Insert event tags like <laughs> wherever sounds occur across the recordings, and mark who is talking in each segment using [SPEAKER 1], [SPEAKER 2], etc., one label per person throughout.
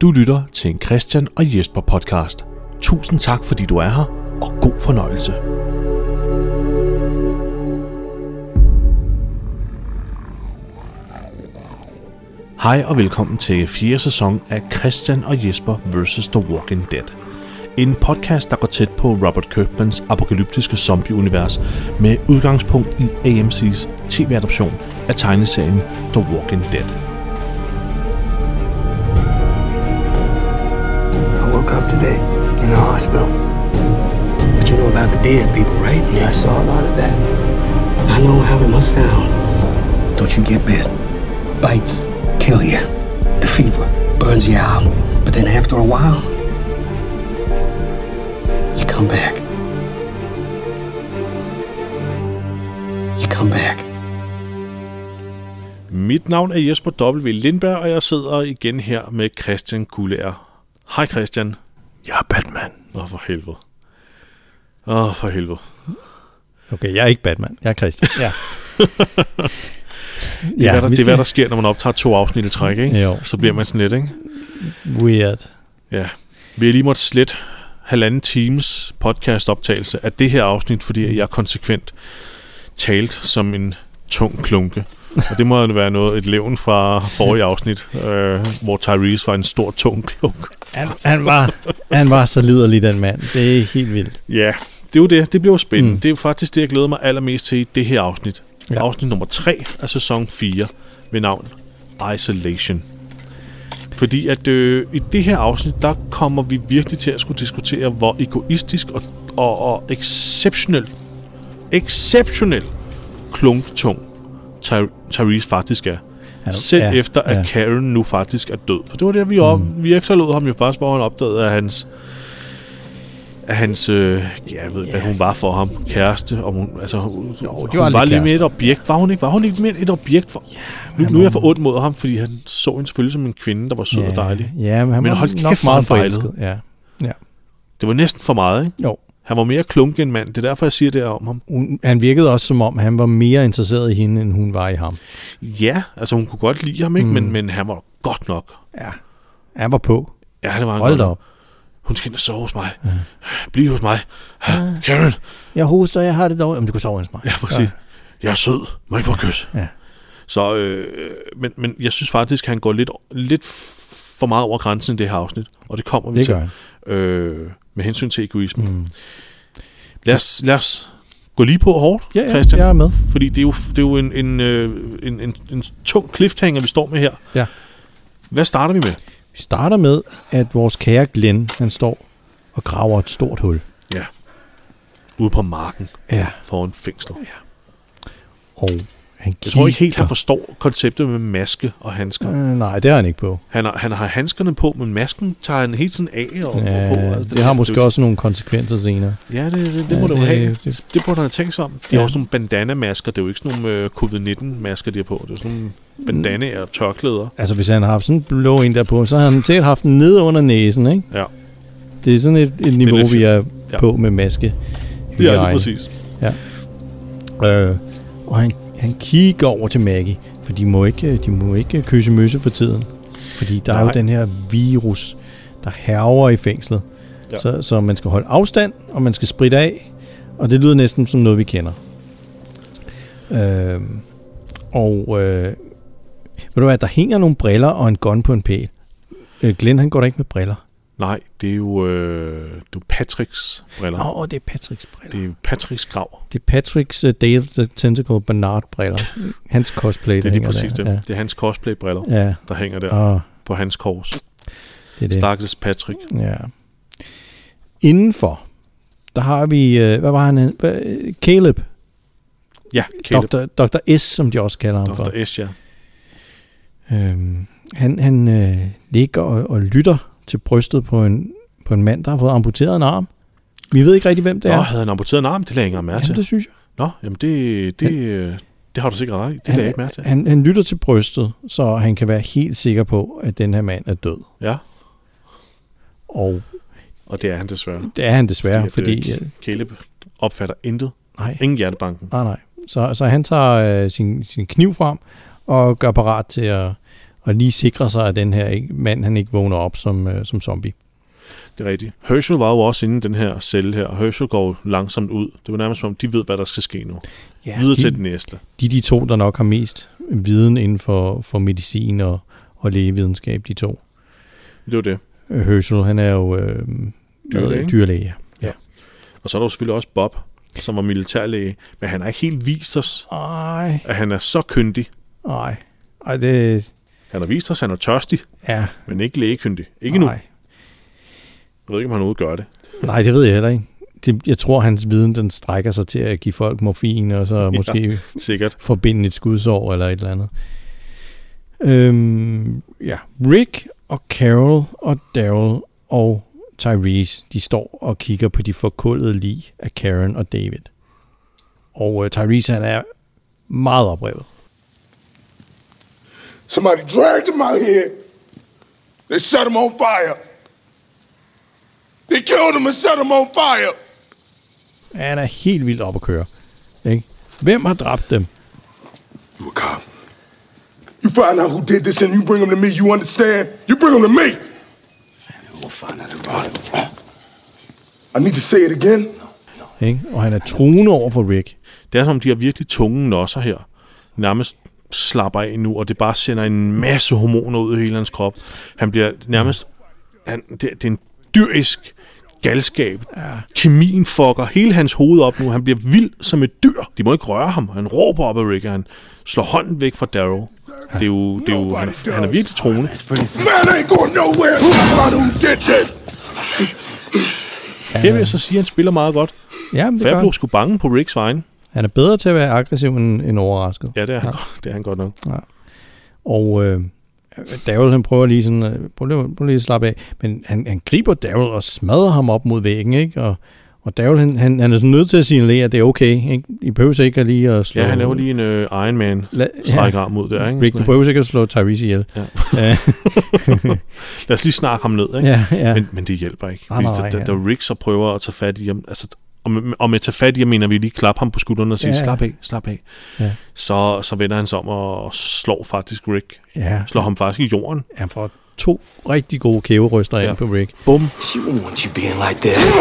[SPEAKER 1] Du lytter til en Christian og Jesper podcast. Tusind tak, fordi du er her, og god fornøjelse. Hej og velkommen til fjerde sæson af Christian og Jesper vs. The Walking Dead. En podcast, der går tæt på Robert Kirkmans apokalyptiske zombieunivers med udgangspunkt i AMC's tv-adoption af tegneserien The Walking Dead.
[SPEAKER 2] I woke up today in the hospital. But you know about the dead people, right? Yeah, I saw a lot of that. I know how it must sound. Don't you get bit? Bites kill you. The fever burns you out. But then after a while, you come back. You come back.
[SPEAKER 1] Mit navn er Jesper W. Lindberg, og jeg sidder igen her med Christian Kuller. Hej Christian.
[SPEAKER 3] Jeg er Batman.
[SPEAKER 1] Åh, for helvede. Åh, for helvede.
[SPEAKER 3] Okay, jeg er ikke Batman. Jeg er Christian. <laughs> Ja.
[SPEAKER 1] Det, ja, hvad der, det er, hvad der sker, når man optager to afsnit i træk, ikke?
[SPEAKER 3] Jo.
[SPEAKER 1] Så bliver man sådan lidt, ikke?
[SPEAKER 3] Weird.
[SPEAKER 1] Ja. Vi har lige måttet slet halvanden times podcastoptagelse af det her afsnit, fordi jeg konsekvent talt som en tung klunke. Og det må jo være noget, et levn fra forrige afsnit, øh, hvor Tyrese var en stor, tung klunk.
[SPEAKER 3] Han, han, var, han var så liderlig, den mand. Det er helt vildt.
[SPEAKER 1] Ja, det er jo det. Det bliver jo spændende. Mm.
[SPEAKER 3] Mm.
[SPEAKER 1] Det er jo faktisk det, jeg glæder mig allermest til i det her afsnit. Ja.
[SPEAKER 3] Ja.
[SPEAKER 1] Afsnit nummer 3 af sæson 4 ved navn Isolation. Fordi at øh, i det her afsnit, der kommer vi virkelig til at skulle diskutere, hvor egoistisk og, og, og exceptionelt, exceptionelt klunktung Ty- Tyrese faktisk er.
[SPEAKER 3] Han-
[SPEAKER 1] Selv
[SPEAKER 3] ja,
[SPEAKER 1] efter at
[SPEAKER 3] ja.
[SPEAKER 1] Karen nu faktisk er død. For det var det, vi, op, mm. vi efterlod ham jo faktisk, hvor han opdagede, at hans... At hans øh, ja, jeg ved yeah. hvad hun var for ham. Kæreste. Om hun, altså, hun, jo, hun
[SPEAKER 3] var
[SPEAKER 1] var,
[SPEAKER 3] lidt
[SPEAKER 1] lige med et
[SPEAKER 3] kærester.
[SPEAKER 1] objekt. Var hun ikke? Var hun ikke med et objekt? For, yeah, nu, nu er jeg for ondt mod ham, fordi han så hende selvfølgelig som en kvinde, der var sød yeah. og dejlig.
[SPEAKER 3] Ja, men han
[SPEAKER 1] Men
[SPEAKER 3] var
[SPEAKER 1] hold
[SPEAKER 3] nok
[SPEAKER 1] kæft, hvor han
[SPEAKER 3] meget
[SPEAKER 1] fejlede.
[SPEAKER 3] forelsket. Ja. ja.
[SPEAKER 1] Det var næsten for meget, ikke?
[SPEAKER 3] Jo.
[SPEAKER 1] Han var mere klunke end mand. Det er derfor, jeg siger det her om ham.
[SPEAKER 3] Hun, han virkede også, som om han var mere interesseret i hende, end hun var i ham.
[SPEAKER 1] Ja, altså hun kunne godt lide ham, ikke? Mm. Men, men han var godt nok.
[SPEAKER 3] Ja. Han var på.
[SPEAKER 1] Ja, det var han
[SPEAKER 3] Hold
[SPEAKER 1] godt
[SPEAKER 3] da
[SPEAKER 1] nok.
[SPEAKER 3] op.
[SPEAKER 1] Hun skal ind og sove hos mig. Ja. Bliv hos mig. Karen,
[SPEAKER 3] Jeg hoster, jeg har det dog. Jamen, du kan sove hos mig.
[SPEAKER 1] Ja, præcis. Jeg er sød. Må jeg få et kys?
[SPEAKER 3] Ja.
[SPEAKER 1] Så, øh, men, men jeg synes faktisk, han går lidt, lidt for meget over grænsen i det her afsnit. Og det kommer vi
[SPEAKER 3] Det
[SPEAKER 1] til.
[SPEAKER 3] gør han.
[SPEAKER 1] Øh, med hensyn til egoisme. Mm. Lad, os, lad os gå lige på hårdt,
[SPEAKER 3] Ja, ja,
[SPEAKER 1] Christian.
[SPEAKER 3] jeg er med.
[SPEAKER 1] Fordi det er jo, det er jo en, en, øh, en, en, en tung cliffhanger, vi står med her.
[SPEAKER 3] Ja.
[SPEAKER 1] Hvad starter vi med?
[SPEAKER 3] Vi starter med, at vores kære Glenn, han står og graver et stort hul.
[SPEAKER 1] Ja. Ude på marken
[SPEAKER 3] Ja.
[SPEAKER 1] foran fængslet. Ja.
[SPEAKER 3] Og han
[SPEAKER 1] Jeg tror ikke helt, han forstår konceptet med maske og handsker.
[SPEAKER 3] Øh, nej, det har han ikke på.
[SPEAKER 1] Han har, han har handskerne på, men masken tager han hele tiden af og, og på.
[SPEAKER 3] Ja,
[SPEAKER 1] Altså,
[SPEAKER 3] Øh, det har måske
[SPEAKER 1] er-
[SPEAKER 3] også nogle konsekvenser senere.
[SPEAKER 1] Ja, det, det, det ja,
[SPEAKER 3] Ja,
[SPEAKER 1] må det jo
[SPEAKER 3] det-
[SPEAKER 1] have. Det,
[SPEAKER 3] det-
[SPEAKER 1] det burde han have tænkt sig om. De ja.
[SPEAKER 3] Ja.
[SPEAKER 1] har også nogle bandana-masker. Det er jo ikke sådan nogle øh, covid-19-masker, de har på. Det er jo sådan nogle bandanaer og tørklæder.
[SPEAKER 3] Altså, hvis han har haft sådan en blå en der på, så har han sikkert haft den ned under næsen, ikke?
[SPEAKER 1] Ja,
[SPEAKER 3] Det er sådan et, et niveau,
[SPEAKER 1] lidt
[SPEAKER 3] vi er
[SPEAKER 1] ja.
[SPEAKER 3] ja. på med maske.
[SPEAKER 1] det er det præcis.
[SPEAKER 3] Øh, og han, han kigger over til Maggie, for de må ikke, de må ikke kysse møsse for tiden. Fordi der Nej. er
[SPEAKER 1] Nej.
[SPEAKER 3] jo den her virus, der herver i fængslet.
[SPEAKER 1] Ja.
[SPEAKER 3] Ja. Så, så man skal holde afstand, og man skal spritte af, og det lyder næsten som noget, vi kender. Øh, og øh, ved du hvad, der hænger nogle briller og en gun på en pæl. Øh, Glenn, han går da ikke med briller.
[SPEAKER 1] Nej, det er jo øh, det er Patricks briller.
[SPEAKER 3] Åh, oh, det er Patricks briller.
[SPEAKER 1] Det er Patricks grav.
[SPEAKER 3] Det er Patricks uh, Day of the Tentacle Bernard-briller. Hans cosplay,
[SPEAKER 1] Det
[SPEAKER 3] der
[SPEAKER 1] er lige
[SPEAKER 3] hænger
[SPEAKER 1] præcis
[SPEAKER 3] der.
[SPEAKER 1] det. Det er hans cosplay-briller,
[SPEAKER 3] Ja, ja.
[SPEAKER 1] der hænger der
[SPEAKER 3] Og
[SPEAKER 1] på hans kors.
[SPEAKER 3] det er det.
[SPEAKER 1] Stakkels Patrick.
[SPEAKER 3] Ja. Indenfor, der har vi, øh, hvad var han? øh, hva- øh, Caleb.
[SPEAKER 1] Ja, Caleb.
[SPEAKER 3] Caleb. Dr. Dr. S, som de også kalder ham for.
[SPEAKER 1] Dr. S, ja.
[SPEAKER 3] Øhm, han han øh, ligger og, og lytter til brystet på en, på en mand, der har fået amputeret en arm. Vi ved ikke rigtig, hvem det
[SPEAKER 1] Nå,
[SPEAKER 3] er.
[SPEAKER 1] havde han amputeret en arm? Det lagde jeg ikke engang mærke til.
[SPEAKER 3] Jamen, det synes jeg.
[SPEAKER 1] Nå, jamen det, det, øh, det har du sikkert ret i. Det lagde jeg ikke mærke til.
[SPEAKER 3] han, han lytter til brystet, så han kan være helt sikker på, at den her mand er død.
[SPEAKER 1] Ja,
[SPEAKER 3] Og
[SPEAKER 1] og det er han desværre.
[SPEAKER 3] det er han desværre,
[SPEAKER 1] at,
[SPEAKER 3] fordi...
[SPEAKER 1] øh,
[SPEAKER 3] Øh,
[SPEAKER 1] Caleb opfatter intet.
[SPEAKER 3] nej,
[SPEAKER 1] Ingen hjertebanken.
[SPEAKER 3] nej, nej. Så, så han tager øh, sin, sin kniv frem og gør parat til at, og lige sikre sig, at den her ikke, mand han ikke vågner op som, øh, som zombie.
[SPEAKER 1] Det er rigtigt. Herschel var jo også inde i den her celle her, og Herschel går langsomt ud. Det var nærmest som om, de ved, hvad der skal ske nu. Ja, Videre
[SPEAKER 3] de,
[SPEAKER 1] til den næste.
[SPEAKER 3] de, de to, der nok har mest viden inden for, for medicin og, og lægevidenskab, de to.
[SPEAKER 1] Det var det.
[SPEAKER 3] Øh, Herschel, han er jo øh,
[SPEAKER 1] Dyrlæge, ikke?
[SPEAKER 3] dyrlæge. ja.
[SPEAKER 1] Og så er der jo selvfølgelig også Bob, som var militærlæge, men han har ikke helt vist os,
[SPEAKER 3] Ej,
[SPEAKER 1] at han er så kyndig.
[SPEAKER 3] ej, ej, det
[SPEAKER 1] Han har vist os, at han er tørstig,
[SPEAKER 3] er...
[SPEAKER 1] men ikke lægekyndig. Ikke nu.
[SPEAKER 3] Ej.
[SPEAKER 1] Jeg ved ikke, om han overhovedet gør det.
[SPEAKER 3] Nej, det ved jeg heller ikke. Det, jeg tror, hans viden den strækker sig til at give folk morfin, og
[SPEAKER 1] <laughs>
[SPEAKER 3] så måske
[SPEAKER 1] Sikkert.
[SPEAKER 3] forbinde et skudsår eller et eller andet. Øhm, ja. Rick og Carol og Daryl og Tyrese, de står og kigger på de forkullede lig af Karen og David. Og øh, Tyrese, han er meget oprevet.
[SPEAKER 4] Somebody dragged him out here. They set him on fire. They killed him and set him on fire.
[SPEAKER 3] Han er helt vildt op at køre. Ikke? Hvem har dræbt dem?
[SPEAKER 4] You a cop. You find out who did this and you bring him to me, you understand? You bring him to me.
[SPEAKER 2] We'll find out about it.
[SPEAKER 4] I need to say it again.
[SPEAKER 3] Ikke? Og han er truende over for Rick.
[SPEAKER 1] Det er som om, de har virkelig tunge nosser her. Nærmest slapper af nu, og det bare sender en masse hormoner ud i hele hans krop. Han bliver nærmest... Han, det, det er en dyrisk galskab. Ja. Kemien fucker hele hans hoved op nu. Han bliver vild som et dyr. De må ikke røre ham. Han råber op af Rick, og han slår hånden væk fra Daryl. Det er jo, det er jo han, er, han er virkelig troende.
[SPEAKER 4] Man ain't going nowhere. Who find out who did this?
[SPEAKER 1] Her vil jeg så sige, at han spiller meget godt.
[SPEAKER 3] Ja, men
[SPEAKER 1] For
[SPEAKER 3] det
[SPEAKER 1] jeg
[SPEAKER 3] gør han.
[SPEAKER 1] blev sgu bange på Ricks vegne.
[SPEAKER 3] han er bedre til at være aggressiv end, end overrasket.
[SPEAKER 1] Ja, det er, han, godt- det er han godt nok.
[SPEAKER 3] Og øh, Daryl, han prøver lige sådan, øh, prøv lige, prøv lige at slappe af, men han, han griber Daryl og smadrer ham op mod væggen, ikke? Og, og Daryl, han, han, han er sådan nødt til at signalere, at det er okay, ikke? I behøver ikke at lige at slå...
[SPEAKER 1] Ja, han laver lige en øh, Iron Man
[SPEAKER 3] La-
[SPEAKER 1] strækker arm ud der, ikke?
[SPEAKER 3] Rick, du
[SPEAKER 1] Sådan,
[SPEAKER 3] behøver ikke at slå Tyrese ihjel.
[SPEAKER 1] Ja.
[SPEAKER 3] ja,
[SPEAKER 1] Lad os lige snakke ham ned, ikke?
[SPEAKER 3] ja, ja.
[SPEAKER 1] Men, men det hjælper ikke.
[SPEAKER 3] Nej, nej,
[SPEAKER 1] Fordi da,
[SPEAKER 3] ja.
[SPEAKER 1] da, da Rick så prøver at tage fat i ham, altså, og med, og med tage fat i ham, mener vi lige klappe ham på skulderen og sige,
[SPEAKER 3] Ja, ja.
[SPEAKER 1] slap af, slap af.
[SPEAKER 3] Ja.
[SPEAKER 1] Så, så vender han sig om og slår faktisk Rick.
[SPEAKER 3] ja.
[SPEAKER 1] Slår ham faktisk i jorden.
[SPEAKER 3] Han får to rigtig gode kæveryster ja.
[SPEAKER 1] Ja.
[SPEAKER 3] ind på Rick.
[SPEAKER 1] Bum.
[SPEAKER 2] She wouldn't want you being like this.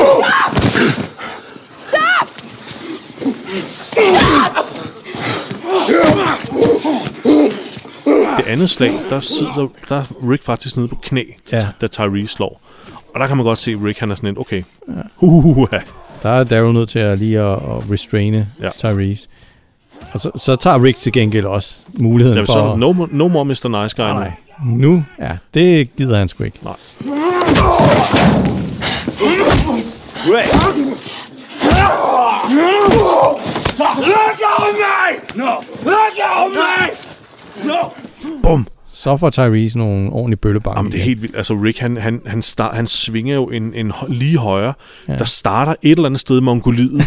[SPEAKER 1] Det andet slag, der sidder der er Rick faktisk nede på knæ,
[SPEAKER 3] Ja.
[SPEAKER 1] ja. da Tyrese slår. Og der kan man godt se, at Rick han er sådan en, okay, ja. huhuhuha.
[SPEAKER 3] Der er Daryl nødt til at lige at, at restraine ja.
[SPEAKER 1] Ja.
[SPEAKER 3] Tyrese. Og så, så tager Rick til gengæld også muligheden
[SPEAKER 1] Der er
[SPEAKER 3] for...
[SPEAKER 1] sådan, no, more- no more Mr. Nice Guy.
[SPEAKER 3] nej,
[SPEAKER 1] nu.
[SPEAKER 3] nej. Nu, ja, det gider han sgu ikke.
[SPEAKER 1] nej.
[SPEAKER 4] Let go of me! No. Let go of me! No.
[SPEAKER 1] Bum.
[SPEAKER 3] Så får Tyrese nogle ordentlige bøllebanker.
[SPEAKER 1] Jamen, det er helt vildt. Altså, Rick, han, han, han, star, han svinger jo en, en hø- lige højre,
[SPEAKER 3] Ja.
[SPEAKER 1] ja. der starter et eller andet sted i Mongoliet,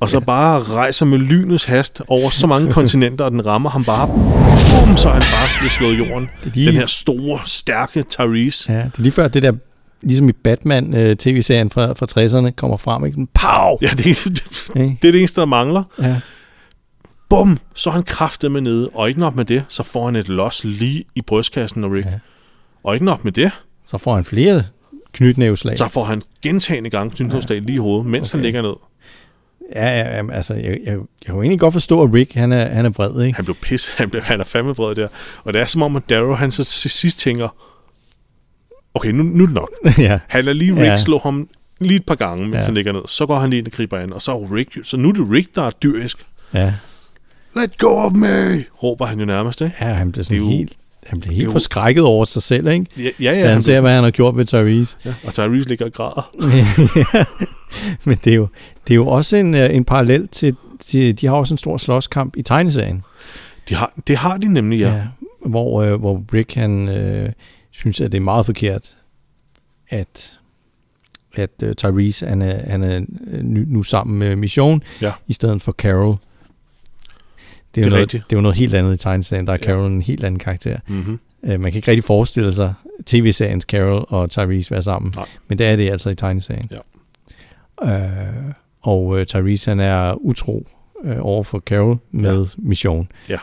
[SPEAKER 1] og så bare rejser med lynets hast over så mange kontinenter, og den rammer ham bare. Bum, så er han bare bliver slået i jorden.
[SPEAKER 3] er lige-
[SPEAKER 1] Den her store, stærke Tyrese. Ja.
[SPEAKER 3] Ja, det er lige før det der, ligesom i Batman-tv-serien fra, fra 60'erne, kommer frem. Ikke? Sådan, Pow!
[SPEAKER 1] Ja, det, er, det,
[SPEAKER 3] Ikke?
[SPEAKER 1] det er det eneste, der mangler.
[SPEAKER 3] Ja.
[SPEAKER 1] Bum, så er han kraftet med nede, og ikke nok med det, så får han et los lige i brystkassen af Rick.
[SPEAKER 3] Ja.
[SPEAKER 1] Ja. Og ikke nok med det,
[SPEAKER 3] Så får han flere knytnæveslag.
[SPEAKER 1] så får han gentagende gange knytnålsdag lige i hovedet, mens okay. han
[SPEAKER 3] Okay.
[SPEAKER 1] ligger ned.
[SPEAKER 3] Ja, ja, ja, altså, jeg, jeg, jeg kan jo egentlig godt forstå, at Rick, han er, han er vred, ikke?
[SPEAKER 1] Han blev pis, han, blev, han er fandme vred der. Og det er som om, at Darrow han så til sidst tænker, okay, nu, nu er det nok.
[SPEAKER 3] <laughs> ja.
[SPEAKER 1] Han lader lige Rick
[SPEAKER 3] Ja.
[SPEAKER 1] ja. slå ham lige et par gange, mens
[SPEAKER 3] Ja.
[SPEAKER 1] ja. han ligger ned. Så går han lige ind og griber an, og så er Rick, jo- så nu er det Rick, der er dyrisk.
[SPEAKER 3] ja.
[SPEAKER 1] Let go of me! Råber han jo nærmest, ikke?
[SPEAKER 3] Ja, han bliver sådan
[SPEAKER 1] Det er jo-
[SPEAKER 3] helt, han bliver helt
[SPEAKER 1] jo-
[SPEAKER 3] forskrækket over sig selv, ikke?
[SPEAKER 1] Ja, ja,
[SPEAKER 3] Ja,
[SPEAKER 1] ja
[SPEAKER 3] han,
[SPEAKER 1] han
[SPEAKER 3] ser, hvad han har gjort ved Tyrese.
[SPEAKER 1] ja. Og Tyrese ligger og græder.
[SPEAKER 3] Men det er jo, det er jo også en, øh, en parallel til, til, de har også en stor slåskamp i tegneserien.
[SPEAKER 1] De har, det har de nemlig, ja. ja.
[SPEAKER 3] Hvor, øh, hvor Rick, han øh, synes, at det er meget forkert, at, at øh, Tyrese, han er, han er øh, nu, nu sammen med Mission,
[SPEAKER 1] Ja.
[SPEAKER 3] i stedet for Carol. Det
[SPEAKER 1] Det
[SPEAKER 3] er, jo
[SPEAKER 1] er
[SPEAKER 3] noget,
[SPEAKER 1] rigtigt.
[SPEAKER 3] det er jo noget helt andet i tegneserien. Der er Carol en helt anden karakter.
[SPEAKER 1] Mm-hmm.
[SPEAKER 3] Øh, man kan ikke rigtig forestille sig tv-seriens Carol og Tyrese være sammen.
[SPEAKER 1] Nej.
[SPEAKER 3] Men det er det altså i tegneserien. Ja. Øh, og øh, Tyrese han er utro øh, over for Carol med ja. Mission.
[SPEAKER 1] Ja.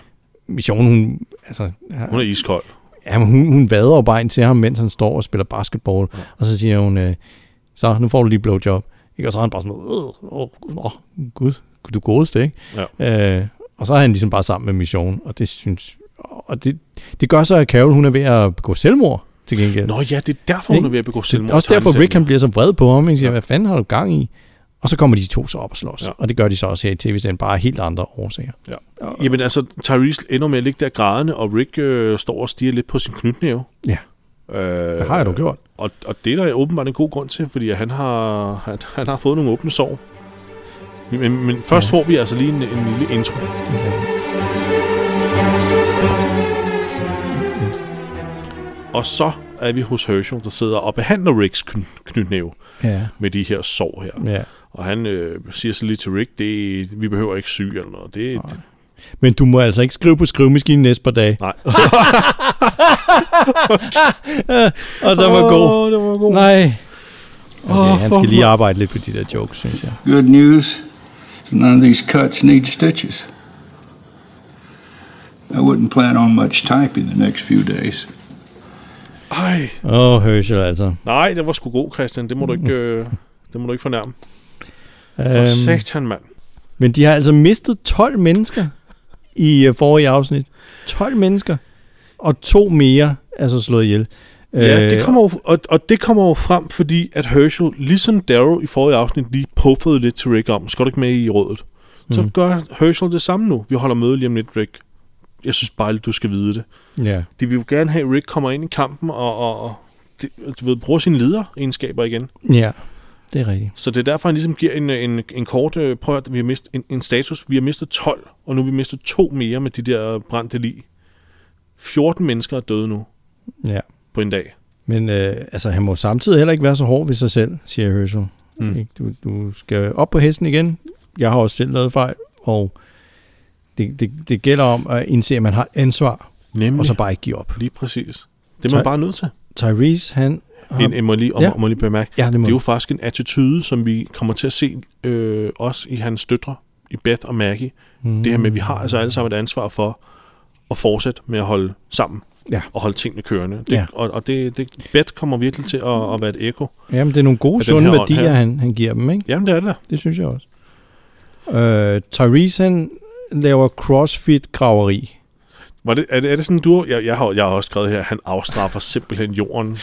[SPEAKER 3] Mission, hun, altså,
[SPEAKER 1] Hun er iskold.
[SPEAKER 3] Jamen, hun, hun vader jo bare ind til ham, mens han står og spiller basketball. Ja. Og så siger hun, øh, så nu får du lige blowjob. Ikke? Og så er han bare sådan, "Øh, åh, åh, åh gud, du godeste, ikke? Ja. Øh, og så er han ligesom bare sammen med missionen, og det synes... Og det, det gør så, at Carol, hun er ved at begå selvmord til gengæld.
[SPEAKER 1] Nå ja, det er derfor, hun er ved at begå
[SPEAKER 3] Det er
[SPEAKER 1] selvmord. i
[SPEAKER 3] Også derfor, Rick han
[SPEAKER 1] tegneserien.
[SPEAKER 3] bliver så vred på ham, ikke? Siger, hvad fanden har du gang i? Og så kommer de to så op og slås.
[SPEAKER 1] Ja.
[SPEAKER 3] Ja. Og det gør de så også her i tv-serien, bare af helt andre årsager.
[SPEAKER 1] Ja. Jamen altså, Tyrese ender med at ligge der grædende, og Rick øh, står og stiger lidt på sin knytnæve.
[SPEAKER 3] Ja,
[SPEAKER 1] Øh,
[SPEAKER 3] det har jeg dog gjort.
[SPEAKER 1] Og, og det er der åbenbart en god grund til, fordi at han har, han, han har fået nogle åbne sår. Men, men først får vi altså lige en, en lille intro. Og så er vi hos Herschel, der sidder og behandler Ricks kn- knytnæve
[SPEAKER 3] Ja,
[SPEAKER 1] med de her sår her.
[SPEAKER 3] ja.
[SPEAKER 1] Og han øh, siger så lige til Rick, det, vi behøver ikke sy eller noget. Det, det
[SPEAKER 3] Men du må altså ikke skrive på skrivemaskinen næste par dage.
[SPEAKER 1] nej.
[SPEAKER 3] <laughs> Og der var god.
[SPEAKER 1] det var god.
[SPEAKER 3] Nej. Okay,
[SPEAKER 1] Åh,
[SPEAKER 3] han
[SPEAKER 1] fuck,
[SPEAKER 3] skal lige
[SPEAKER 1] mand.
[SPEAKER 3] arbejde lidt på de der jokes, synes jeg.
[SPEAKER 5] Good news is none of these cuts need stitches. I wouldn't plan on much typing the next few days.
[SPEAKER 1] Ej.
[SPEAKER 3] Åh, oh, Herschel altså.
[SPEAKER 1] Nej, det var sgu god, Christian. Det må du ikke, øh, det må du ikke fornærme. For
[SPEAKER 3] Øhm,
[SPEAKER 1] satan, mand.
[SPEAKER 3] men de har altså mistet 12 mennesker i øh, forrige afsnit. 12 mennesker. Og to mere er så slået ihjel.
[SPEAKER 1] Ja,
[SPEAKER 3] Øh,
[SPEAKER 1] det kommer jo, og, og det kommer jo frem, fordi at Herschel, ligesom Darrow i forrige afsnit, lige puffede lidt til Rick om, skal du ikke med i rådet? Så mm. gør Herschel det samme nu. Vi holder møde lige om lidt, Rick. Jeg synes bare, at du skal vide det.
[SPEAKER 3] Ja.
[SPEAKER 1] De vil jo gerne have, at Rick kommer ind i kampen og, og, og det, du ved, bruger sine lederegenskaber igen.
[SPEAKER 3] ja, det er rigtigt.
[SPEAKER 1] Så det er derfor, han ligesom giver en, en, en kort, øh, prøv at høre, vi har mistet en, en status. Vi har mistet 12, og nu har vi mistet to mere med de der brændte lig. 14 mennesker er døde nu
[SPEAKER 3] Ja.
[SPEAKER 1] på en dag.
[SPEAKER 3] Men øh, altså, han må samtidig heller ikke være så hård ved sig selv, siger Herschel.
[SPEAKER 1] Mm.
[SPEAKER 3] Mm. Du, du skal op på hesten igen. Jeg har også selv lavet fejl, og det, det, det gælder om at indse, at man har ansvar,
[SPEAKER 1] Nemlig.
[SPEAKER 3] og så bare ikke give op.
[SPEAKER 1] Lige præcis. Det er man
[SPEAKER 3] Tak.
[SPEAKER 1] bare nødt til.
[SPEAKER 3] Tyrese, han... har-
[SPEAKER 1] En, en må jeg lige, om,
[SPEAKER 3] Ja.
[SPEAKER 1] ja. må jeg lige bemærke.
[SPEAKER 3] Ja, det må
[SPEAKER 1] det er
[SPEAKER 3] du.
[SPEAKER 1] jo faktisk en attitude, som vi kommer til at se øh, også i hans døtre, i Beth og Maggie. Mm. Det her med, at vi har altså alle sammen et ansvar for at fortsætte med at holde sammen
[SPEAKER 3] Ja.
[SPEAKER 1] og holde tingene kørende. Det,
[SPEAKER 3] Ja.
[SPEAKER 1] Og, og det, det, Beth kommer virkelig til at, at være et eko.
[SPEAKER 3] Jamen, det er nogle gode,
[SPEAKER 1] den
[SPEAKER 3] sunde
[SPEAKER 1] her ånd
[SPEAKER 3] værdier,
[SPEAKER 1] her.
[SPEAKER 3] han, han giver dem, ikke?
[SPEAKER 1] Jamen, det er det da.
[SPEAKER 3] Det synes jeg også. Øh, Tyrese, han laver crossfit-graveri.
[SPEAKER 1] Var det, er, det, er det sådan, du... Jeg, jeg, har, jeg har også skrevet her, at han afstraffer simpelthen
[SPEAKER 3] <laughs>
[SPEAKER 1] jorden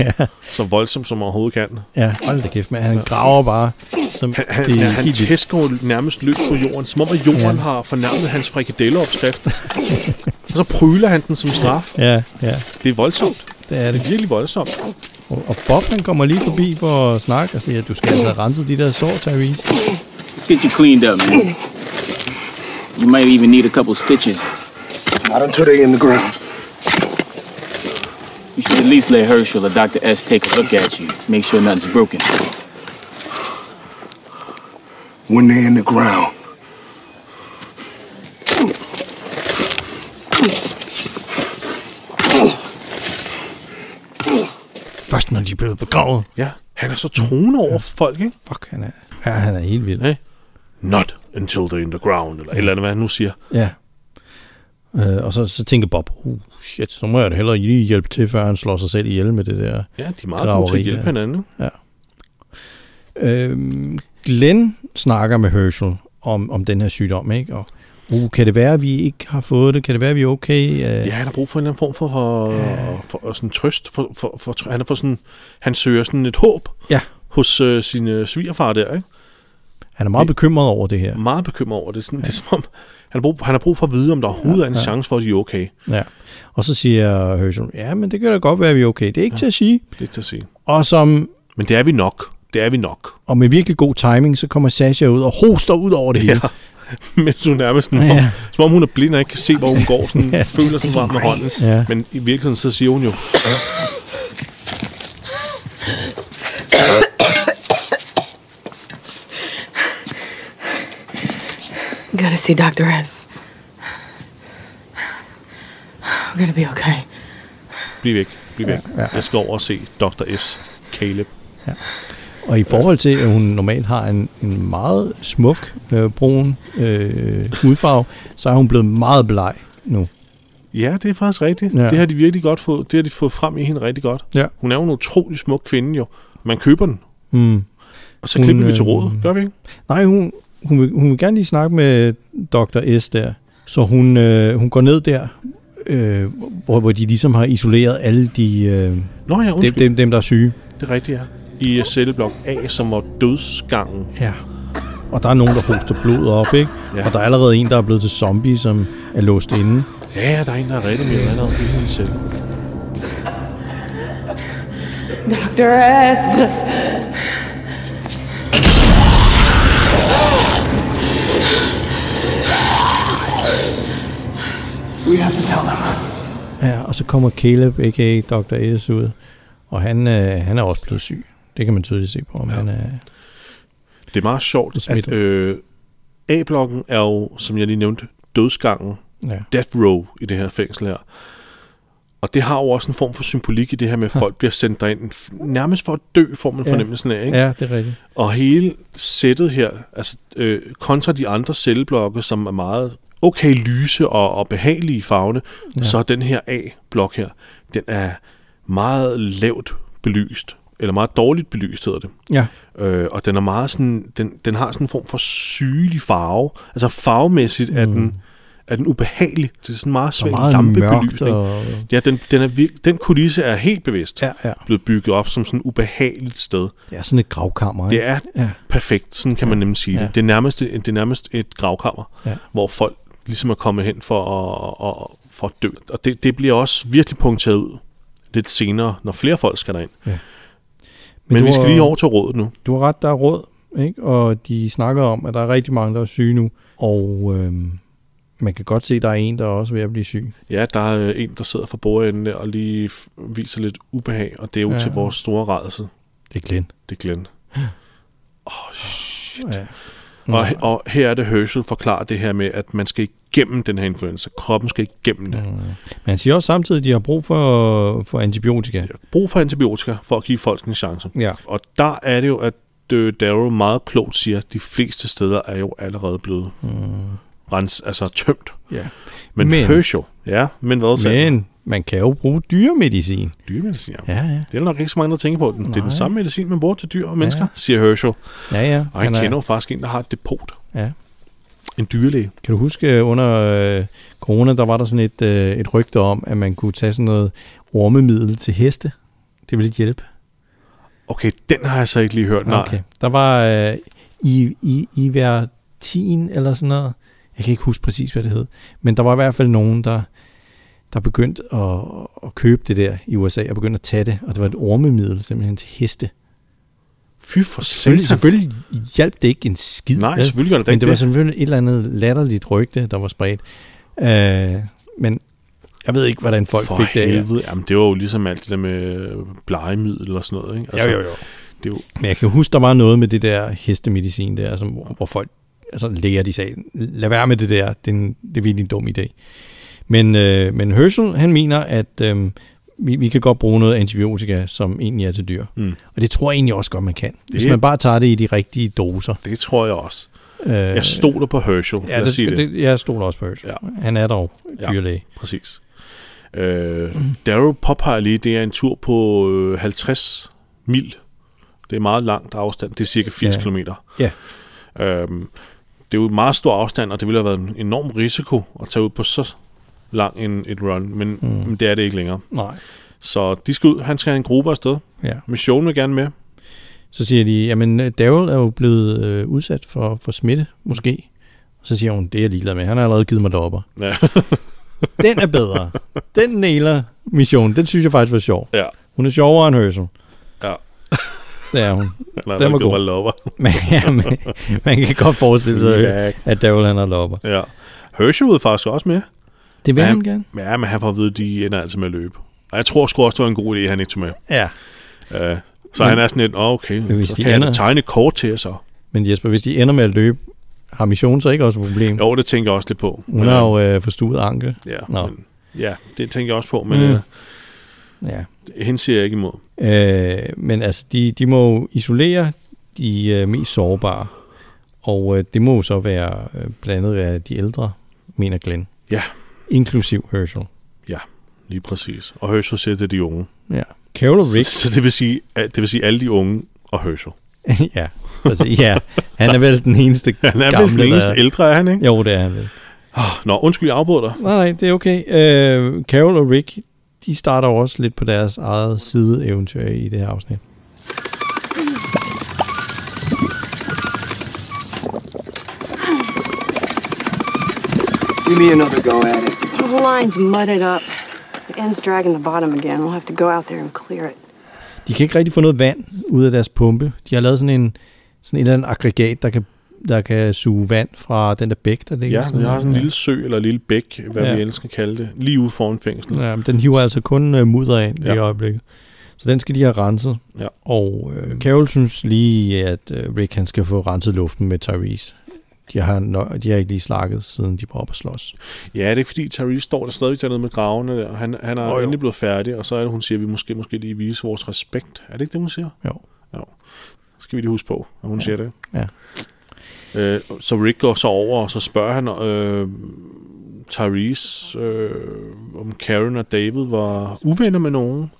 [SPEAKER 3] ja.
[SPEAKER 1] så voldsomt, som overhovedet kan.
[SPEAKER 3] ja, hold da kæft, men han graver bare. Som,
[SPEAKER 1] Han, han,
[SPEAKER 3] det er
[SPEAKER 1] han
[SPEAKER 3] helt vildt.
[SPEAKER 1] tæsker jo nærmest løs på jorden, som om at jorden ja. har fornærmet hans frikadelleopskrift. og så pryler han den som straf.
[SPEAKER 3] Ja, ja,
[SPEAKER 1] Det er voldsomt.
[SPEAKER 3] det er
[SPEAKER 1] Det
[SPEAKER 3] det.
[SPEAKER 1] er virkelig voldsomt.
[SPEAKER 3] Og, og Bob, han kommer lige forbi for at snakke og siger, at du skal altså rense de der sår, Tyrese.
[SPEAKER 6] Let's get you cleaned up, man. You might even need a couple stitches.
[SPEAKER 2] Not until they in the ground.
[SPEAKER 6] You should at least let Herschel or Dr. S take a look at you. Make sure nothing's broken.
[SPEAKER 4] When they're in the ground.
[SPEAKER 3] Først når de er blevet begravet.
[SPEAKER 1] Ja. Han er så troende over for folk, ikke?
[SPEAKER 3] Fuck, han er, ja, han er helt vild.
[SPEAKER 1] Ja. Not until they're in the ground, eller et eller andet, hvad han nu siger.
[SPEAKER 3] Ja. Øh, og så, så tænker Bob, uh, shit, så må jeg da hellere lige hjælpe til, før han slår sig selv ihjel med det der.
[SPEAKER 1] Ja, de er meget gode til
[SPEAKER 3] Graveri,
[SPEAKER 1] at hjælpe
[SPEAKER 3] ja.
[SPEAKER 1] hinanden. ikke?
[SPEAKER 3] Øhm, Glenn snakker med Herschel om, om den her sygdom, ikke? Og, uh, kan det være, at vi ikke har fået det? Kan det være, at vi er okay? Øh,
[SPEAKER 1] Ja, han har brug for en eller anden form for, for, for, for sådan trøst. For, for, for, for, han, er for sådan, han søger sådan et håb
[SPEAKER 3] ja.
[SPEAKER 1] hos øh, sin øh, svigerfar der, ikke?
[SPEAKER 3] Han er meget bekymret over det her.
[SPEAKER 1] Meget bekymret over det. Sådan, ja. Det er som om, han har, brug, han har brug for at vide, om der overhovedet er en chance for, at de er okay.
[SPEAKER 3] Ja. Og så siger Herschel, ja, men det kan da godt være, at vi er okay. Det er ikke ja. til at sige.
[SPEAKER 1] Det er til at sige.
[SPEAKER 3] Og som
[SPEAKER 1] Men det er vi nok. Det er vi nok. <laughs>
[SPEAKER 3] Og med virkelig god timing, så kommer Sasha ud og hoster ud over det hele.
[SPEAKER 1] Men du nærmest sådan,
[SPEAKER 3] Ja.
[SPEAKER 1] ja. som om hun er blind og ikke kan se, hvor hun går. Sådan, <laughs> ja. Føler sig frem med hånden.
[SPEAKER 3] Ja.
[SPEAKER 1] Ja. Men i virkeligheden, så siger hun jo,
[SPEAKER 7] Gotta see Dr. S. We're gonna be okay.
[SPEAKER 1] bliv væk, bliv væk. Ja, ja. Jeg skal over og se Dr. S. Caleb.
[SPEAKER 3] Og i forhold til, at hun normalt har en, en meget smuk øh, brun øh, hudfarve, så er hun blevet meget bleg nu.
[SPEAKER 1] Ja, det er faktisk rigtigt.
[SPEAKER 3] Ja.
[SPEAKER 1] Ja. Det har de virkelig godt fået. Det har de fået frem i hende rigtig godt.
[SPEAKER 3] Ja.
[SPEAKER 1] Hun er jo en utrolig smuk kvinde jo. Man køber den.
[SPEAKER 3] Mm.
[SPEAKER 1] Og så
[SPEAKER 3] Hun,
[SPEAKER 1] klipper vi til
[SPEAKER 3] øh,
[SPEAKER 1] rådet, gør vi ikke?
[SPEAKER 3] Nej, hun, hun, vil, hun vil gerne lige snakke med Dr. S der. Så hun, øh, hun går ned der, øh, hvor, hvor de ligesom har isoleret alle de, øh,
[SPEAKER 1] Nå ja,
[SPEAKER 3] dem,
[SPEAKER 1] undskyld. Det,
[SPEAKER 3] dem, dem, der er syge.
[SPEAKER 1] det, det er rigtigt, ja. I øh, celleblok A, som var dødsgangen.
[SPEAKER 3] Ja. Og der er nogen, der hoster blod op, ikke? Ja.
[SPEAKER 1] Ja.
[SPEAKER 3] Og der er allerede en, der er blevet til zombie, som er låst inde.
[SPEAKER 1] Ja, der er en, der er reddet med allerede i sin celle.
[SPEAKER 7] Dr. S!
[SPEAKER 2] We have to tell them.
[SPEAKER 3] Ja, og så kommer Caleb, a.k.a. Dr. S, ud. Og han, øh, han er også blevet syg. Det kan man tydeligt se på, om ja. han er...
[SPEAKER 1] Det er meget
[SPEAKER 3] Det
[SPEAKER 1] sjovt, at
[SPEAKER 3] smitter.
[SPEAKER 1] øh, A-blokken er jo, som jeg lige nævnte, dødsgangen.
[SPEAKER 3] Ja.
[SPEAKER 1] Death Row i det her fængsel her. Og det har jo også en form for symbolik i det her
[SPEAKER 3] <laughs>
[SPEAKER 1] med, at folk bliver sendt derind. f- Nærmest for at dø, får man
[SPEAKER 3] Ja.
[SPEAKER 1] fornemmelsen af. Ikke?
[SPEAKER 3] ja, det er rigtigt.
[SPEAKER 1] Og hele sættet her, altså øh, kontra de andre celleblokke, som er meget okay lyse og, og behagelige i farvene, ja. så er den her A-blok her, den er meget lavt belyst, eller meget dårligt belyst hedder det.
[SPEAKER 3] Ja.
[SPEAKER 1] Øh, og den er meget sådan, den, den har sådan en form for sygelig farve. Altså farvemæssigt er, den, er den ubehagelig. Det er sådan meget svag
[SPEAKER 3] Mm. meget
[SPEAKER 1] lampebelysning.
[SPEAKER 3] mørkt og-
[SPEAKER 1] Ja, den, den, er virk- den kulisse er helt bevidst
[SPEAKER 3] Ja, ja.
[SPEAKER 1] blevet bygget op som sådan et ubehageligt sted.
[SPEAKER 3] Det er sådan et gravkammer, ikke?
[SPEAKER 1] Det er
[SPEAKER 3] Ja.
[SPEAKER 1] ja. perfekt, sådan kan man nemlig sige
[SPEAKER 3] Ja.
[SPEAKER 1] det. Det er nærmest, et- det er nærmest et gravkammer,
[SPEAKER 3] Ja.
[SPEAKER 1] ja. hvor folk ligesom er kommet hen for at, at, for at dø. Og det, det bliver også virkelig punkteret ud lidt senere, når flere folk skal derind.
[SPEAKER 3] Ja.
[SPEAKER 1] Men,
[SPEAKER 3] Men
[SPEAKER 1] Men
[SPEAKER 3] du
[SPEAKER 1] vi skal
[SPEAKER 3] har-
[SPEAKER 1] lige over til rådet nu.
[SPEAKER 3] Du har ret, der er råd, ikke? og de snakker om, at der er rigtig mange, der er syge nu, og øhm, man kan godt se, at der er en, der er også ved at blive syg.
[SPEAKER 1] Ja, der er øh, en, der sidder for bordenden der og lige f- viser lidt ubehag, og det er jo
[SPEAKER 3] Ja.
[SPEAKER 1] ja. til vores store redsel.
[SPEAKER 3] Det er Glenn.
[SPEAKER 1] Det er Glenn. Oh, shit.
[SPEAKER 3] Ja. Mm.
[SPEAKER 1] Og, og her er det Herschel forklarer det her med, at man skal igennem den her influenza. Kroppen skal igennem det.
[SPEAKER 3] Men han siger også samtidig, at de har brug for, for antibiotika.
[SPEAKER 1] brug for antibiotika for at give folk en chance.
[SPEAKER 3] Mm. Ja.
[SPEAKER 1] Og der er det jo, at øh, Darrow meget klogt siger, at de fleste steder er jo allerede blevet mm. rens, altså tømt.
[SPEAKER 3] ja.
[SPEAKER 1] Men,
[SPEAKER 3] Men-
[SPEAKER 1] men Herschel, ja, men hvad så?
[SPEAKER 3] Men man kan jo bruge dyremedicin.
[SPEAKER 1] Dyremedicin, ja.
[SPEAKER 3] Ja, ja.
[SPEAKER 1] Det er der nok ikke så mange, der tænker på. Den, det er
[SPEAKER 3] Nej.
[SPEAKER 1] den samme medicin, man bruger til dyr og mennesker,
[SPEAKER 3] Ja.
[SPEAKER 1] ja. siger Herschel.
[SPEAKER 3] Ja, ja.
[SPEAKER 1] Og han,
[SPEAKER 3] er-
[SPEAKER 1] han kender jo faktisk en, der har et depot.
[SPEAKER 3] Ja.
[SPEAKER 1] En dyrlæge.
[SPEAKER 3] Kan du huske øh, under øh, corona, der var der sådan et, øh, et rygte om, at man kunne tage sådan noget ormemiddel til heste? Det ville ikke hjælpe.
[SPEAKER 1] Okay, den har jeg så ikke lige hørt. Nej.
[SPEAKER 3] Okay. Der var øh, i, i, i hver 10 eller sådan noget. Jeg kan ikke huske præcis, hvad det hed. Men der var i hvert fald nogen, der, der begyndte at, at købe det der i USA, og begyndte at tage det. Og det var et ormemiddel simpelthen til heste.
[SPEAKER 1] Fy for
[SPEAKER 3] Selvfølgelig,
[SPEAKER 1] satan.
[SPEAKER 3] selvfølgelig hjalp det ikke en skid.
[SPEAKER 1] Nej,
[SPEAKER 3] vel?
[SPEAKER 1] selvfølgelig gør det da
[SPEAKER 3] Men
[SPEAKER 1] ikke
[SPEAKER 3] det var
[SPEAKER 1] det.
[SPEAKER 3] selvfølgelig et eller andet latterligt rygte, der var spredt. Øh, men jeg ved ikke, hvordan folk
[SPEAKER 1] For
[SPEAKER 3] fik det. af.
[SPEAKER 1] helvede. Jamen, det var jo ligesom alt det der med blegemiddel og sådan noget. Ikke? Altså,
[SPEAKER 3] Jo, Altså, jo, jo.
[SPEAKER 1] Det er jo
[SPEAKER 3] Men jeg kan huske, der var noget med det der hestemedicin der, altså, hvor, hvor folk, altså læger, de sagde, lad være med det der, det er, en, det er virkelig en dum idé. Men, øh, men Herschel, han mener, at øh, vi, vi kan godt bruge noget antibiotika, som egentlig er til dyr. Mm. Og det tror jeg egentlig også godt, man kan. Hvis
[SPEAKER 1] Det-
[SPEAKER 3] man bare tager det i de rigtige doser.
[SPEAKER 1] Det tror jeg også.
[SPEAKER 3] Øh,
[SPEAKER 1] Jeg stoler på Herschel.
[SPEAKER 3] ja,
[SPEAKER 1] lad
[SPEAKER 3] det,
[SPEAKER 1] os sige
[SPEAKER 3] skal,
[SPEAKER 1] det.
[SPEAKER 3] det. jeg stoler også på Herschel. Ja.
[SPEAKER 1] Ja.
[SPEAKER 3] Han er dog
[SPEAKER 1] Ja.
[SPEAKER 3] dyrlæge.
[SPEAKER 1] Præcis. Øh, Darrow påpeger lige, det er en tur på øh, 50 mil. Det er meget langt afstand. Det er cirka 80
[SPEAKER 3] Ja.
[SPEAKER 1] km.
[SPEAKER 3] Ja.
[SPEAKER 1] Øhm, det er jo en meget stor afstand, og det ville have været en enorm risiko at tage ud på så lang en, et run, men, mm. men det er det ikke længere.
[SPEAKER 3] Nej.
[SPEAKER 1] Så de skal ud. Han skal have en gruppe afsted.
[SPEAKER 3] Ja.
[SPEAKER 1] Missionen vil gerne med.
[SPEAKER 3] Så siger de, jamen øh, Daryl er jo blevet øh, udsat for, for smitte, måske. Og så siger hun, det er jeg ligeglad med, han har allerede givet mig deroppe. <laughs>
[SPEAKER 1] Ja.
[SPEAKER 3] Den er <laughs> bedre. Den nailer missionen, den synes jeg faktisk var sjov.
[SPEAKER 1] ja.
[SPEAKER 3] Hun er sjovere end Herschel.
[SPEAKER 1] Ja.
[SPEAKER 3] Det <laughs> er hun.
[SPEAKER 1] Eller,
[SPEAKER 3] Den var god.
[SPEAKER 1] Lopper.
[SPEAKER 3] Men ja, man, man kan godt forestille sig, at Daryl han har lopper.
[SPEAKER 1] Ja. Herschel vil faktisk også med.
[SPEAKER 3] Det vil
[SPEAKER 1] Ja,
[SPEAKER 3] han gerne.
[SPEAKER 1] Ja, men han får at vide, at de ender altså med at løbe. Og jeg tror sgu også, det var en god idé, at han ikke tog med.
[SPEAKER 3] Ja.
[SPEAKER 1] Øh, så han er sådan lidt, oh, okay,
[SPEAKER 3] hvis
[SPEAKER 1] så
[SPEAKER 3] de
[SPEAKER 1] kan jeg
[SPEAKER 3] ender-
[SPEAKER 1] da tegne et kort til jer så.
[SPEAKER 3] Men Jesper, hvis de ender med at løbe, har missionen så ikke også et problem?
[SPEAKER 1] Jo, det tænker jeg også lidt på.
[SPEAKER 3] Hun har jo øh, forstuet ankel.
[SPEAKER 1] øh, ja,
[SPEAKER 3] Nå.
[SPEAKER 1] men, ja, det tænker jeg også på, men
[SPEAKER 3] Mm.
[SPEAKER 1] mm. øh,
[SPEAKER 3] Ja.
[SPEAKER 1] hende siger jeg ikke imod.
[SPEAKER 3] Øh, men altså, de, de må jo isolere de øh, mest sårbare, og øh, det må jo så være øh, blandet af de ældre, mener Glenn,
[SPEAKER 1] Ja,
[SPEAKER 3] inklusiv Herschel.
[SPEAKER 1] Ja, lige præcis. Og Herschel siger, det er de unge.
[SPEAKER 3] Ja. Carol og Rick. <laughs>
[SPEAKER 1] Så, <laughs> så det, vil sige, at, det vil sige alle de unge og Herschel.
[SPEAKER 3] ja. Altså, ja. Han er vel den eneste
[SPEAKER 1] <laughs> Han er vist
[SPEAKER 3] gamle,
[SPEAKER 1] den eneste
[SPEAKER 3] der...
[SPEAKER 1] ældre, er han ikke?
[SPEAKER 3] Jo, det er han vel.
[SPEAKER 1] Nå, undskyld, jeg afbryder dig.
[SPEAKER 3] Nej, nej, det er okay. Øh, Carol og Rick, de starter jo også lidt på deres eget sideeventyr i det her afsnit.
[SPEAKER 2] Give me another go at it.
[SPEAKER 8] The line's mudded up. The end's dragging the bottom again. We'll have to go out there and clear it.
[SPEAKER 3] De kan ikke rigtig få noget vand ud af deres pumpe. De har lavet sådan en sådan et eller andet aggregat, der kan, der kan suge vand fra den der bæk, der ligger.
[SPEAKER 1] Ja, vi har sådan en lille sø eller en lille bæk, hvad
[SPEAKER 3] Ja.
[SPEAKER 1] vi ellers skal kalde det, lige ude foran fængslet.
[SPEAKER 3] Ja, men den hiver altså kun øh, mudder ind ja. i
[SPEAKER 1] Ja.
[SPEAKER 3] øjeblikket. Så den skal de have renset.
[SPEAKER 1] Ja.
[SPEAKER 3] Og øh, Carol synes lige, at øh, Rick han skal få renset luften med Tyrese. De har, nø- de har ikke lige slakket, siden de var oppe at slås.
[SPEAKER 1] Ja, det er fordi Therese står der stadigvæk dernede med gravene, der, og han, han er
[SPEAKER 3] Åh, jo.
[SPEAKER 1] oh, endelig blevet færdig, og så er det, hun siger, at vi måske, måske lige vise vores respekt. Er det ikke det, hun siger?
[SPEAKER 3] Jo.
[SPEAKER 1] Jo. Så skal vi lige huske på, at hun ja. siger det.
[SPEAKER 3] Ja.
[SPEAKER 1] Øh, så Rick går så over, og så spørger han øh, Therese, øh, om Karen og David var uvenner med nogen.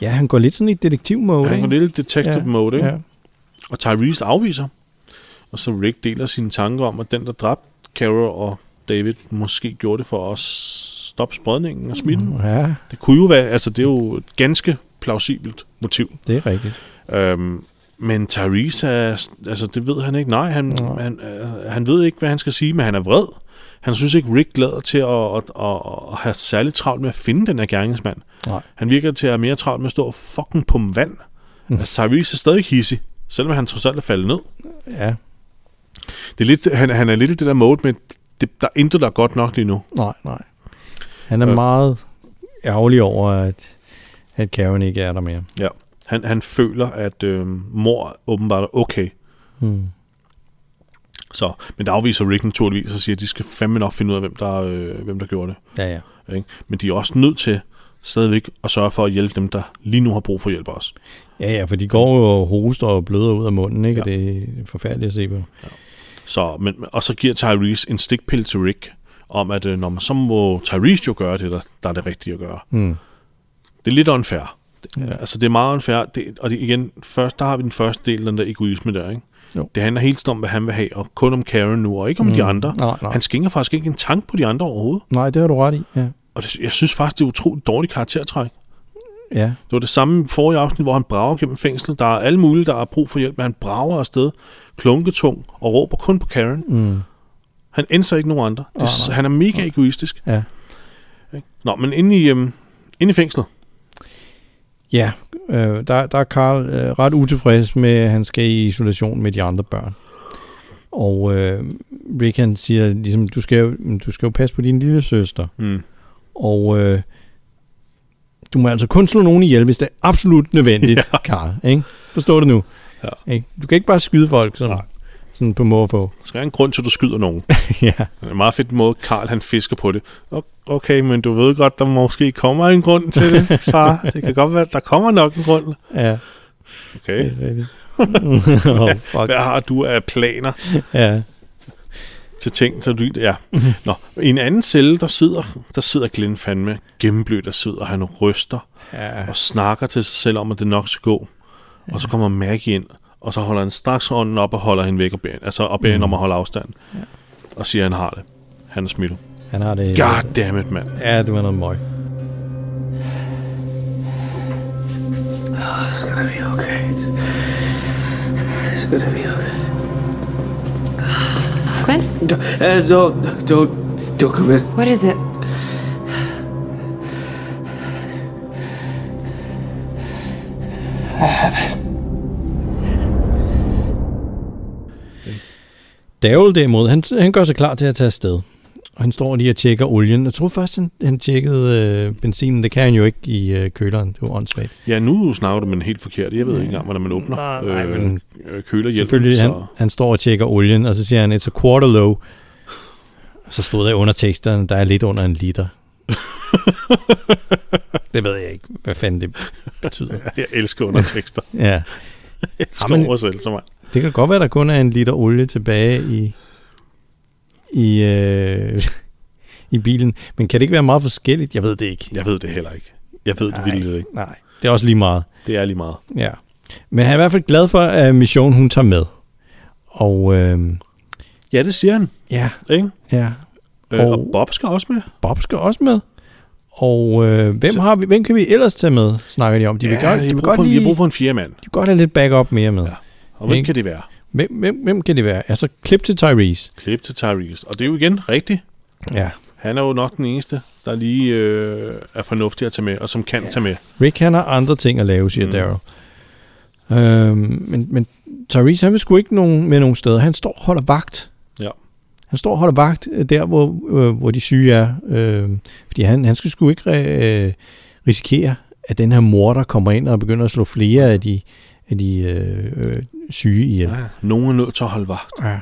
[SPEAKER 3] Ja, han går lidt sådan i detektiv-mode.
[SPEAKER 1] Okay. Han går
[SPEAKER 3] ikke?
[SPEAKER 1] lidt i detective
[SPEAKER 3] ja.
[SPEAKER 1] mode, ikke?
[SPEAKER 3] Ja.
[SPEAKER 1] Og Tyrese afviser. Og så Rick deler sine tanker om, at den, der dræbte Carol og David, måske gjorde det for at stoppe spredningen og smitten. Mm.
[SPEAKER 3] ja,
[SPEAKER 1] Det kunne jo være, altså det er jo et ganske plausibelt motiv.
[SPEAKER 3] det er rigtigt.
[SPEAKER 1] Øhm, men Tyrese, er, altså det ved han ikke. Nej, han, mm. han, øh, han ved ikke, hvad han skal sige, men han er vred. Han synes ikke, Rick lader til at, at, at, at have særlig travlt med at finde den her gerningsmand.
[SPEAKER 3] Nej.
[SPEAKER 1] Han virker til at have mere travlt med at stå og fucking pumpe vand. Mm. Altså, Tyrese er stadig hissig, selvom han trods alt er faldet ned.
[SPEAKER 3] Ja,
[SPEAKER 1] Det er lidt, han, han er lidt i det der mode med, det, der er intet, der er godt nok lige nu.
[SPEAKER 3] nej, nej. Han er øh. meget ærgerlig over, at, at Karen ikke er der mere.
[SPEAKER 1] Ja. Han, han føler, at øh, mor åbenbart er okay.
[SPEAKER 3] Hmm.
[SPEAKER 1] Så, men der afviser Rick naturligvis og siger, at de skal fandme nok finde ud af, hvem der, øh, hvem der gjorde det.
[SPEAKER 3] Ja, ja.
[SPEAKER 1] Ikke? Men de er også nødt til stadigvæk at sørge for at hjælpe dem, der lige nu har brug for hjælp også.
[SPEAKER 3] Ja, ja, for de går jo og hoster og bløder ud af munden, ikke? Ja. Det er forfærdeligt at se på.
[SPEAKER 1] Så, men, og så giver Tyrese en stikpille til Rick, om at øh, når man, så må Tyrese jo gøre det, der, der er det rigtige at gøre.
[SPEAKER 3] Mm.
[SPEAKER 1] Det er lidt unfair.
[SPEAKER 3] Ja.
[SPEAKER 1] Ja. Altså, det er meget unfair. Det, og det, igen, først, der har vi den første del, den der egoisme der, ikke?
[SPEAKER 3] Jo.
[SPEAKER 1] Det handler helt om, hvad han vil have, og kun om Karen nu, og ikke om mm. de andre.
[SPEAKER 3] Nej, nej.
[SPEAKER 1] Han skænker faktisk ikke en tanke på de andre overhovedet.
[SPEAKER 3] Nej, det har du ret i. Ja.
[SPEAKER 1] Og det, jeg synes faktisk, det er utroligt dårligt karaktertræk.
[SPEAKER 3] ja.
[SPEAKER 1] Det var det samme i forrige afsnit, hvor han brager gennem fængslet. Der er alle mulige, der har brug for hjælp, men han brager afsted, klunketung og råber kun på Karen.
[SPEAKER 3] Mm.
[SPEAKER 1] Han indser ikke nogen andre. Det, oh, han er mega oh. egoistisk.
[SPEAKER 3] Ja.
[SPEAKER 1] Ikke? Nå, men inde i, øhm, inde i fængslet,
[SPEAKER 3] Ja, øh, der, der er Karl øh, ret utilfreds med, at han skal i isolation med de andre børn. Og øh, Rick han siger ligesom, du skal, jo, men du skal jo passe på din lille søster.
[SPEAKER 1] Mm.
[SPEAKER 3] Og øh, du må altså kun slå nogen ihjel, hvis det er absolut nødvendigt, ja. Karl. Ikke? Forstår du nu?
[SPEAKER 1] Ja.
[SPEAKER 3] Ikke? Du kan ikke bare skyde folk sådan,
[SPEAKER 1] Nej.
[SPEAKER 3] sådan
[SPEAKER 1] <laughs>
[SPEAKER 3] på måfå.
[SPEAKER 1] så er der en grund til, at du skyder nogen.
[SPEAKER 3] ja.
[SPEAKER 1] Det er en meget fedt måde, Karl han fisker på det. "O- Okay, men du ved godt, der måske kommer en grund til det, far. Det kan godt være, der kommer nok en grund.
[SPEAKER 3] Ja,
[SPEAKER 1] Okay.
[SPEAKER 3] det er rigtigt. <laughs> oh, fuck.
[SPEAKER 1] Hvad har du af planer
[SPEAKER 3] Ja.
[SPEAKER 1] til ting, så du... Ja.
[SPEAKER 3] Mhm.
[SPEAKER 1] Nå, i en anden celle, der sidder, der sidder Glenn fandme gennemblødt og sidder, og han ryster
[SPEAKER 3] ja.
[SPEAKER 1] og snakker til sig selv om, at det nok skal gå. Og så kommer Maggie ind, og så holder han straks ånden op og holder hende væk og beder, altså, og beder hende
[SPEAKER 3] Mhm.
[SPEAKER 1] om at holde afstand. Og siger, at han har det. Han er smittet.
[SPEAKER 3] Han har det.
[SPEAKER 1] God damn it, mand.
[SPEAKER 3] Ja, det var noget møg.
[SPEAKER 2] It's gonna be okay. It's, it's gonna be okay.
[SPEAKER 7] Clint,
[SPEAKER 2] Don't, uh, don't, don't, don't come in.
[SPEAKER 7] what is it?
[SPEAKER 3] Davel derimod, han, han gør sig klar til at tage afsted. Og han står lige og tjekker olien. Jeg tror først, han, han tjekkede øh, benzinen. Det kan han jo ikke i øh, køleren. Det var åndssvagt.
[SPEAKER 1] Ja, nu snakker du med en helt forkert. Jeg ved ikke engang, hvordan man åbner
[SPEAKER 3] Nej, nej, men-
[SPEAKER 1] øh, kølerhjelmen.
[SPEAKER 3] Selvfølgelig, han, han står og tjekker olien, og så siger han, it's a quarter low. Så stod der under teksterne, der er lidt under en liter. det ved jeg ikke, hvad fanden det betyder.
[SPEAKER 1] <laughs> Jeg elsker undertekster.
[SPEAKER 3] Ja,
[SPEAKER 1] Jeg elsker
[SPEAKER 3] Ja, men-
[SPEAKER 1] oversættelser, mand.
[SPEAKER 3] det kan godt være, der kun er en liter olie tilbage i, i, øh, <laughs> i bilen. Men kan det ikke være meget forskelligt? Jeg ved det ikke.
[SPEAKER 1] Jeg ved det heller ikke. Jeg ved det virkelig ikke.
[SPEAKER 3] Nej, det er også lige meget.
[SPEAKER 1] Det er lige meget.
[SPEAKER 3] Ja. Men han er i hvert fald glad for, at Mission hun tager med. Og øh,
[SPEAKER 1] Ja, det siger han.
[SPEAKER 3] ja,
[SPEAKER 1] Ikke?
[SPEAKER 3] ja.
[SPEAKER 1] Øh, og
[SPEAKER 3] Og-
[SPEAKER 1] Bob skal også med.
[SPEAKER 3] Bob skal også med. Og øh, hvem, har vi, hvem kan vi ellers tage med, snakker de om. De vil godt,
[SPEAKER 1] vi har
[SPEAKER 3] de vil
[SPEAKER 1] brug
[SPEAKER 3] godt
[SPEAKER 1] for, vi
[SPEAKER 3] lige,
[SPEAKER 1] har
[SPEAKER 3] de
[SPEAKER 1] brug
[SPEAKER 3] vil
[SPEAKER 1] for en fjerde mand.
[SPEAKER 3] godt have lidt backup mere med. Ja.
[SPEAKER 1] Og hvem
[SPEAKER 3] Ikke?
[SPEAKER 1] kan det være?
[SPEAKER 3] Hvem, hvem, hvem kan det være? Altså, klip til Tyrese.
[SPEAKER 1] Klip til Tyrese. Og det er jo igen rigtigt.
[SPEAKER 3] Ja.
[SPEAKER 1] Han er jo nok den eneste, der lige øh, er fornuftig at tage med, og som kan tage med.
[SPEAKER 3] Rick, han har andre ting at lave, siger mm. Daryl. Øhm, men, men Tyrese, han vil sgu ikke nogen, med nogen steder. Han står og holder vagt.
[SPEAKER 1] Ja.
[SPEAKER 3] Han står og holder vagt øh, der, hvor, øh, hvor de syge er. Øh, fordi han, han skal sgu ikke øh, risikere, at den her morder kommer ind og begynder at slå flere af de, af de øh, øh, syge ihjel.
[SPEAKER 1] ja. Nogen er nødt til at holde vagt.
[SPEAKER 3] Ja.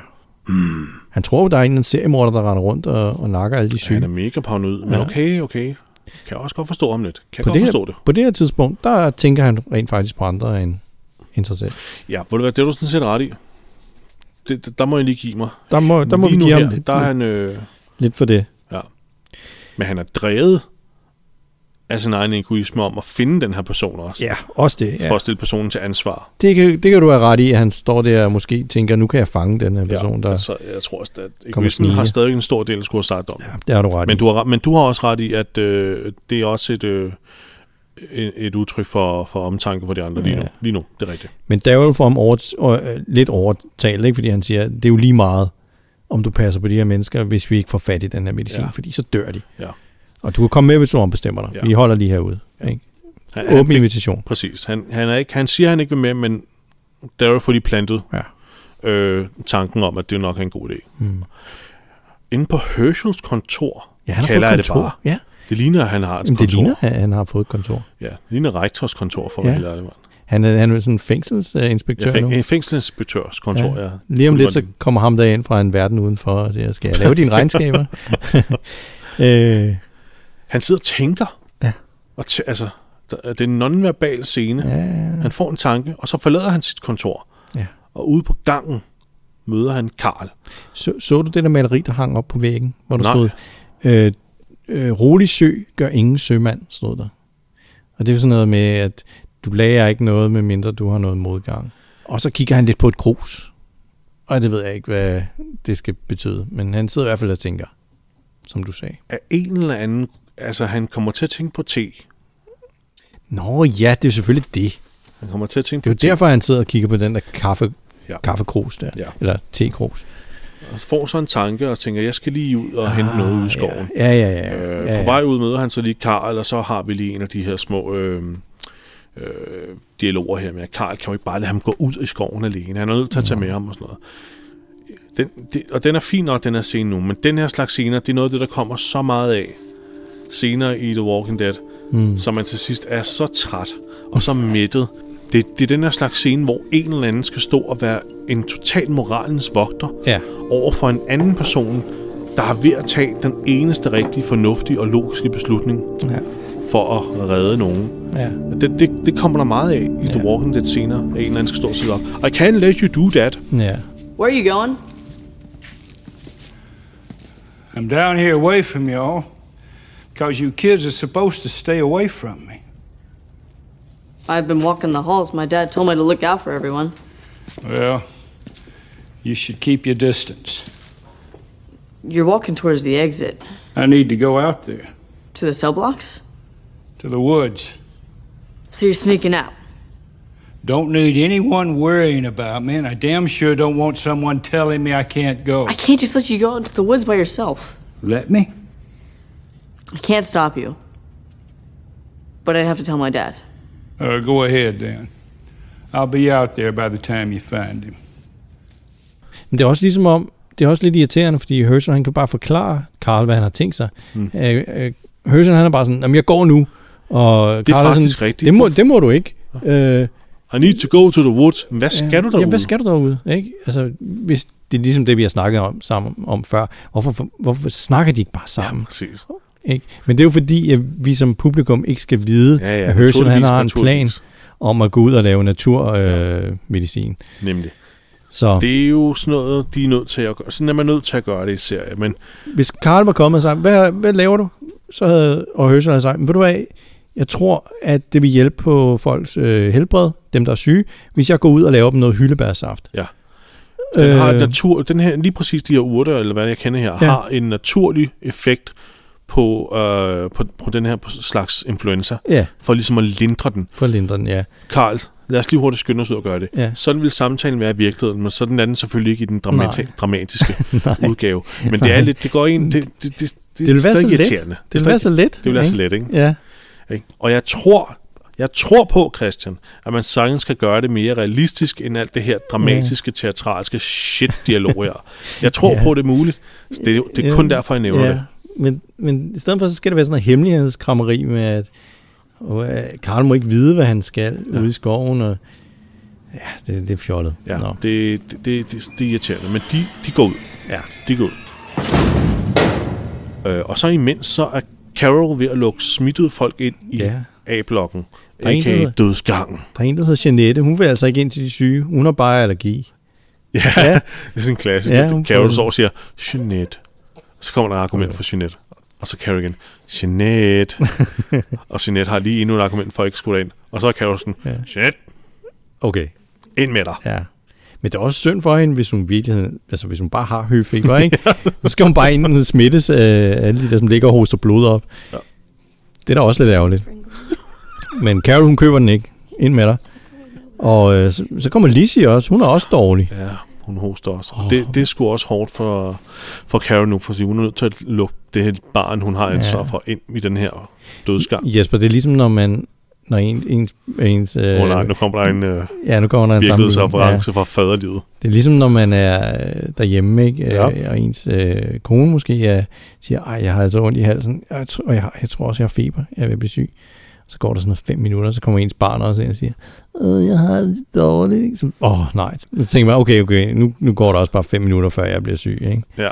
[SPEAKER 3] Han tror jo, der er en eller anden seriemorder, der render rundt og, og nakker alle de syge.
[SPEAKER 1] Han er mega paranoid, men
[SPEAKER 3] Ja.
[SPEAKER 1] okay, okay. Kan jeg også godt forstå om lidt. Kan jeg
[SPEAKER 3] på,
[SPEAKER 1] godt
[SPEAKER 3] det
[SPEAKER 1] forstå det.
[SPEAKER 3] her, på det her tidspunkt, der tænker han rent faktisk på andre end, end sig selv.
[SPEAKER 1] Ja, ved du hvad, det er du sådan set ret i. Det, det- der må jeg lige give mig.
[SPEAKER 3] Der må, der må vi
[SPEAKER 1] lige nu
[SPEAKER 3] give
[SPEAKER 1] her,
[SPEAKER 3] ham lidt,
[SPEAKER 1] der er han... Øh,
[SPEAKER 3] lidt for det.
[SPEAKER 1] ja. Men han er drevet af sin egen egoisme om at finde den her person også.
[SPEAKER 3] Ja, også det.
[SPEAKER 1] For at stille personen til ansvar.
[SPEAKER 3] Det, kan, det kan du have ret i, at han står der og måske tænker, nu kan jeg fange den her person. Ja, der,
[SPEAKER 1] altså, jeg tror også, at
[SPEAKER 3] kommer
[SPEAKER 1] egoismen har
[SPEAKER 3] snigende.
[SPEAKER 1] stadig en stor del at skulle have sagt om.
[SPEAKER 3] ja, det har du ret
[SPEAKER 1] Men
[SPEAKER 3] i.
[SPEAKER 1] du, har, ret- men du har også ret i, at øh, det er også et, øh, et, et udtryk for, for omtanke for de andre lige nu.
[SPEAKER 3] Ja.
[SPEAKER 1] Lige nu, det er rigtigt.
[SPEAKER 3] Men Daryl får ham over, og, øh, lidt overtalt, ikke? fordi han siger, det er jo lige meget, om du passer på de her mennesker, hvis vi ikke får fat i den her medicin,
[SPEAKER 1] Ja.
[SPEAKER 3] ja. fordi så dør de.
[SPEAKER 1] Ja.
[SPEAKER 3] Og du kan komme med, hvis du ombestemmer dig.
[SPEAKER 1] Ja.
[SPEAKER 3] Ja. Vi holder lige herude. Ja. Ikke?
[SPEAKER 1] Han,
[SPEAKER 3] Åben
[SPEAKER 1] han,
[SPEAKER 3] invitation.
[SPEAKER 1] præcis. Han, han, er ikke, han siger, han ikke vil med, men Daryl får lige plantet
[SPEAKER 3] Ja. Hmm.
[SPEAKER 1] øh, tanken om, at det nok er en god idé. Mm. Inde på Herschels kontor,
[SPEAKER 3] ja, han har fået
[SPEAKER 1] kalder
[SPEAKER 3] et
[SPEAKER 1] jeg det bare.
[SPEAKER 3] kontor. Ja.
[SPEAKER 1] Det ligner, at han har et
[SPEAKER 3] Jamen,
[SPEAKER 1] kontor.
[SPEAKER 3] det ligner, at han har fået et kontor.
[SPEAKER 1] Ja, det ligner rektors kontor, for ja.
[SPEAKER 3] Ja.
[SPEAKER 1] at være helt ærlig, mand.
[SPEAKER 3] Han er, han er sådan en fængselsinspektør
[SPEAKER 1] Ja,
[SPEAKER 3] nu.
[SPEAKER 1] fæng, fængselsinspektørs kontor, ja. ja.
[SPEAKER 3] Lige om
[SPEAKER 1] Det
[SPEAKER 3] lidt,
[SPEAKER 1] var
[SPEAKER 3] så
[SPEAKER 1] en-
[SPEAKER 3] kommer ham der ind fra en verden udenfor og siger, skal jeg lave dine
[SPEAKER 1] <laughs>
[SPEAKER 3] regnskaber? øh,
[SPEAKER 1] Han sidder og tænker.
[SPEAKER 3] Ja.
[SPEAKER 1] Og tæ- altså, der, det er en nonverbal scene.
[SPEAKER 3] ja, ja,
[SPEAKER 1] Han får en tanke, og så forlader han sit kontor.
[SPEAKER 3] ja.
[SPEAKER 1] Og ude på gangen møder han Karl.
[SPEAKER 3] Så, så du det der maleri, der hang op på væggen, hvor der
[SPEAKER 1] Nej.
[SPEAKER 3] stod, øh, øh, rolig sø gør ingen sømand, stod der. Og det er jo sådan noget med, at du lager ikke noget, medmindre du har noget modgang. Og så kigger han lidt på et krus. Og det ved jeg ikke, hvad det skal betyde. Men han sidder i hvert fald og tænker, som du sagde.
[SPEAKER 1] Af en eller anden... Altså, han kommer til at tænke på te.
[SPEAKER 3] Nå ja, det er selvfølgelig det.
[SPEAKER 1] Han kommer til at tænke
[SPEAKER 3] Det er
[SPEAKER 1] på
[SPEAKER 3] jo derfor, han sidder og kigger på den der kaffe,
[SPEAKER 1] Ja.
[SPEAKER 3] ja. kaffekrus der,
[SPEAKER 1] Ja.
[SPEAKER 3] ja. eller tekrus.
[SPEAKER 1] te. Og får så en tanke og tænker, jeg skal lige ud og hente noget ud i skoven.
[SPEAKER 3] Ah, Ja, ja, ja. ja.
[SPEAKER 1] Øh,
[SPEAKER 3] ja,
[SPEAKER 1] på
[SPEAKER 3] ja.
[SPEAKER 1] vej ud møder han så lige Karl, og så har vi lige en af de her små øh, øh, dialoger her med, at Karl kan jo ikke bare lade ham gå ud i skoven alene. Han er nødt til at tage med ham og sådan noget. Den, det, og den er fin nok, den her scene nu, men den her slags scener, det er noget af det, der kommer så meget af senere i The Walking Dead, mm. så man til sidst er så træt og så mættet. Det, det er den her slags scene, hvor en eller anden skal stå og være en total moralens vogter
[SPEAKER 3] Ja.
[SPEAKER 1] over for en anden person, der har ved at tage den eneste rigtige, fornuftige og logiske beslutning
[SPEAKER 3] Ja.
[SPEAKER 1] for at redde nogen.
[SPEAKER 3] Ja.
[SPEAKER 1] Det, det, det kommer der meget af i The Walking Dead senere, at en eller anden skal stå og sige op. I can't let you do that.
[SPEAKER 3] ja.
[SPEAKER 9] Where are you going?
[SPEAKER 5] I'm down here away from y'all because you kids are supposed to stay away from me.
[SPEAKER 9] I've been walking the halls. My dad told me to look out for everyone.
[SPEAKER 5] Well, you should keep your distance.
[SPEAKER 9] You're walking towards the exit.
[SPEAKER 5] I need to go out there
[SPEAKER 9] To the cell blocks?
[SPEAKER 5] to the woods.
[SPEAKER 9] So you're sneaking out.
[SPEAKER 5] Don't need anyone worrying about me, and I damn sure don't want someone telling me I can't go.
[SPEAKER 9] I can't just let you go out into the woods by yourself.
[SPEAKER 5] Let me?
[SPEAKER 9] I can't stop you. But I'd have to tell my dad.
[SPEAKER 5] Uh, go ahead then. I'll be out there by the time you find him.
[SPEAKER 3] Men det er også ligesom om, det er også lidt irriterende, fordi Herschel, han kan bare forklare Karl, hvad han har tænkt sig. Mm. Øh, øh, Herschel, han er bare sådan, jamen jeg går nu. Og
[SPEAKER 1] Det er
[SPEAKER 3] Carl
[SPEAKER 1] faktisk
[SPEAKER 3] sådan,
[SPEAKER 1] rigtigt.
[SPEAKER 3] Det må, det må du ikke. Øh,
[SPEAKER 1] I need to go to the woods. Hvad skal du derude?
[SPEAKER 3] Jamen, hvad skal du derude? Ikke? Altså, hvis det er ligesom det, vi har snakket om, sammen om før. Hvorfor, hvorfor snakker de ikke bare sammen?
[SPEAKER 1] Præcis.
[SPEAKER 3] Ikke? Men det er jo fordi, at vi som publikum ikke skal vide,
[SPEAKER 1] Ja, ja,
[SPEAKER 3] at Herschel han
[SPEAKER 1] naturligvis,
[SPEAKER 3] har en plan
[SPEAKER 1] naturligvis.
[SPEAKER 3] om at gå ud og lave naturmedicin. Øh, medicin.
[SPEAKER 1] Nemlig.
[SPEAKER 3] Så
[SPEAKER 1] Det er jo sådan noget, de er nødt til at gøre. Sådan er man nødt til at gøre det i serie. Men
[SPEAKER 3] hvis Karl var kommet og sagt, hvad, hvad laver du? Så havde, og Høsel havde sagt, "Men ved du hvad, jeg tror, at det vil hjælpe på folks øh, helbred, dem der er syge, hvis jeg går ud og laver dem noget hyldebærsaft.
[SPEAKER 1] ja, den har
[SPEAKER 3] Øh,
[SPEAKER 1] et natur, den her, lige præcis de her urter, eller hvad jeg kender her,
[SPEAKER 3] Ja.
[SPEAKER 1] ja. har en naturlig effekt på, øh, på, på den her slags influenza,
[SPEAKER 3] Øh, Ja,
[SPEAKER 1] for ligesom at lindre den.
[SPEAKER 3] for at lindre den,
[SPEAKER 1] <laughs>
[SPEAKER 3] ja.
[SPEAKER 1] Karl, lad os lige hurtigt skynde os ud og gøre det.
[SPEAKER 3] Ja.
[SPEAKER 1] Sådan vil samtalen være i virkeligheden, men sådan er den selvfølgelig ikke i den dramati-
[SPEAKER 3] Nej.
[SPEAKER 1] dramatiske
[SPEAKER 3] <laughs>
[SPEAKER 1] udgave. Men det er lidt, det går ind, det, det, det, det,
[SPEAKER 3] Det ville være
[SPEAKER 1] stadig
[SPEAKER 3] så let.
[SPEAKER 1] irriterende.
[SPEAKER 3] Det ville være så let.
[SPEAKER 1] Det vil være så let, ikke?
[SPEAKER 3] Ja.
[SPEAKER 1] Ikke? Og jeg tror, jeg tror på, Christian, at man sagtens skal gøre det mere realistisk end alt det her dramatiske, teatralske shit-dialog
[SPEAKER 3] <laughs>
[SPEAKER 1] her. Jeg tror
[SPEAKER 3] Ja.
[SPEAKER 1] ja. på, det er muligt. Så Det, er- det er kun derfor, jeg nævner ja. det.
[SPEAKER 3] Øhm, Men, men i stedet for, så skal det være sådan noget hemmelighedskrammeri med, at og, øh, Karl må ikke vide, hvad han skal ja. ude i skoven. Og, ja, det, det er fjollet.
[SPEAKER 1] Ja,
[SPEAKER 3] Nå.
[SPEAKER 1] det, det, det, det, det er irriterende. Men de, de går ud.
[SPEAKER 3] Ja.
[SPEAKER 1] De går ud. Øh, og så imens, så er Carol ved at lukke smittede folk ind i
[SPEAKER 3] Ja.
[SPEAKER 1] A-blokken,
[SPEAKER 3] er en, der
[SPEAKER 1] a.k.a.
[SPEAKER 3] hedder-
[SPEAKER 1] dødsgangen.
[SPEAKER 3] Der er en, der hedder Jeanette. Hun vil altså ikke ind til de syge. Hun har bare allergi.
[SPEAKER 1] Ja, <laughs>
[SPEAKER 3] Ja.
[SPEAKER 1] det er sådan en klassiker.
[SPEAKER 3] Ja,
[SPEAKER 1] Ja,
[SPEAKER 3] hun
[SPEAKER 1] Carol
[SPEAKER 3] prøver.
[SPEAKER 1] står og siger, Jeanette. Og så kommer der et argument for Jeanette. Og så Carol igen,
[SPEAKER 3] <laughs>
[SPEAKER 1] Jeanette. og Jeanette har lige endnu et argument for at ikke skulle ind. Og så er Carol sådan,
[SPEAKER 3] Ja.
[SPEAKER 1] ja. Jeanette,
[SPEAKER 3] Okay.
[SPEAKER 1] ind med dig.
[SPEAKER 3] Ja. Men det er også synd for hende, hvis hun i virkeligheden, altså hvis hun bare har høfeber, ikke? Så skal hun bare ind og smittes af alle de der, som ligger og hoster blod op. Ja.
[SPEAKER 1] Ja.
[SPEAKER 3] Det er da også lidt ærgerligt. Men Carol, hun køber den ikke. Ind med dig. Og øh, så, så kommer Lizzie også. Hun er også dårlig.
[SPEAKER 1] Ja, hun hoster også. Oh. Det, det er sgu også hårdt for, for Carol nu, for at sige, hun er nødt til at lukke det her barn, hun har ansvar
[SPEAKER 3] Ja.
[SPEAKER 1] for, ind i den her dødsgang.
[SPEAKER 3] Jesper, det er ligesom, når man... Når en, ens, ens, øh,
[SPEAKER 1] Åh oh, nej, nu kommer der en øh,
[SPEAKER 3] ja, nu kommer der en sammenligning.
[SPEAKER 1] virkelighedsreference ja. fra faderlivet.
[SPEAKER 3] Det er ligesom, når man er øh, derhjemme, ikke? Øh,
[SPEAKER 1] Ja.
[SPEAKER 3] og ens øh, kone måske er, siger, ej, jeg har altså ondt i halsen, og jeg, tr- og jeg, har, jeg tror også, jeg har feber, jeg er ved at blive syg. Så går der sådan noget fem minutter, så kommer ens barn også ind og siger, øh, jeg har det dårligt. ikke? Så, Åh, oh, nej. Så tænker man, okay, okay, nu, nu går der også bare fem minutter, før jeg bliver syg. Ikke?
[SPEAKER 1] Ja,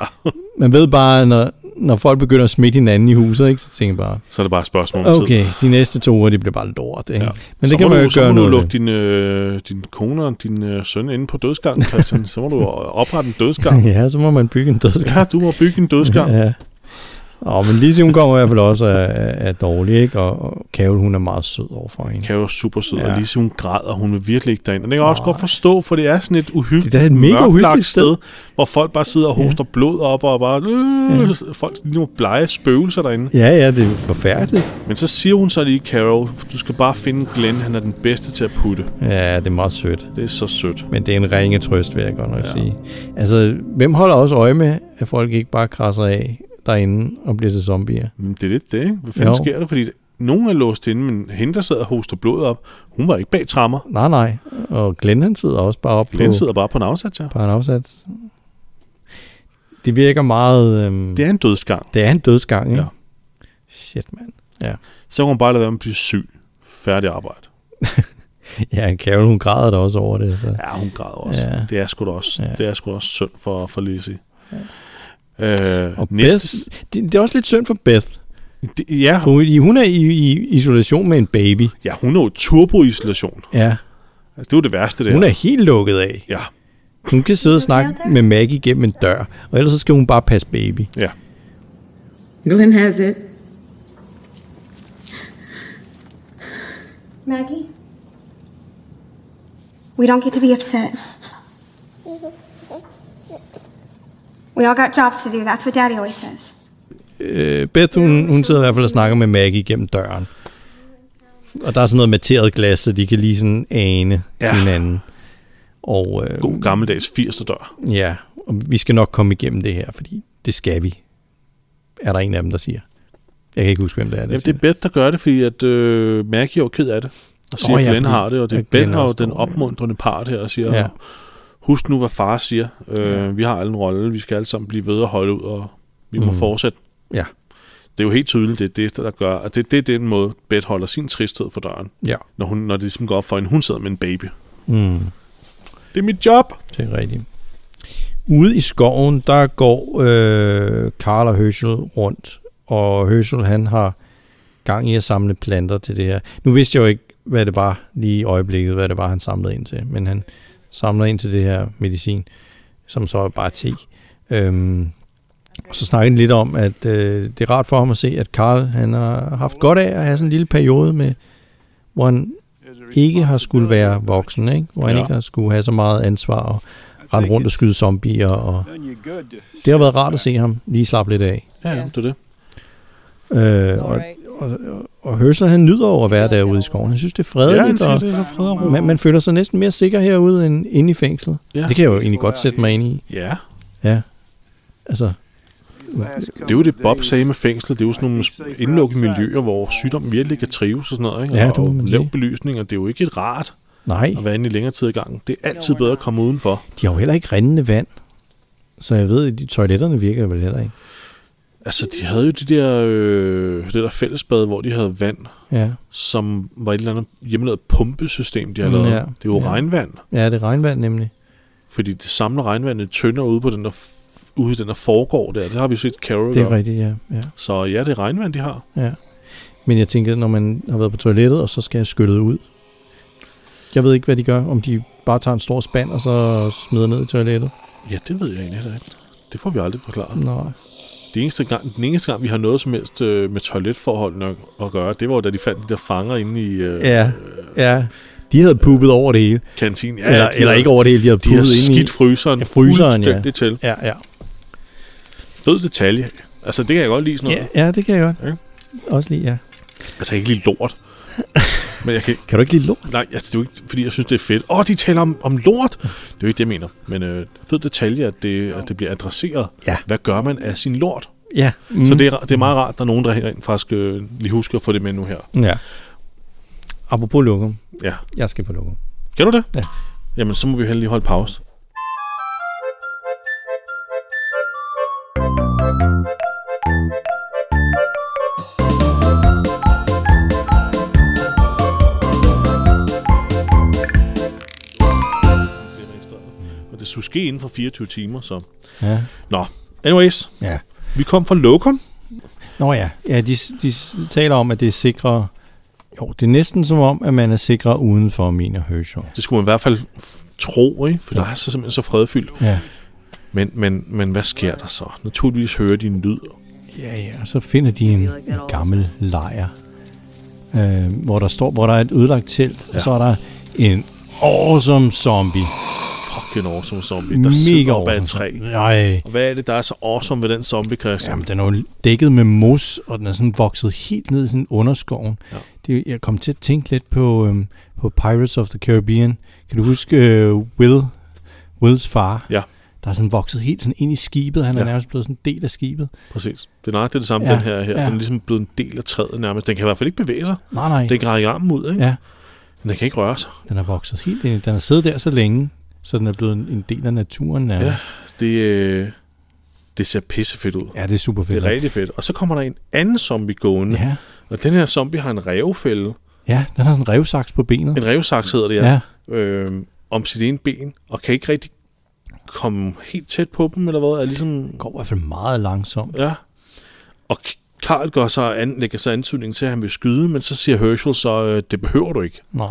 [SPEAKER 3] Man ved bare, når, når folk begynder at smitte hinanden i huset, ikke? så tænker man bare,
[SPEAKER 1] så er det bare et spørgsmål om tid.
[SPEAKER 3] okay, de næste to uger, de bliver bare lort. Ikke?
[SPEAKER 1] Ja.
[SPEAKER 3] Men
[SPEAKER 1] så
[SPEAKER 3] det kan
[SPEAKER 1] må
[SPEAKER 3] man
[SPEAKER 1] du,
[SPEAKER 3] jo ikke
[SPEAKER 1] så
[SPEAKER 3] gøre
[SPEAKER 1] må du
[SPEAKER 3] noget
[SPEAKER 1] lukke
[SPEAKER 3] ved.
[SPEAKER 1] din, øh, din kone og din øh, søn inde på dødsgangen, Christian. så må du <laughs> oprette en dødsgang.
[SPEAKER 3] <laughs> Ja, så må man bygge en dødsgang.
[SPEAKER 1] Ja, du må bygge en dødsgang.
[SPEAKER 3] Ja. Og men Lise, hun kommer i hvert fald også er, er, er dårlig, ikke? Og, og Carol, hun er meget sød overfor hende.
[SPEAKER 1] Kan jo super sød,
[SPEAKER 3] Ja.
[SPEAKER 1] ja. og lige så hun græder, hun vil virkelig ikke derind. Og det kan jeg også godt forstå, for det er sådan et uhyggeligt,
[SPEAKER 3] Det er et mega
[SPEAKER 1] mørklagt
[SPEAKER 3] uhyggeligt sted.
[SPEAKER 1] sted, hvor folk bare sidder og hoster ja. blod op, og bare, øh, ja. folk er nogle blege spøgelser derinde.
[SPEAKER 3] Ja, ja, det er jo forfærdeligt.
[SPEAKER 1] Men så siger hun så lige, Carol, du skal bare finde Glenn, han er den bedste til at putte.
[SPEAKER 3] Ja, det er meget sødt.
[SPEAKER 1] Det er så sødt.
[SPEAKER 3] Men det er en ringe trøst, vil jeg godt nok ja. sige. Altså, hvem holder også øje med, at folk ikke bare krasser af derinde og bliver til zombier?
[SPEAKER 1] Men Mm, det er lidt det, ikke? Hvad fanden
[SPEAKER 3] Jo.
[SPEAKER 1] sker der? Fordi nogen er låst inde, men hende, der sidder og hoster blod op, hun var ikke bag trammer.
[SPEAKER 3] Nej, nej. Og Glenn, han sidder også bare oppe
[SPEAKER 1] Glenn
[SPEAKER 3] på,
[SPEAKER 1] sidder bare på en afsats, ja.
[SPEAKER 3] på en afsats. Det virker meget... Øhm,
[SPEAKER 1] Det er en dødsgang.
[SPEAKER 3] det er en dødsgang, ikke? Ja.
[SPEAKER 1] Ja.
[SPEAKER 3] Shit, mand. Ja.
[SPEAKER 1] Så kan hun bare lade være med at blive syg. Færdig arbejde.
[SPEAKER 3] ja, Carol, hun græder da også over det. Så.
[SPEAKER 1] Ja, hun græder også.
[SPEAKER 3] Ja.
[SPEAKER 1] Ja. Det er sgu da også,
[SPEAKER 3] Ja.
[SPEAKER 1] ja. det er sgu da også synd for, for Lizzie. Ja. Øh,
[SPEAKER 3] Og
[SPEAKER 1] næste,
[SPEAKER 3] Beth, det, det er også lidt synd for Beth.
[SPEAKER 1] det, ja,
[SPEAKER 3] For hun, hun er i, i isolation med en baby.
[SPEAKER 1] ja, hun er jo i turboisolation.
[SPEAKER 3] Ja.
[SPEAKER 1] Altså, det er jo det værste, det
[SPEAKER 3] Hun
[SPEAKER 1] her.
[SPEAKER 3] er helt lukket af.
[SPEAKER 1] Ja,
[SPEAKER 3] Hun kan sidde og snakke med Maggie gennem en dør, og ellers så skal hun bare passe baby.
[SPEAKER 1] ja.
[SPEAKER 7] Glenn has it.
[SPEAKER 10] Maggie? We don't get to be upset. We all got jobs to do. That's what Daddy always says.
[SPEAKER 3] Øh, Beth, hun, hun sidder i hvert fald og snakker med Maggie gennem døren. Og der er sådan noget materet glas, så de kan lige sådan ane ja.
[SPEAKER 1] Ja.
[SPEAKER 3] hinanden. Og øh,
[SPEAKER 1] God gammeldags 80'er dør.
[SPEAKER 3] ja, og vi skal nok komme igennem det her, fordi det skal vi. Er der en af dem, der siger? Jeg kan ikke huske, hvem det er, der
[SPEAKER 1] Jamen,
[SPEAKER 3] siger
[SPEAKER 1] det er Beth, der gør det, fordi at, øh, Maggie er jo ked af det. Og siger,
[SPEAKER 3] Åh,
[SPEAKER 1] oh,
[SPEAKER 3] ja,
[SPEAKER 1] ja, Glenn
[SPEAKER 3] fordi-
[SPEAKER 1] har det, og det
[SPEAKER 3] at
[SPEAKER 1] er
[SPEAKER 3] Glenn
[SPEAKER 1] Ben,
[SPEAKER 3] er
[SPEAKER 1] og
[SPEAKER 3] også
[SPEAKER 1] den
[SPEAKER 3] dårlig.
[SPEAKER 1] opmuntrende part her, og siger,
[SPEAKER 3] Ja.
[SPEAKER 1] ja. husk nu, hvad far siger. Øh, Vi har alle en rolle, vi skal alle sammen blive ved at holde ud, og vi må mm. fortsætte.
[SPEAKER 3] Ja,
[SPEAKER 1] Det er jo helt tydeligt, det er det, der gør, og det, det er den måde, Beth holder sin tristhed for døren.
[SPEAKER 3] ja,
[SPEAKER 1] når, hun, når det ligesom går op for hende, hun sidder med en baby. Mm. Det er mit job.
[SPEAKER 3] det er rigtigt. Ude i skoven, der går øh, Karl og Herschel rundt, og Herschel han har gang i at samle planter til det her. Nu vidste jeg jo ikke, hvad det var lige i øjeblikket, hvad det var, han samlede ind til, men han samler ind til det her medicin, som så er bare te. Øhm, og så snakker de lidt om, at øh, det er rart for ham at se, at Karl han har haft godt af at have sådan en lille periode med, hvor han ikke har skulle være voksen, ikke? hvor han
[SPEAKER 1] Ja.
[SPEAKER 3] ikke har skulle have så meget ansvar og rende rundt og skyde zombier. Og det har været rart at se ham lige slappe lidt af.
[SPEAKER 1] Ja, ja, det er det.
[SPEAKER 3] Øh, og, og, og Herschel, han nyder over at være derude i skoven. Han synes, det er
[SPEAKER 1] Ja, han
[SPEAKER 3] fredeligt,
[SPEAKER 1] siger,
[SPEAKER 3] og
[SPEAKER 1] det er så fred og ro.
[SPEAKER 3] man, man føler sig næsten mere sikker herude end inde i fængslet.
[SPEAKER 1] Ja.
[SPEAKER 3] Det kan jeg jo egentlig godt sætte mig ind i.
[SPEAKER 1] Ja,
[SPEAKER 3] Ja. Altså,
[SPEAKER 1] det er jo det, Bob sagde med fængslet. Det er jo sådan nogle sp- indlukkede miljøer, hvor sygdom virkelig kan trives og sådan noget. Ikke?
[SPEAKER 3] Ja,
[SPEAKER 1] og,
[SPEAKER 3] det må man
[SPEAKER 1] og
[SPEAKER 3] sige.
[SPEAKER 1] lav belysning, og det er jo ikke rart
[SPEAKER 3] nej.
[SPEAKER 1] at være inde i længere tid i gangen. Det er altid bedre at komme udenfor.
[SPEAKER 3] De har jo heller ikke rindende vand. Så jeg ved, at de toiletterne virker vel heller ikke.
[SPEAKER 1] Altså, de havde jo de der, øh, det der fællesbad, hvor de havde vand,
[SPEAKER 3] Ja,
[SPEAKER 1] som var et eller andet hjemmelavet pumpesystem, de har lavet.
[SPEAKER 3] Mm, Ja.
[SPEAKER 1] Det er jo
[SPEAKER 3] Ja.
[SPEAKER 1] regnvand,
[SPEAKER 3] ja det er regnvand nemlig.
[SPEAKER 1] fordi det samler regnvandet i tønder ude på den der, f- ude i den der foregår der. Det har vi set Carol
[SPEAKER 3] Det er
[SPEAKER 1] gøre.
[SPEAKER 3] rigtigt, ja. ja.
[SPEAKER 1] Så ja, det er regnvand, de har.
[SPEAKER 3] Ja. Men jeg tænker, når man har været på toilettet, og så skal jeg skyllet ud. Jeg ved ikke, hvad de gør. Om de bare tager en stor spand, og så smider ned i toilettet.
[SPEAKER 1] Ja, det ved jeg egentlig heller ikke. Det får vi aldrig forklaret.
[SPEAKER 3] Nej.
[SPEAKER 1] Det eneste gang, den eneste gang, vi har noget som helst øh, med toiletforholdene at, at gøre, det var jo, da de fandt de der fanger inde i øh, ja.
[SPEAKER 3] Ja, ja. De havde puppet over det hele.
[SPEAKER 1] kantinen. Ja,
[SPEAKER 3] Ja, eller,
[SPEAKER 1] de
[SPEAKER 3] eller
[SPEAKER 1] har-
[SPEAKER 3] ikke over det hele, de havde
[SPEAKER 1] De har
[SPEAKER 3] puppet ind i.
[SPEAKER 1] skidt fryseren,
[SPEAKER 3] Ja, fryseren, ja.
[SPEAKER 1] fuldstændig til.
[SPEAKER 3] Ja, ja.
[SPEAKER 1] Fed detalje. Altså, det kan jeg godt lide sådan noget.
[SPEAKER 3] Ja, ja, det kan jeg godt.
[SPEAKER 1] Ja.
[SPEAKER 3] Også lige, ja.
[SPEAKER 1] Altså, jeg kan ikke lide lort. Men jeg kan,
[SPEAKER 3] Kan du ikke lide lort?
[SPEAKER 1] nej, altså, det er jo ikke, fordi jeg synes, det er fedt. Åh, de taler om, om lort! Det er jo ikke det, jeg mener. Men øh, fed detalje, at det, at det bliver adresseret.
[SPEAKER 3] Ja. Mhm.
[SPEAKER 1] Hvad gør man af sin lort?
[SPEAKER 3] Ja.
[SPEAKER 1] Mm. Så det er, det er meget rart, at der er nogen, der rent faktisk øh, lige husker at få det med nu her.
[SPEAKER 3] Mm, Ja. Apropos lokum.
[SPEAKER 1] Ja.
[SPEAKER 3] Jeg skal på lokum.
[SPEAKER 1] Kan du det?
[SPEAKER 3] Ja.
[SPEAKER 1] Jamen, så må vi jo lige holde pause. Og det skulle ske inden for 24 timer, så...
[SPEAKER 3] Ja.
[SPEAKER 1] Nå, anyways,
[SPEAKER 3] Ja.
[SPEAKER 1] vi kom fra Lokum.
[SPEAKER 3] Nå ja, ja de, de taler om, at det er sikre... Jo, det er næsten som om, at man er sikre uden for min og Herschel.
[SPEAKER 1] Det skulle man i hvert fald f- tro, ikke? For der er så simpelthen så fredfyldt.
[SPEAKER 3] Ja.
[SPEAKER 1] Men, men, men hvad sker der så? Naturligvis hører de en lyd.
[SPEAKER 3] Ja, ja, og så finder de en, en gammel lejr, øh, hvor, der står, hvor der er et ødelagt telt, ja. og så er der en awesome zombie.
[SPEAKER 1] Fucking awesome zombie, der Mega sidder op ad et træ.
[SPEAKER 3] Nej.
[SPEAKER 1] Og hvad er det, der er så awesome ved den zombie, Christian?
[SPEAKER 3] Jamen, den er jo dækket med mos, og den er sådan vokset helt ned i sådan underskoven. Ja. Det, jeg kom til at tænke lidt på, øhm, på Pirates of the Caribbean. Kan du huske øh, Will, Wills far?
[SPEAKER 1] Ja.
[SPEAKER 3] Der er sådan vokset helt sådan ind i skibet. Han er
[SPEAKER 1] Ja.
[SPEAKER 3] nærmest blevet sådan en del af skibet.
[SPEAKER 1] Præcis. Det er nøjagtigt det samme,
[SPEAKER 3] Ja,
[SPEAKER 1] ja, den her. her.
[SPEAKER 3] ja.
[SPEAKER 1] Ja. Den er ligesom blevet en del af træet nærmest. Den kan i hvert fald ikke bevæge sig.
[SPEAKER 3] Nej, nej.
[SPEAKER 1] Den kan række armen ud, ikke?
[SPEAKER 3] Ja,
[SPEAKER 1] Men den kan ikke røre sig.
[SPEAKER 3] den er vokset helt ind. i- Den har siddet der så længe, så den er blevet en, en del af naturen nærmest.
[SPEAKER 1] Ja. Det, øh, det ser pissefedt ud.
[SPEAKER 3] Ja, det er super fedt.
[SPEAKER 1] Det er rigtig fedt. Og så kommer der en anden zombie gående.
[SPEAKER 3] Ja.
[SPEAKER 1] Og den her zombie har en revfælde.
[SPEAKER 3] ja, den har sådan en revsaks på benet.
[SPEAKER 1] En revsaks hedder det, ja.
[SPEAKER 3] Ja.
[SPEAKER 1] Øh, om sit ene ben. Og kan ikke rigtig komme helt tæt på dem, eller hvad? Er ligesom,
[SPEAKER 3] går i hvert fald meget langsomt.
[SPEAKER 1] ja. Og Karl gør så an, lægger så antydning til, at han vil skyde, men så siger Herschel så, øh, det behøver du ikke.
[SPEAKER 3] Nej.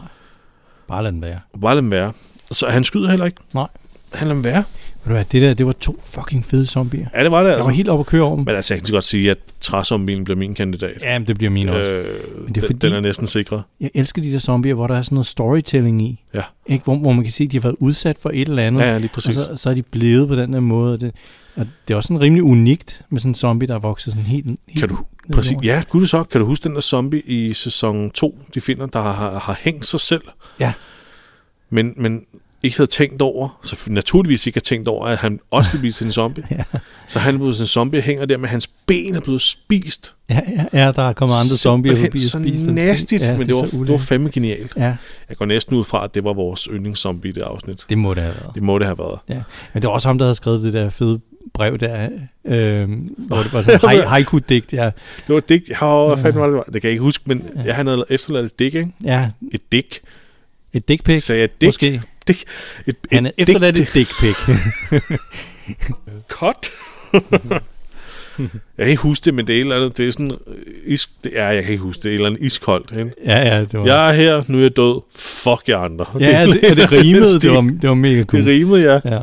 [SPEAKER 3] Bare lad den være.
[SPEAKER 1] Bare lad dem være. Så han skyder heller ikke.
[SPEAKER 3] Nej.
[SPEAKER 1] Han lader dem være.
[SPEAKER 3] Ved du hvad, det der, det var to fucking fede zombier.
[SPEAKER 1] Ja, det var det
[SPEAKER 3] Jeg
[SPEAKER 1] altså.
[SPEAKER 3] var helt oppe at køre over dem.
[SPEAKER 1] Men altså, jeg kan lige så godt sige, at træzombilen bliver min kandidat.
[SPEAKER 3] Jamen, det bliver min også.
[SPEAKER 1] øh,
[SPEAKER 3] det
[SPEAKER 1] det
[SPEAKER 3] er
[SPEAKER 1] er
[SPEAKER 3] fordi-
[SPEAKER 1] Den er næsten sikret.
[SPEAKER 3] Jeg elsker de der zombier, hvor der er sådan noget storytelling i.
[SPEAKER 1] Ja.
[SPEAKER 3] Ikke? Hvor, hvor man kan se, at de har været udsat for et eller andet.
[SPEAKER 1] Ja, ja, lige præcis.
[SPEAKER 3] Og så, så er de blevet på den der måde. Og det, og det er også sådan rimelig unikt med sådan en zombie, der er vokset sådan helt... helt
[SPEAKER 1] Kan du,
[SPEAKER 3] ned i
[SPEAKER 1] præcis,
[SPEAKER 3] jorden.
[SPEAKER 1] ja, gud så, kan du huske den der zombie i sæson 2, de finder, der har, har hængt sig selv,
[SPEAKER 3] Ja,
[SPEAKER 1] men, men ikke havde tænkt over, så naturligvis ikke har tænkt over, at han også ville blive
[SPEAKER 3] <laughs>
[SPEAKER 1] til en zombie. ja. Så han er blevet til en zombie og hænger der, men hans ben er blevet spist.
[SPEAKER 3] ja, ja, ja der er kommet andre zombier
[SPEAKER 1] Simpelthen
[SPEAKER 3] forbi og spiser.
[SPEAKER 1] så
[SPEAKER 3] den.
[SPEAKER 1] næstigt, ja, men det,
[SPEAKER 3] er
[SPEAKER 1] var,
[SPEAKER 3] så
[SPEAKER 1] det var
[SPEAKER 3] ulækkert.
[SPEAKER 1] fandme genialt.
[SPEAKER 3] Ja,
[SPEAKER 1] Jeg går næsten ud fra, at det var vores yndlingszombie i det afsnit.
[SPEAKER 3] det må det have været.
[SPEAKER 1] Det må det have været.
[SPEAKER 3] Ja. Men det var også ham, der havde skrevet det der fede brev der, øh, hvor det
[SPEAKER 1] <laughs>
[SPEAKER 3] var sådan hai- haiku-digt. Ja,
[SPEAKER 1] Det var et digt. How, ja. fanden var det, det var? Det kan jeg ikke huske, men ja. han havde efterladt et digt, ikke?
[SPEAKER 3] ja
[SPEAKER 1] Et digt.
[SPEAKER 3] et dick pic.
[SPEAKER 1] Sagde jeg et digt?
[SPEAKER 3] Måske.
[SPEAKER 1] digt. Et, et
[SPEAKER 3] <laughs> Han er efterladt et dick pic.
[SPEAKER 1] Cut. Jeg kan ikke huske det, men det er et eller andet, det er sådan, øh, is, det er, jeg kan ikke huske det, det er et eller andet iskoldt. Ikke?
[SPEAKER 3] <laughs> Ja, ja, det var...
[SPEAKER 1] Jeg er her, nu er jeg død, fuck jer andre.
[SPEAKER 3] Ja, det,
[SPEAKER 1] <laughs>
[SPEAKER 3] ja, det rimede, det var, det var mega cool.
[SPEAKER 1] Det rimede, ja.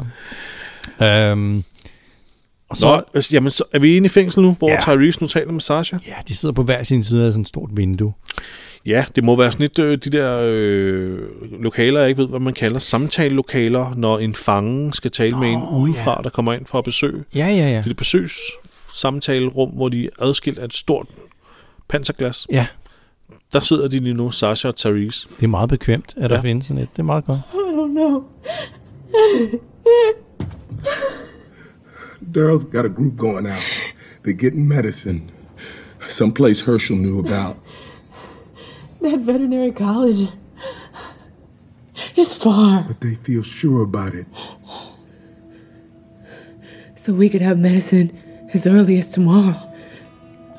[SPEAKER 3] Ja. Øhm, og så,
[SPEAKER 1] Så, Nå, altså, jamen, så er vi inde i fængsel nu, hvor
[SPEAKER 3] Ja.
[SPEAKER 1] ja. Tyrese nu taler med Sasha?
[SPEAKER 3] ja, de sidder på hver sin side af sådan et stort vindue.
[SPEAKER 1] Ja, det må være sådan et, øh, de der øh, lokaler, jeg ikke ved, hvad man kalder, samtalelokaler, når en fange skal tale Nå, med en udefra, ja. der kommer ind for at besøge.
[SPEAKER 3] Ja, ja, ja.
[SPEAKER 1] Det er et besøgssamtalerum, hvor de er adskilt af et stort panserglas.
[SPEAKER 3] Ja,
[SPEAKER 1] Der sidder de lige nu, Sasha og Therese.
[SPEAKER 3] det er meget bekvemt, at der
[SPEAKER 1] Ja.
[SPEAKER 3] findes sådan et. Det er meget godt.
[SPEAKER 4] Daryl's got a group going out. They're getting medicine. Someplace Herschel knew about.
[SPEAKER 11] That veterinary college is far,
[SPEAKER 4] But they feel sure about it.
[SPEAKER 11] so we could have medicine as early as tomorrow.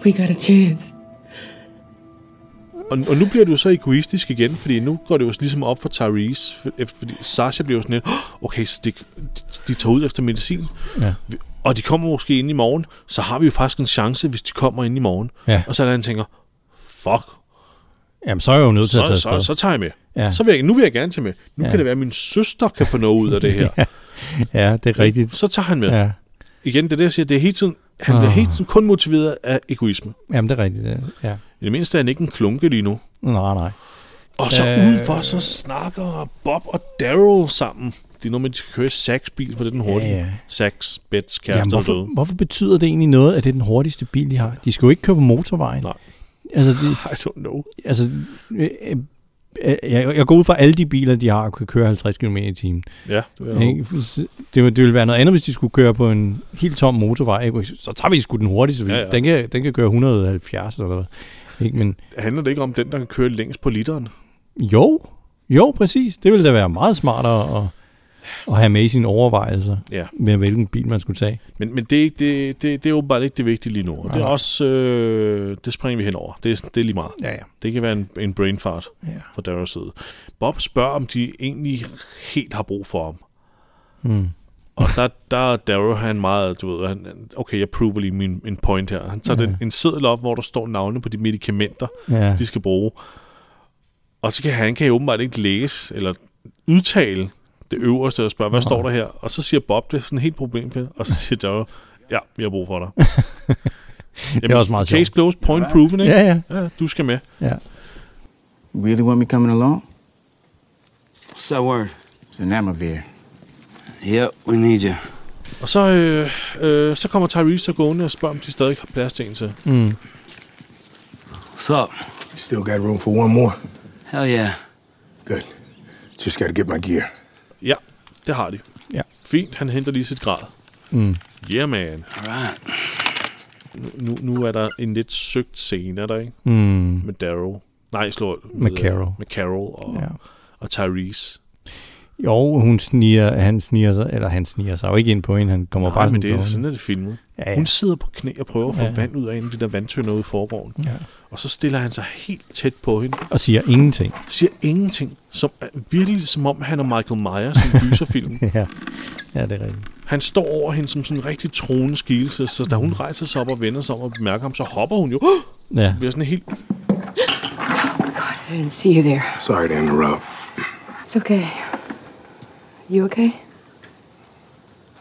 [SPEAKER 11] We got a chance.
[SPEAKER 1] Og, og nu bliver du så egoistisk igen, fordi nu går det jo ligesom op for Tyrese, for, efter- fordi Sasha bliver jo sådan lidt, "Åh, okay, så de, de tager ud efter medicin,
[SPEAKER 3] Ja.
[SPEAKER 1] Vi- og de kommer måske ind i morgen, så har vi jo faktisk en chance, hvis de kommer ind i morgen.
[SPEAKER 3] Ja.
[SPEAKER 1] Og så er der en tænker, fuck,
[SPEAKER 3] Jamen, så er jeg jo nødt til at tage
[SPEAKER 1] så, så,
[SPEAKER 3] afsted.
[SPEAKER 1] så tager jeg med.
[SPEAKER 3] Ja.
[SPEAKER 1] Så vil jeg, nu vil jeg gerne tage med. Nu
[SPEAKER 3] Ja.
[SPEAKER 1] ja. kan det være, at min søster kan få noget ud af det her.
[SPEAKER 3] <laughs> Ja, det er rigtigt.
[SPEAKER 1] Så tager han med.
[SPEAKER 3] Ja.
[SPEAKER 1] Igen, det er det, jeg siger, det er hele tiden, han
[SPEAKER 3] Ah.
[SPEAKER 1] bliver hele tiden kun motiveret af egoisme.
[SPEAKER 3] Jamen, det er rigtigt. ja. Ja.
[SPEAKER 1] I det mindste er han ikke en klunke lige nu.
[SPEAKER 3] Nej, nej.
[SPEAKER 1] Og så
[SPEAKER 3] Øh.
[SPEAKER 1] øh... udenfor, så snakker Bob og Daryl sammen. Det er noget med, at de skal køre Saks bil, for det er den hurtige.
[SPEAKER 3] ja.
[SPEAKER 1] Ja. Saks, Bets,
[SPEAKER 3] Jamen,
[SPEAKER 1] kæreste og døde.
[SPEAKER 3] <laughs> hvorfor, hvorfor betyder det egentlig noget, at det er den hurtigste bil, de har? De skal jo ikke køre på motorvejen.
[SPEAKER 1] Nej.
[SPEAKER 3] Altså, de,
[SPEAKER 1] I don't know.
[SPEAKER 3] altså øh, øh, jeg, jeg går ud fra at alle de biler, de har, kan køre 50 km i timen.
[SPEAKER 1] Ja, det vil jeg
[SPEAKER 3] Ikke? For s- Det, vil- det ville være noget andet, hvis de skulle køre på en helt tom motorvej. Ikke? Så tager vi sgu den hurtigste. Ja,
[SPEAKER 1] Ja,
[SPEAKER 3] ja.
[SPEAKER 1] ja.
[SPEAKER 3] Den, kan, den kan køre 170 eller hvad. Ikke? Men
[SPEAKER 1] håbe. Handler det ikke om den, der kan køre længst på literen?
[SPEAKER 3] jo, jo præcis. Det ville da være meget smartere at, at have med i sine overvejelser
[SPEAKER 1] Ja.
[SPEAKER 3] med, hvilken bil man skulle tage.
[SPEAKER 1] Men, men det, er ikke, det, det, det er åbenbart ikke det vigtige lige nu. Og det er
[SPEAKER 3] Nej.
[SPEAKER 1] også... Øh, det springer vi hen over. Det er, det er lige meget.
[SPEAKER 3] Ja, ja.
[SPEAKER 1] Det kan være en, en brain fart ja. fra Daryls side. Bob spørger, om de egentlig helt har brug for ham. Mm. Og der, der er Daryl, han meget, du ved, han, han- okay, jeg prover lige min en point her. Han tager ja. den, en seddel op, hvor der står navne på de medicamenter,
[SPEAKER 3] Ja.
[SPEAKER 1] ja. de skal bruge. Og så kan han kan åbenbart ikke læse eller udtale det øverste og spørge, hvad står der her? Og så siger Bob, det er sådan helt problemfrit,
[SPEAKER 3] <laughs>
[SPEAKER 1] og så siger Daryl, ja, vi har brug for dig. Jamen,
[SPEAKER 3] også meget
[SPEAKER 1] Case
[SPEAKER 3] sjovt.
[SPEAKER 1] closed, point proven, ikke?
[SPEAKER 3] Ja, ja.
[SPEAKER 1] ja du skal med.
[SPEAKER 3] Ja.
[SPEAKER 2] Really want me coming along?
[SPEAKER 6] What's that word?
[SPEAKER 2] It's Enamavir.
[SPEAKER 6] Yep, we need you.
[SPEAKER 1] Og så, øh, øh, så kommer Tyrese så gående og spørger, om de stadig har plads til en til.
[SPEAKER 6] What's up?
[SPEAKER 4] Still got room for one more?
[SPEAKER 6] Hell yeah.
[SPEAKER 4] Good. Just gotta get my gear.
[SPEAKER 1] Ja, det har de.
[SPEAKER 3] Ja.
[SPEAKER 1] Fint, han henter lige sit grad. Mm. Yeah, man.
[SPEAKER 6] Alright.
[SPEAKER 1] Nu, nu er der en lidt søgt scene, er der ikke?
[SPEAKER 3] Mm,
[SPEAKER 1] Med Daryl. Nej, slår
[SPEAKER 3] Med Carol.
[SPEAKER 1] Med Carol og,
[SPEAKER 3] ja.
[SPEAKER 1] ja. og Tyrese.
[SPEAKER 3] Jo, hun sniger, han sniger sig, eller han sniger sig jo ikke ind på hende, han kommer
[SPEAKER 1] Nej,
[SPEAKER 3] bare
[SPEAKER 1] men det er
[SPEAKER 3] på
[SPEAKER 1] sådan, er det filmet.
[SPEAKER 3] Ja, ja.
[SPEAKER 1] Hun sidder på knæ og prøver at få
[SPEAKER 3] Ja.
[SPEAKER 1] ja. vand ud af en af de der vandtønder ude i forgården.
[SPEAKER 3] Ja.
[SPEAKER 1] Og så stiller han sig helt tæt på hende.
[SPEAKER 3] og siger ingenting.
[SPEAKER 1] Siger ingenting. Som er virkelig som om, han er Michael Myers i en gyserfilm.
[SPEAKER 3] <laughs> Ja, ja det er rigtigt.
[SPEAKER 1] Han står over hende som sådan en rigtig troende skikkelse, så da hun rejser sig op og vender sig om og bemærker ham, så hopper hun jo.
[SPEAKER 3] Ja.
[SPEAKER 1] bliver sådan helt...
[SPEAKER 8] Oh, I didn't see you there.
[SPEAKER 4] Sorry to interrupt.
[SPEAKER 8] It's okay. You okay?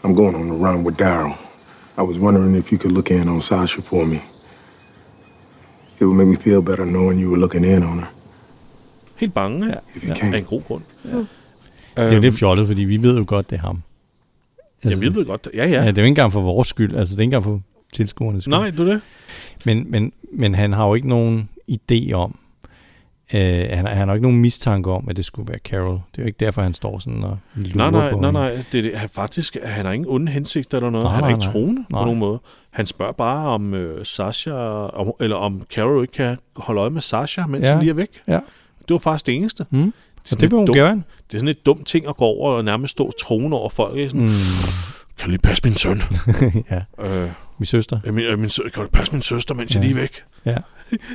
[SPEAKER 4] I'm going on the run with Daryl. I was wondering if you could look in on Sasha for me. It would make me feel better knowing you were looking in on her.
[SPEAKER 1] Helt bange ja,
[SPEAKER 4] If you can.
[SPEAKER 1] af en god grund.
[SPEAKER 3] Altså-
[SPEAKER 1] Ja.
[SPEAKER 3] Det er jo lidt fjollet, fordi vi ved jo godt, det er ham. Altså,
[SPEAKER 1] Jamen, jeg Øhm. ved godt. Ja, ja.
[SPEAKER 3] Ja, det er jo ikke engang for vores skyld, altså det er ikke engang for tilskuernes skyld.
[SPEAKER 1] Nej, du det?
[SPEAKER 3] Men, men, men han har jo ikke nogen idé om, øh, han, har- han har jo ikke nogen mistanke om, at det skulle være Carol. Det er jo ikke derfor, han står sådan og
[SPEAKER 1] Nej,
[SPEAKER 3] lurer
[SPEAKER 1] nej,
[SPEAKER 3] på
[SPEAKER 1] nej,
[SPEAKER 3] hende.
[SPEAKER 1] nej. Det er det. Han, faktisk, han har ingen onde hensigter eller noget.
[SPEAKER 3] Nej,
[SPEAKER 1] han er
[SPEAKER 3] nej,
[SPEAKER 1] ikke
[SPEAKER 3] nej.
[SPEAKER 1] troende
[SPEAKER 3] Nej.
[SPEAKER 1] på nogen måde. Han spørger bare, om øh, Sasha, om, eller om Carol ikke kan holde øje med Sasha, mens
[SPEAKER 3] Ja.
[SPEAKER 1] ja. han lige er væk.
[SPEAKER 3] Ja,
[SPEAKER 1] Det var faktisk det eneste. Mm. Det, er
[SPEAKER 3] og
[SPEAKER 1] sådan
[SPEAKER 3] det vil
[SPEAKER 1] lidt
[SPEAKER 3] hun
[SPEAKER 1] dumt.
[SPEAKER 3] gøre.
[SPEAKER 1] Det er sådan et dumt ting at gå over og nærmest stå troende over folk. ikke? Sådan, mm. Kan du lige passe min søn?
[SPEAKER 3] <laughs> ja,
[SPEAKER 1] øh,
[SPEAKER 3] min søster.
[SPEAKER 1] Øh, Min, øh, min sø- kan du passe min søster, mens ja. jeg lige er væk?
[SPEAKER 3] Ja.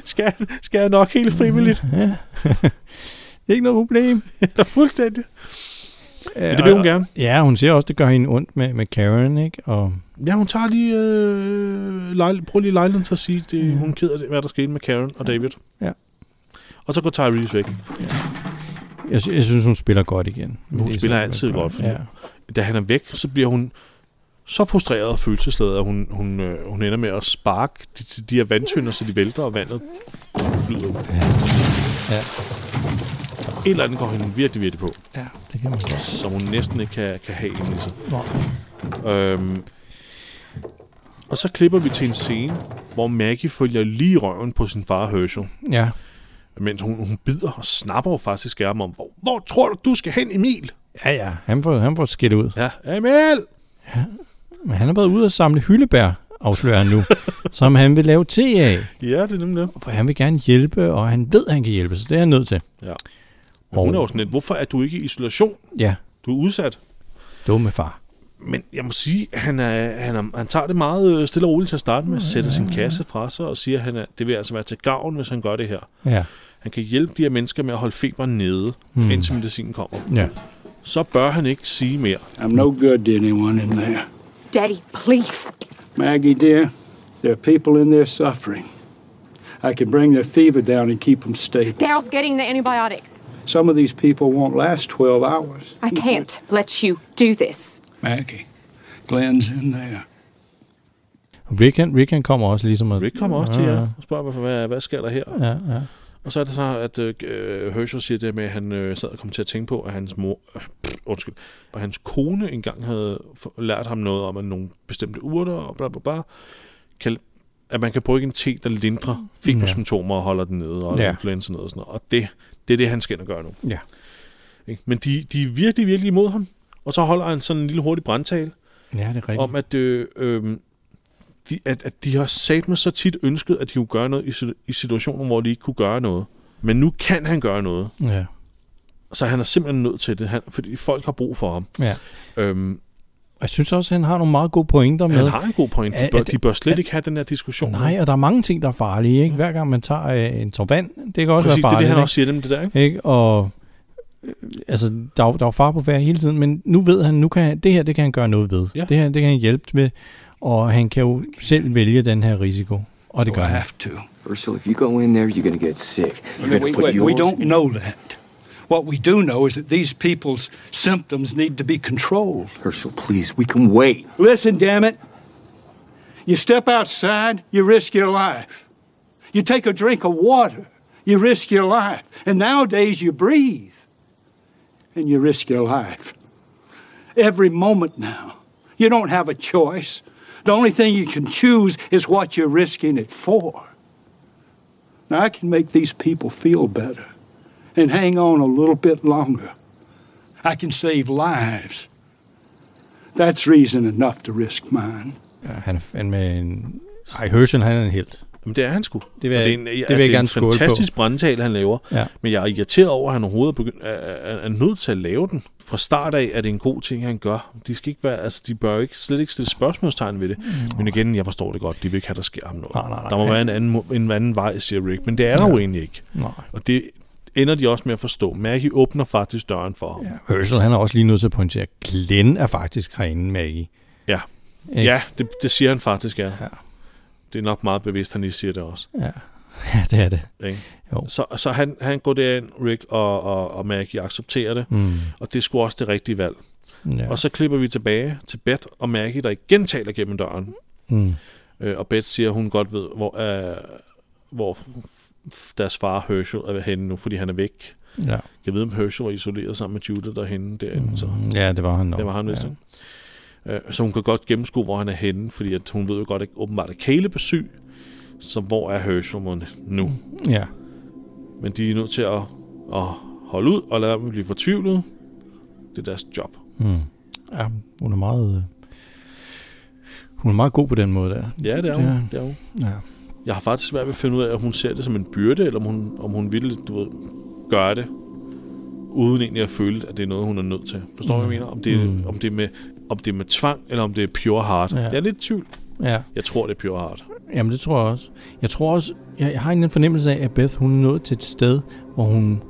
[SPEAKER 1] Skal, jeg- skal jeg nok helt <laughs> frivilligt?
[SPEAKER 3] ja. <laughs> det er ikke noget problem.
[SPEAKER 1] Fuldstændig.
[SPEAKER 3] Men
[SPEAKER 1] det vil hun gerne.
[SPEAKER 3] Ja, hun siger også, det gør hende ondt med, med Karen, ikke? Og
[SPEAKER 1] Ja, hun tager lige... Øh, lejl- prøv lige lejligheden til at sige, det, mm. hun er ked af det, hvad der skete med Karen og David.
[SPEAKER 3] Ja.
[SPEAKER 1] Og så går Tyrese væk.
[SPEAKER 3] Jeg, sy- jeg synes, hun spiller godt igen.
[SPEAKER 1] Hun
[SPEAKER 3] Det er
[SPEAKER 1] spiller
[SPEAKER 3] sådan,
[SPEAKER 1] altid
[SPEAKER 3] det er.
[SPEAKER 1] godt, fordi
[SPEAKER 3] Ja.
[SPEAKER 1] ja. da han er væk, så bliver hun så frustreret og følelsesladet, at hun, hun, øh, hun ender med at sparke de, de her vandtønder, så de vælter, og vandet flyder ud.
[SPEAKER 3] Ja.
[SPEAKER 1] Et eller andet går hende virkelig, virkelig på.
[SPEAKER 3] Ja, det kan man godt.
[SPEAKER 1] Som hun næsten ikke kan, kan have inde i sig.
[SPEAKER 3] Nå.
[SPEAKER 1] Øhm, og så klipper vi til en scene, hvor Maggie følger lige røven på sin far Herschel.
[SPEAKER 3] Ja.
[SPEAKER 1] Mens hun, hun bider og snapper jo faktisk skærmen om, hvor, hvor tror du, du skal hen, Emil?
[SPEAKER 3] Ja, ja. Han får, han får skidt ud.
[SPEAKER 1] Ja, Emil!
[SPEAKER 3] Men han har været ude og samle hyldebær, afslører <laughs> han nu, som han vil lave te af.
[SPEAKER 1] Ja, det er nemlig det.
[SPEAKER 3] For han vil gerne hjælpe, og han ved, at han kan hjælpe, så det er han nødt til.
[SPEAKER 1] Ja. Og hun
[SPEAKER 3] Og-
[SPEAKER 1] er jo sådan lidt, hvorfor er du ikke i isolation?
[SPEAKER 3] Ja,
[SPEAKER 1] Du er udsat.
[SPEAKER 3] dumme far.
[SPEAKER 1] Men jeg må sige, han, er, han, er, han tager det meget øh, stille og roligt til at starte med, sætter sin kasse fra sig og siger, at han er, det vil altså være til gavn, hvis han gør det her.
[SPEAKER 3] Ja,
[SPEAKER 1] Han kan hjælpe de her mennesker med at holde feberen nede,
[SPEAKER 3] Hmm.
[SPEAKER 1] hmm. indtil medicinen kommer.
[SPEAKER 3] ja.
[SPEAKER 1] Så bør han ikke sige mere.
[SPEAKER 5] I'm no good to anyone in there.
[SPEAKER 8] Daddy, please.
[SPEAKER 5] Maggie, dear, there are people in there suffering. I can bring their fever down and keep them stable.
[SPEAKER 8] Daryl's getting the antibiotics.
[SPEAKER 5] Some of these people won't last 12 hours.
[SPEAKER 8] I can't let you do this.
[SPEAKER 5] Maggie, Glenn's in there.
[SPEAKER 3] Og Rickon, Rickon kommer også ligesom... At,
[SPEAKER 1] Rick kommer også til
[SPEAKER 3] Ja,
[SPEAKER 1] jer og spørger, hvad, hvad, hvad sker der her?
[SPEAKER 3] Ja, ja.
[SPEAKER 1] Og så er det så, at øh, Herschel siger det her med, at han øh, sad og kom til at tænke på, at hans mor, øh, pff, undskyld, at hans kone engang havde f- lært ham noget om, at nogle bestemte urter og bla bla bla, kan, at man kan bruge en te, der lindrer febersymptomer og holder den nede, og
[SPEAKER 3] Ja.
[SPEAKER 1] ja. influenza nede og sådan noget. Og det, det er det, han skal ind og gøre nu.
[SPEAKER 3] Ja.
[SPEAKER 1] Ikke? Men de, de er virkelig, virkelig imod ham. Og så holder han sådan en lille hurtig brandtale
[SPEAKER 3] ja, det er rigtigt.
[SPEAKER 1] om, at, øh, øh, de, at, at de har sat mig så tit ønsket, at de kunne gøre noget i, situ- i situationer, hvor de ikke kunne gøre noget. Men nu kan han gøre noget,
[SPEAKER 3] Ja,
[SPEAKER 1] så han er simpelthen nødt til det, han, fordi folk har brug for ham.
[SPEAKER 3] ja.
[SPEAKER 1] Øhm,
[SPEAKER 3] Og jeg synes også, at han har nogle meget gode pointer med...
[SPEAKER 1] han har en god point. De
[SPEAKER 3] At-
[SPEAKER 1] bør,
[SPEAKER 3] at-
[SPEAKER 1] de bør slet
[SPEAKER 3] at-
[SPEAKER 1] ikke have den her diskussion.
[SPEAKER 3] Nej, og der er mange ting, der er farlige, ikke? Hver gang man tager øh, en tår vand, det kan også
[SPEAKER 1] Præcis,
[SPEAKER 3] være
[SPEAKER 1] det er det,
[SPEAKER 3] farligt.
[SPEAKER 1] han også siger dem, det der. Ikke?
[SPEAKER 3] ikke? ikke? Og øh, altså, der, er jo- der var far på færre hele tiden, men nu ved han, nu kan han, det her, det kan han gøre noget ved.
[SPEAKER 1] Ja.
[SPEAKER 3] Det her, det kan han hjælpe med, og han kan jo selv vælge den her risiko. Og det gør
[SPEAKER 5] I
[SPEAKER 3] han.
[SPEAKER 5] have to.
[SPEAKER 2] Ursula, if you go in there, you're gonna get sick. You're gonna
[SPEAKER 5] We,
[SPEAKER 2] put
[SPEAKER 5] we, we
[SPEAKER 2] yours-
[SPEAKER 5] don't know that. What we do know is that these people's symptoms need to be controlled.
[SPEAKER 2] Herschel, please, we can wait.
[SPEAKER 5] Listen, damn it. You step outside, you risk your life. You take a drink of water, you risk your life. And nowadays you breathe and you risk your life. Every moment now. You don't have a choice. The only thing you can choose is what you're risking it for. Now, I can make these people feel better and hang on a little bit longer. I can save lives. That's reason enough to risk mine.
[SPEAKER 3] Ja, han er fandme en... Ej, Herschel, han er en helt.
[SPEAKER 1] Jamen, det er han sgu.
[SPEAKER 3] Det vil jeg-
[SPEAKER 1] Og er en,
[SPEAKER 3] det vil
[SPEAKER 1] at
[SPEAKER 3] jeg
[SPEAKER 1] det er
[SPEAKER 3] gerne
[SPEAKER 1] en
[SPEAKER 3] skåle på.
[SPEAKER 1] fantastisk brandtale, han laver.
[SPEAKER 3] Ja.
[SPEAKER 1] Men jeg er irriteret over, at han overhovedet er, begyndt, er, er, er nødt til at lave den. Fra start af er det en god ting, han gør. De, skal ikke være, altså, de bør jo ikke, slet ikke stille spørgsmålstegn ved det. Men igen, jeg forstår det godt. De vil ikke have, der sker ham noget.
[SPEAKER 3] Mm. Nej, nej, nej.
[SPEAKER 1] Der må være en anden, mo- en anden vej, siger Rick. Men det er der jo egentlig ikke.
[SPEAKER 3] Nej.
[SPEAKER 1] Og det ender de også med at forstå. Maggie åbner faktisk døren for ham.
[SPEAKER 3] Ja, Herschel, han er også lige nødt til at pointere, at Glenn er faktisk herinde, Maggie.
[SPEAKER 1] Ja, ja.
[SPEAKER 3] Ikke?
[SPEAKER 1] ja det, det siger han faktisk, ja. ja. Det er nok meget bevidst, han lige siger det også.
[SPEAKER 3] Ja, det er det.
[SPEAKER 1] Ikke?
[SPEAKER 3] Jo.
[SPEAKER 1] Så, så han, han går derind, Rick og, og, og Maggie accepterer det,
[SPEAKER 3] Mm.
[SPEAKER 1] og det er sgu også det rigtige valg.
[SPEAKER 3] Ja.
[SPEAKER 1] Ja. Og så klipper vi tilbage til Beth og Maggie, der igen taler gennem døren.
[SPEAKER 3] mm.
[SPEAKER 1] Øh, og Beth siger, at hun godt ved, hvor, øh, hvor f- deres far Herschel er henne nu, fordi han er væk.
[SPEAKER 3] ja.
[SPEAKER 1] Jeg ved, om Herschel var isoleret sammen med Judith derhenne derinde, mm. så
[SPEAKER 3] ja, det var han nok.
[SPEAKER 1] det var han vist.
[SPEAKER 3] ja.
[SPEAKER 1] Ja. Så hun kan godt gennemskue, hvor han er henne, fordi at hun ved jo godt, at åbenbart at Caleb er syg, så hvor er Herschel mon nu?
[SPEAKER 3] ja.
[SPEAKER 1] Men de er nødt til at, at holde ud og lade være med at blive fortvivlet. Det er deres job.
[SPEAKER 3] ja, hun er meget... Øh, hun er meget god på den måde der.
[SPEAKER 1] Ja, det er
[SPEAKER 3] Ja.
[SPEAKER 1] hun. Det er hun.
[SPEAKER 3] Ja.
[SPEAKER 1] Jeg har faktisk svært ved at finde ud af, om hun ser det som en byrde, eller om hun, om hun ville du ved, gøre det, uden egentlig at føle, at det er noget, hun er nødt til. Forstår du, hvad jeg
[SPEAKER 3] Mm.
[SPEAKER 1] mener? Om det, er, om, det er med, om det er med tvang, eller om det er pure heart.
[SPEAKER 3] Ja.
[SPEAKER 1] Ja. Jeg er lidt i tvivl.
[SPEAKER 3] ja.
[SPEAKER 1] Jeg tror, det er pure heart.
[SPEAKER 3] Jamen, det tror jeg også. Jeg tror også, jeg, jeg har en fornemmelse af, at Beth, hun er nået til et sted, hvor hun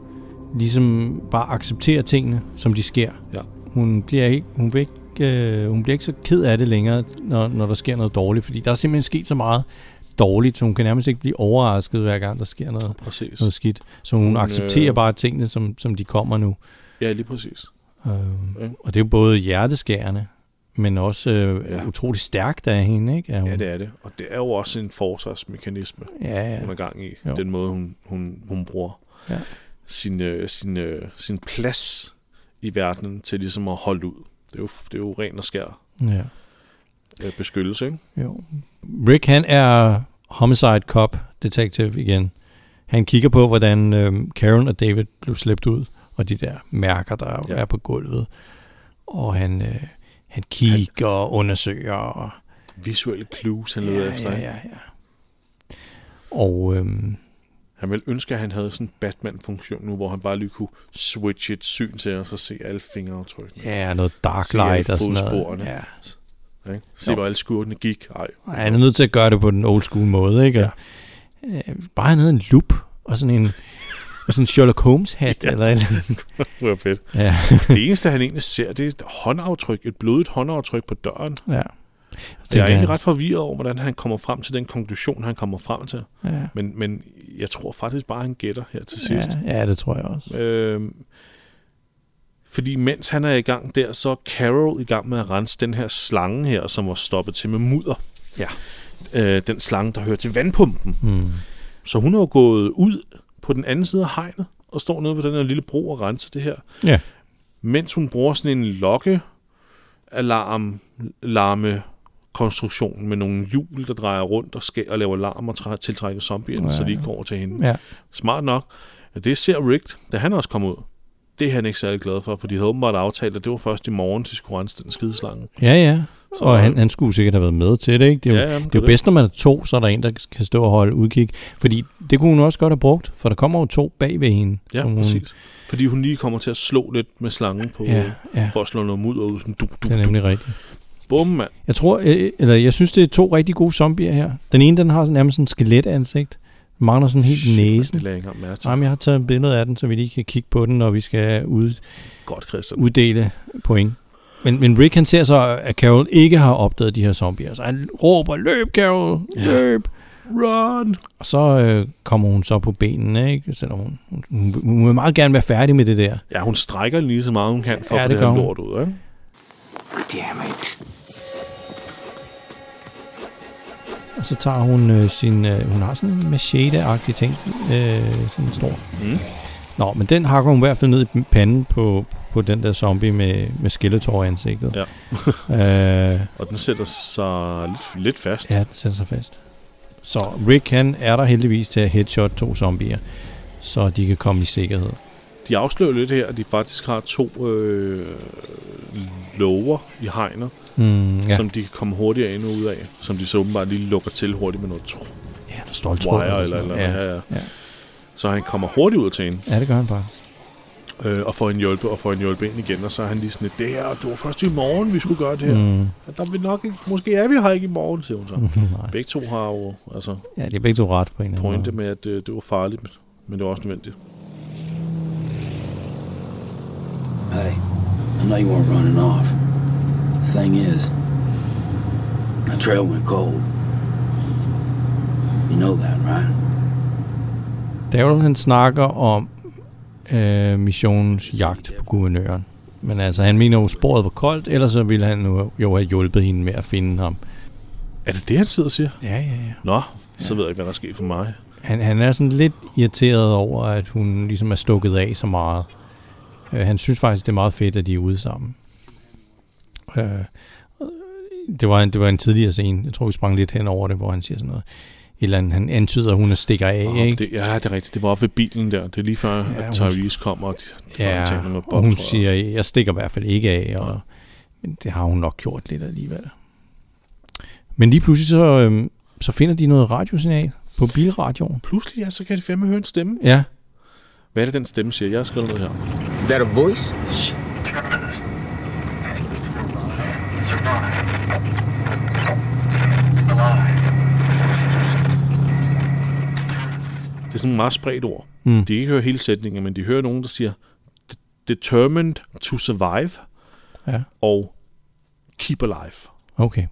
[SPEAKER 3] ligesom bare accepterer tingene, som de sker.
[SPEAKER 1] Ja.
[SPEAKER 3] Hun, bliver ikke, hun vil ikke øh, hun bliver ikke så ked af det længere, når, når der sker noget dårligt, fordi der er simpelthen sket så meget dårligt, så hun kan nærmest ikke blive overrasket hver gang, der sker noget,
[SPEAKER 1] Præcis.
[SPEAKER 3] noget skidt. Så hun,
[SPEAKER 1] Hun,
[SPEAKER 3] hun accepterer
[SPEAKER 1] øh,
[SPEAKER 3] øh... bare tingene, som, som de kommer nu.
[SPEAKER 1] Ja, lige præcis.
[SPEAKER 3] Øh,
[SPEAKER 1] Ja.
[SPEAKER 3] Og det er jo både hjerteskærende, men også øh, ja. utrolig stærkt af hende, ikke? Er hun,
[SPEAKER 1] Ja, det er det. Og det er jo også en forsvarsmekanisme,
[SPEAKER 3] Ja, ja.
[SPEAKER 1] hun er gang i.
[SPEAKER 3] Jo.
[SPEAKER 1] Den måde, hun, hun, hun bruger
[SPEAKER 3] Ja.
[SPEAKER 1] sin, øh, sin, øh, sin plads i verden til ligesom at holde ud. Det er jo, det er jo ren og skær
[SPEAKER 3] Ja.
[SPEAKER 1] øh, beskyttelse, ikke?
[SPEAKER 3] Jo. Rick, han er homicide cop detective igen. Han kigger på, hvordan øh, Karen og David blev slæbt ud, og de der mærker, der ja. er på gulvet. Og han, øh, han kigger og undersøger. Og,
[SPEAKER 1] Visuelle clues, han leder
[SPEAKER 3] Ja,
[SPEAKER 1] efter.
[SPEAKER 3] ja,
[SPEAKER 1] ikke?
[SPEAKER 3] ja, og øh,
[SPEAKER 1] Han ville ønske, at han havde sådan en Batman-funktion nu, hvor han bare lige kunne switche et syn til os og se alle fingeraftrykkene.
[SPEAKER 3] Ja, noget dark
[SPEAKER 1] Se alle
[SPEAKER 3] light og sådan noget.
[SPEAKER 1] fodsporene.
[SPEAKER 3] Ja.
[SPEAKER 1] S- ikke? Se, hvor alle skurtene gik. Ej.
[SPEAKER 3] han er nødt til at gøre det på den old school måde, ikke? Ja. Øh, bare han havde en loop og sådan en, og sådan en Sherlock Holmes
[SPEAKER 1] <laughs>
[SPEAKER 3] hat ja. eller et eller andet.
[SPEAKER 1] Det var
[SPEAKER 3] <laughs>
[SPEAKER 1] fedt.
[SPEAKER 3] Ja.
[SPEAKER 1] det eneste, han egentlig ser, det er et håndaftryk, et blodigt håndaftryk på døren.
[SPEAKER 3] Ja.
[SPEAKER 1] Jeg er
[SPEAKER 3] Tænker
[SPEAKER 1] egentlig
[SPEAKER 3] han.
[SPEAKER 1] ret forvirret over, hvordan han kommer frem til den konklusion, han kommer frem til.
[SPEAKER 3] Ja.
[SPEAKER 1] Men, men jeg tror faktisk bare, han gætter her til sidst.
[SPEAKER 3] Ja, ja, det tror jeg også.
[SPEAKER 1] Øhm, fordi mens han er i gang der, så er Carol i gang med at rense den her slange her, som var stoppet til med mudder.
[SPEAKER 3] Ja.
[SPEAKER 1] Øh, den slange, der hører til vandpumpen.
[SPEAKER 3] Mm.
[SPEAKER 1] Så hun er jo gået ud på den anden side af hegnet, og står nede ved den her lille bro og renser det her.
[SPEAKER 3] Ja.
[SPEAKER 1] Mens hun bruger sådan en lokke alarm larme konstruktion med nogle hjul, der drejer rundt og, skæ- og laver larm og træ- tiltrækker zombierne, ja,
[SPEAKER 3] Ja,
[SPEAKER 1] så de ikke går over til hende.
[SPEAKER 3] Ja.
[SPEAKER 1] Smart nok. Det ser Rick, da han også kom ud. Det er han ikke særlig glad for, for de havde åbenbart aftalt, at det var først i morgen, de skulle rense den skideslange.
[SPEAKER 3] Ja, ja.
[SPEAKER 1] Så-
[SPEAKER 3] Så, og han, han skulle sikkert have været med til det, ikke? Det er jo,
[SPEAKER 1] Ja, ja,
[SPEAKER 3] ja,
[SPEAKER 1] men
[SPEAKER 3] det
[SPEAKER 1] det
[SPEAKER 3] er
[SPEAKER 1] er
[SPEAKER 3] jo
[SPEAKER 1] det.
[SPEAKER 3] bedst, når man er to, så er der en, der kan stå og holde udkig. Fordi det kunne hun også godt have brugt, for der kommer jo to bag ved hende.
[SPEAKER 1] Ja,
[SPEAKER 3] hun,
[SPEAKER 1] præcis. Fordi hun lige kommer til at slå lidt med slangen på,
[SPEAKER 3] Ja, ja.
[SPEAKER 1] for at slå noget mudder ud. Sådan, du, du,
[SPEAKER 3] Det er nemlig rigtigt.
[SPEAKER 1] Bum, mand.
[SPEAKER 3] Jeg tror, øh, eller jeg synes, det er to rigtig gode zombier her. Den ene, den har sådan, nærmest sådan en skeletansigt. Den mangler sådan helt
[SPEAKER 1] Shit,
[SPEAKER 3] Shit,
[SPEAKER 1] mand,
[SPEAKER 3] næsen.
[SPEAKER 1] det lagde jeg ikke engang mærke til.
[SPEAKER 3] Jamen, jeg har taget et billede af den, så vi lige kan kigge på den, når vi skal ud,
[SPEAKER 1] Godt, Christian.
[SPEAKER 3] uddele point. Men, men Rick, han ser så, at Carol ikke har opdaget de her zombier. Så han råber, løb, Carol, løb.
[SPEAKER 1] Run!
[SPEAKER 3] Og så øh, kommer hun så på benene, ikke? Selvom hun, hun, hun, hun vil meget gerne være færdig med det der.
[SPEAKER 1] Ja, hun strækker lige så meget, hun kan for
[SPEAKER 3] Ja,
[SPEAKER 1] at få det, det
[SPEAKER 3] det
[SPEAKER 1] her
[SPEAKER 3] gør hun.
[SPEAKER 1] lort ud. Ikke?
[SPEAKER 2] Damn it.
[SPEAKER 3] Og så tager hun øh, sin... Øh, hun har sådan en machete-agtig ting. Øh, sådan en stor.
[SPEAKER 1] Mm.
[SPEAKER 3] Nå, men den hakker hun i hvert fald ned i panden på, på den der zombie med, med skeletor i ansigtet.
[SPEAKER 1] Ja.
[SPEAKER 3] <laughs> øh,
[SPEAKER 1] Og den sætter sig lidt, lidt fast.
[SPEAKER 3] ja, den sætter sig fast. Så Rick, han er der heldigvis til at headshot to zombier, så de kan komme i sikkerhed.
[SPEAKER 1] De afslører lidt her, at de faktisk har to øh, lover i hegner,
[SPEAKER 3] Mm, ja.
[SPEAKER 1] som de kan komme hurtigere ind og ud af, som de så åbenbart lige lukker til hurtigt med noget tro.
[SPEAKER 3] Ja, der står tråd
[SPEAKER 1] wire
[SPEAKER 3] eller
[SPEAKER 1] eller,
[SPEAKER 3] sådan
[SPEAKER 1] eller,
[SPEAKER 3] noget.
[SPEAKER 1] ja. Ja, ja.
[SPEAKER 3] Ja.
[SPEAKER 1] Så han kommer hurtigt ud til hende,
[SPEAKER 3] Ja, det gør han bare.
[SPEAKER 1] øh, og får en hjælpe, og får en hjælpe ind igen, og så er han lige sådan lidt, det her, det var først i morgen, vi skulle gøre det her.
[SPEAKER 3] Mm.
[SPEAKER 1] Ja, Der vil nok ikke, måske er vi her ikke i morgen, siger hun så.
[SPEAKER 3] <laughs> Nej. Mm.
[SPEAKER 1] Begge to har jo altså,
[SPEAKER 3] Ja, det er begge to ret på en eller anden
[SPEAKER 1] pointe
[SPEAKER 3] måde.
[SPEAKER 1] med, at øh, det var farligt, men- men det var også nødvendigt.
[SPEAKER 12] Hey, I know you weren't running off. The thing is, the trail went cold. You know that, right?
[SPEAKER 3] Daryl, han snakker om øh, missionens jagt på guvernøren. Men altså, han mener jo, sporet var koldt, ellers så ville han jo, jo have hjulpet hende med at finde ham.
[SPEAKER 1] Er det det, han sidder og siger?
[SPEAKER 3] Ja, ja, ja.
[SPEAKER 1] Nå, så ved jeg ikke, hvad der er sket for mig.
[SPEAKER 3] Han, han er sådan lidt irriteret over, at hun ligesom er stukket af så meget. Øh, han synes faktisk, det er meget fedt, at de er ude sammen. Øh, det, var en, det var en tidligere scene. Jeg tror, vi sprang lidt hen over det, hvor han siger sådan noget. Et Eller andet, han antyder, at hun er stikker af,
[SPEAKER 1] Nå,
[SPEAKER 3] ikke?
[SPEAKER 1] men Det, ja, det er rigtigt. Det var oppe ved bilen der. Det er lige før, ja,
[SPEAKER 3] hun-
[SPEAKER 1] at Tyrese kommer, og de,
[SPEAKER 3] Ja,
[SPEAKER 1] og taler med Bob,
[SPEAKER 3] og
[SPEAKER 1] tror
[SPEAKER 3] hun
[SPEAKER 1] jeg.
[SPEAKER 3] siger, jeg stikker i hvert fald ikke af, og, men det har hun nok gjort lidt alligevel. Men lige pludselig så, øhm, så finder de noget radiosignal på bilradioen.
[SPEAKER 1] Pludselig, ja, så kan de fandme høre en stemme.
[SPEAKER 3] Ja,
[SPEAKER 1] Hvad er det, den stemme siger? Jeg har skrevet noget her.
[SPEAKER 12] Is that a voice?
[SPEAKER 1] Det er sådan en meget spredt ord.
[SPEAKER 3] Mm.
[SPEAKER 1] De kan ikke høre hele sætningen, men de hører nogen, der siger, "D- determined to survive,
[SPEAKER 3] Ja.
[SPEAKER 1] og Keep Alive.
[SPEAKER 3] Okay.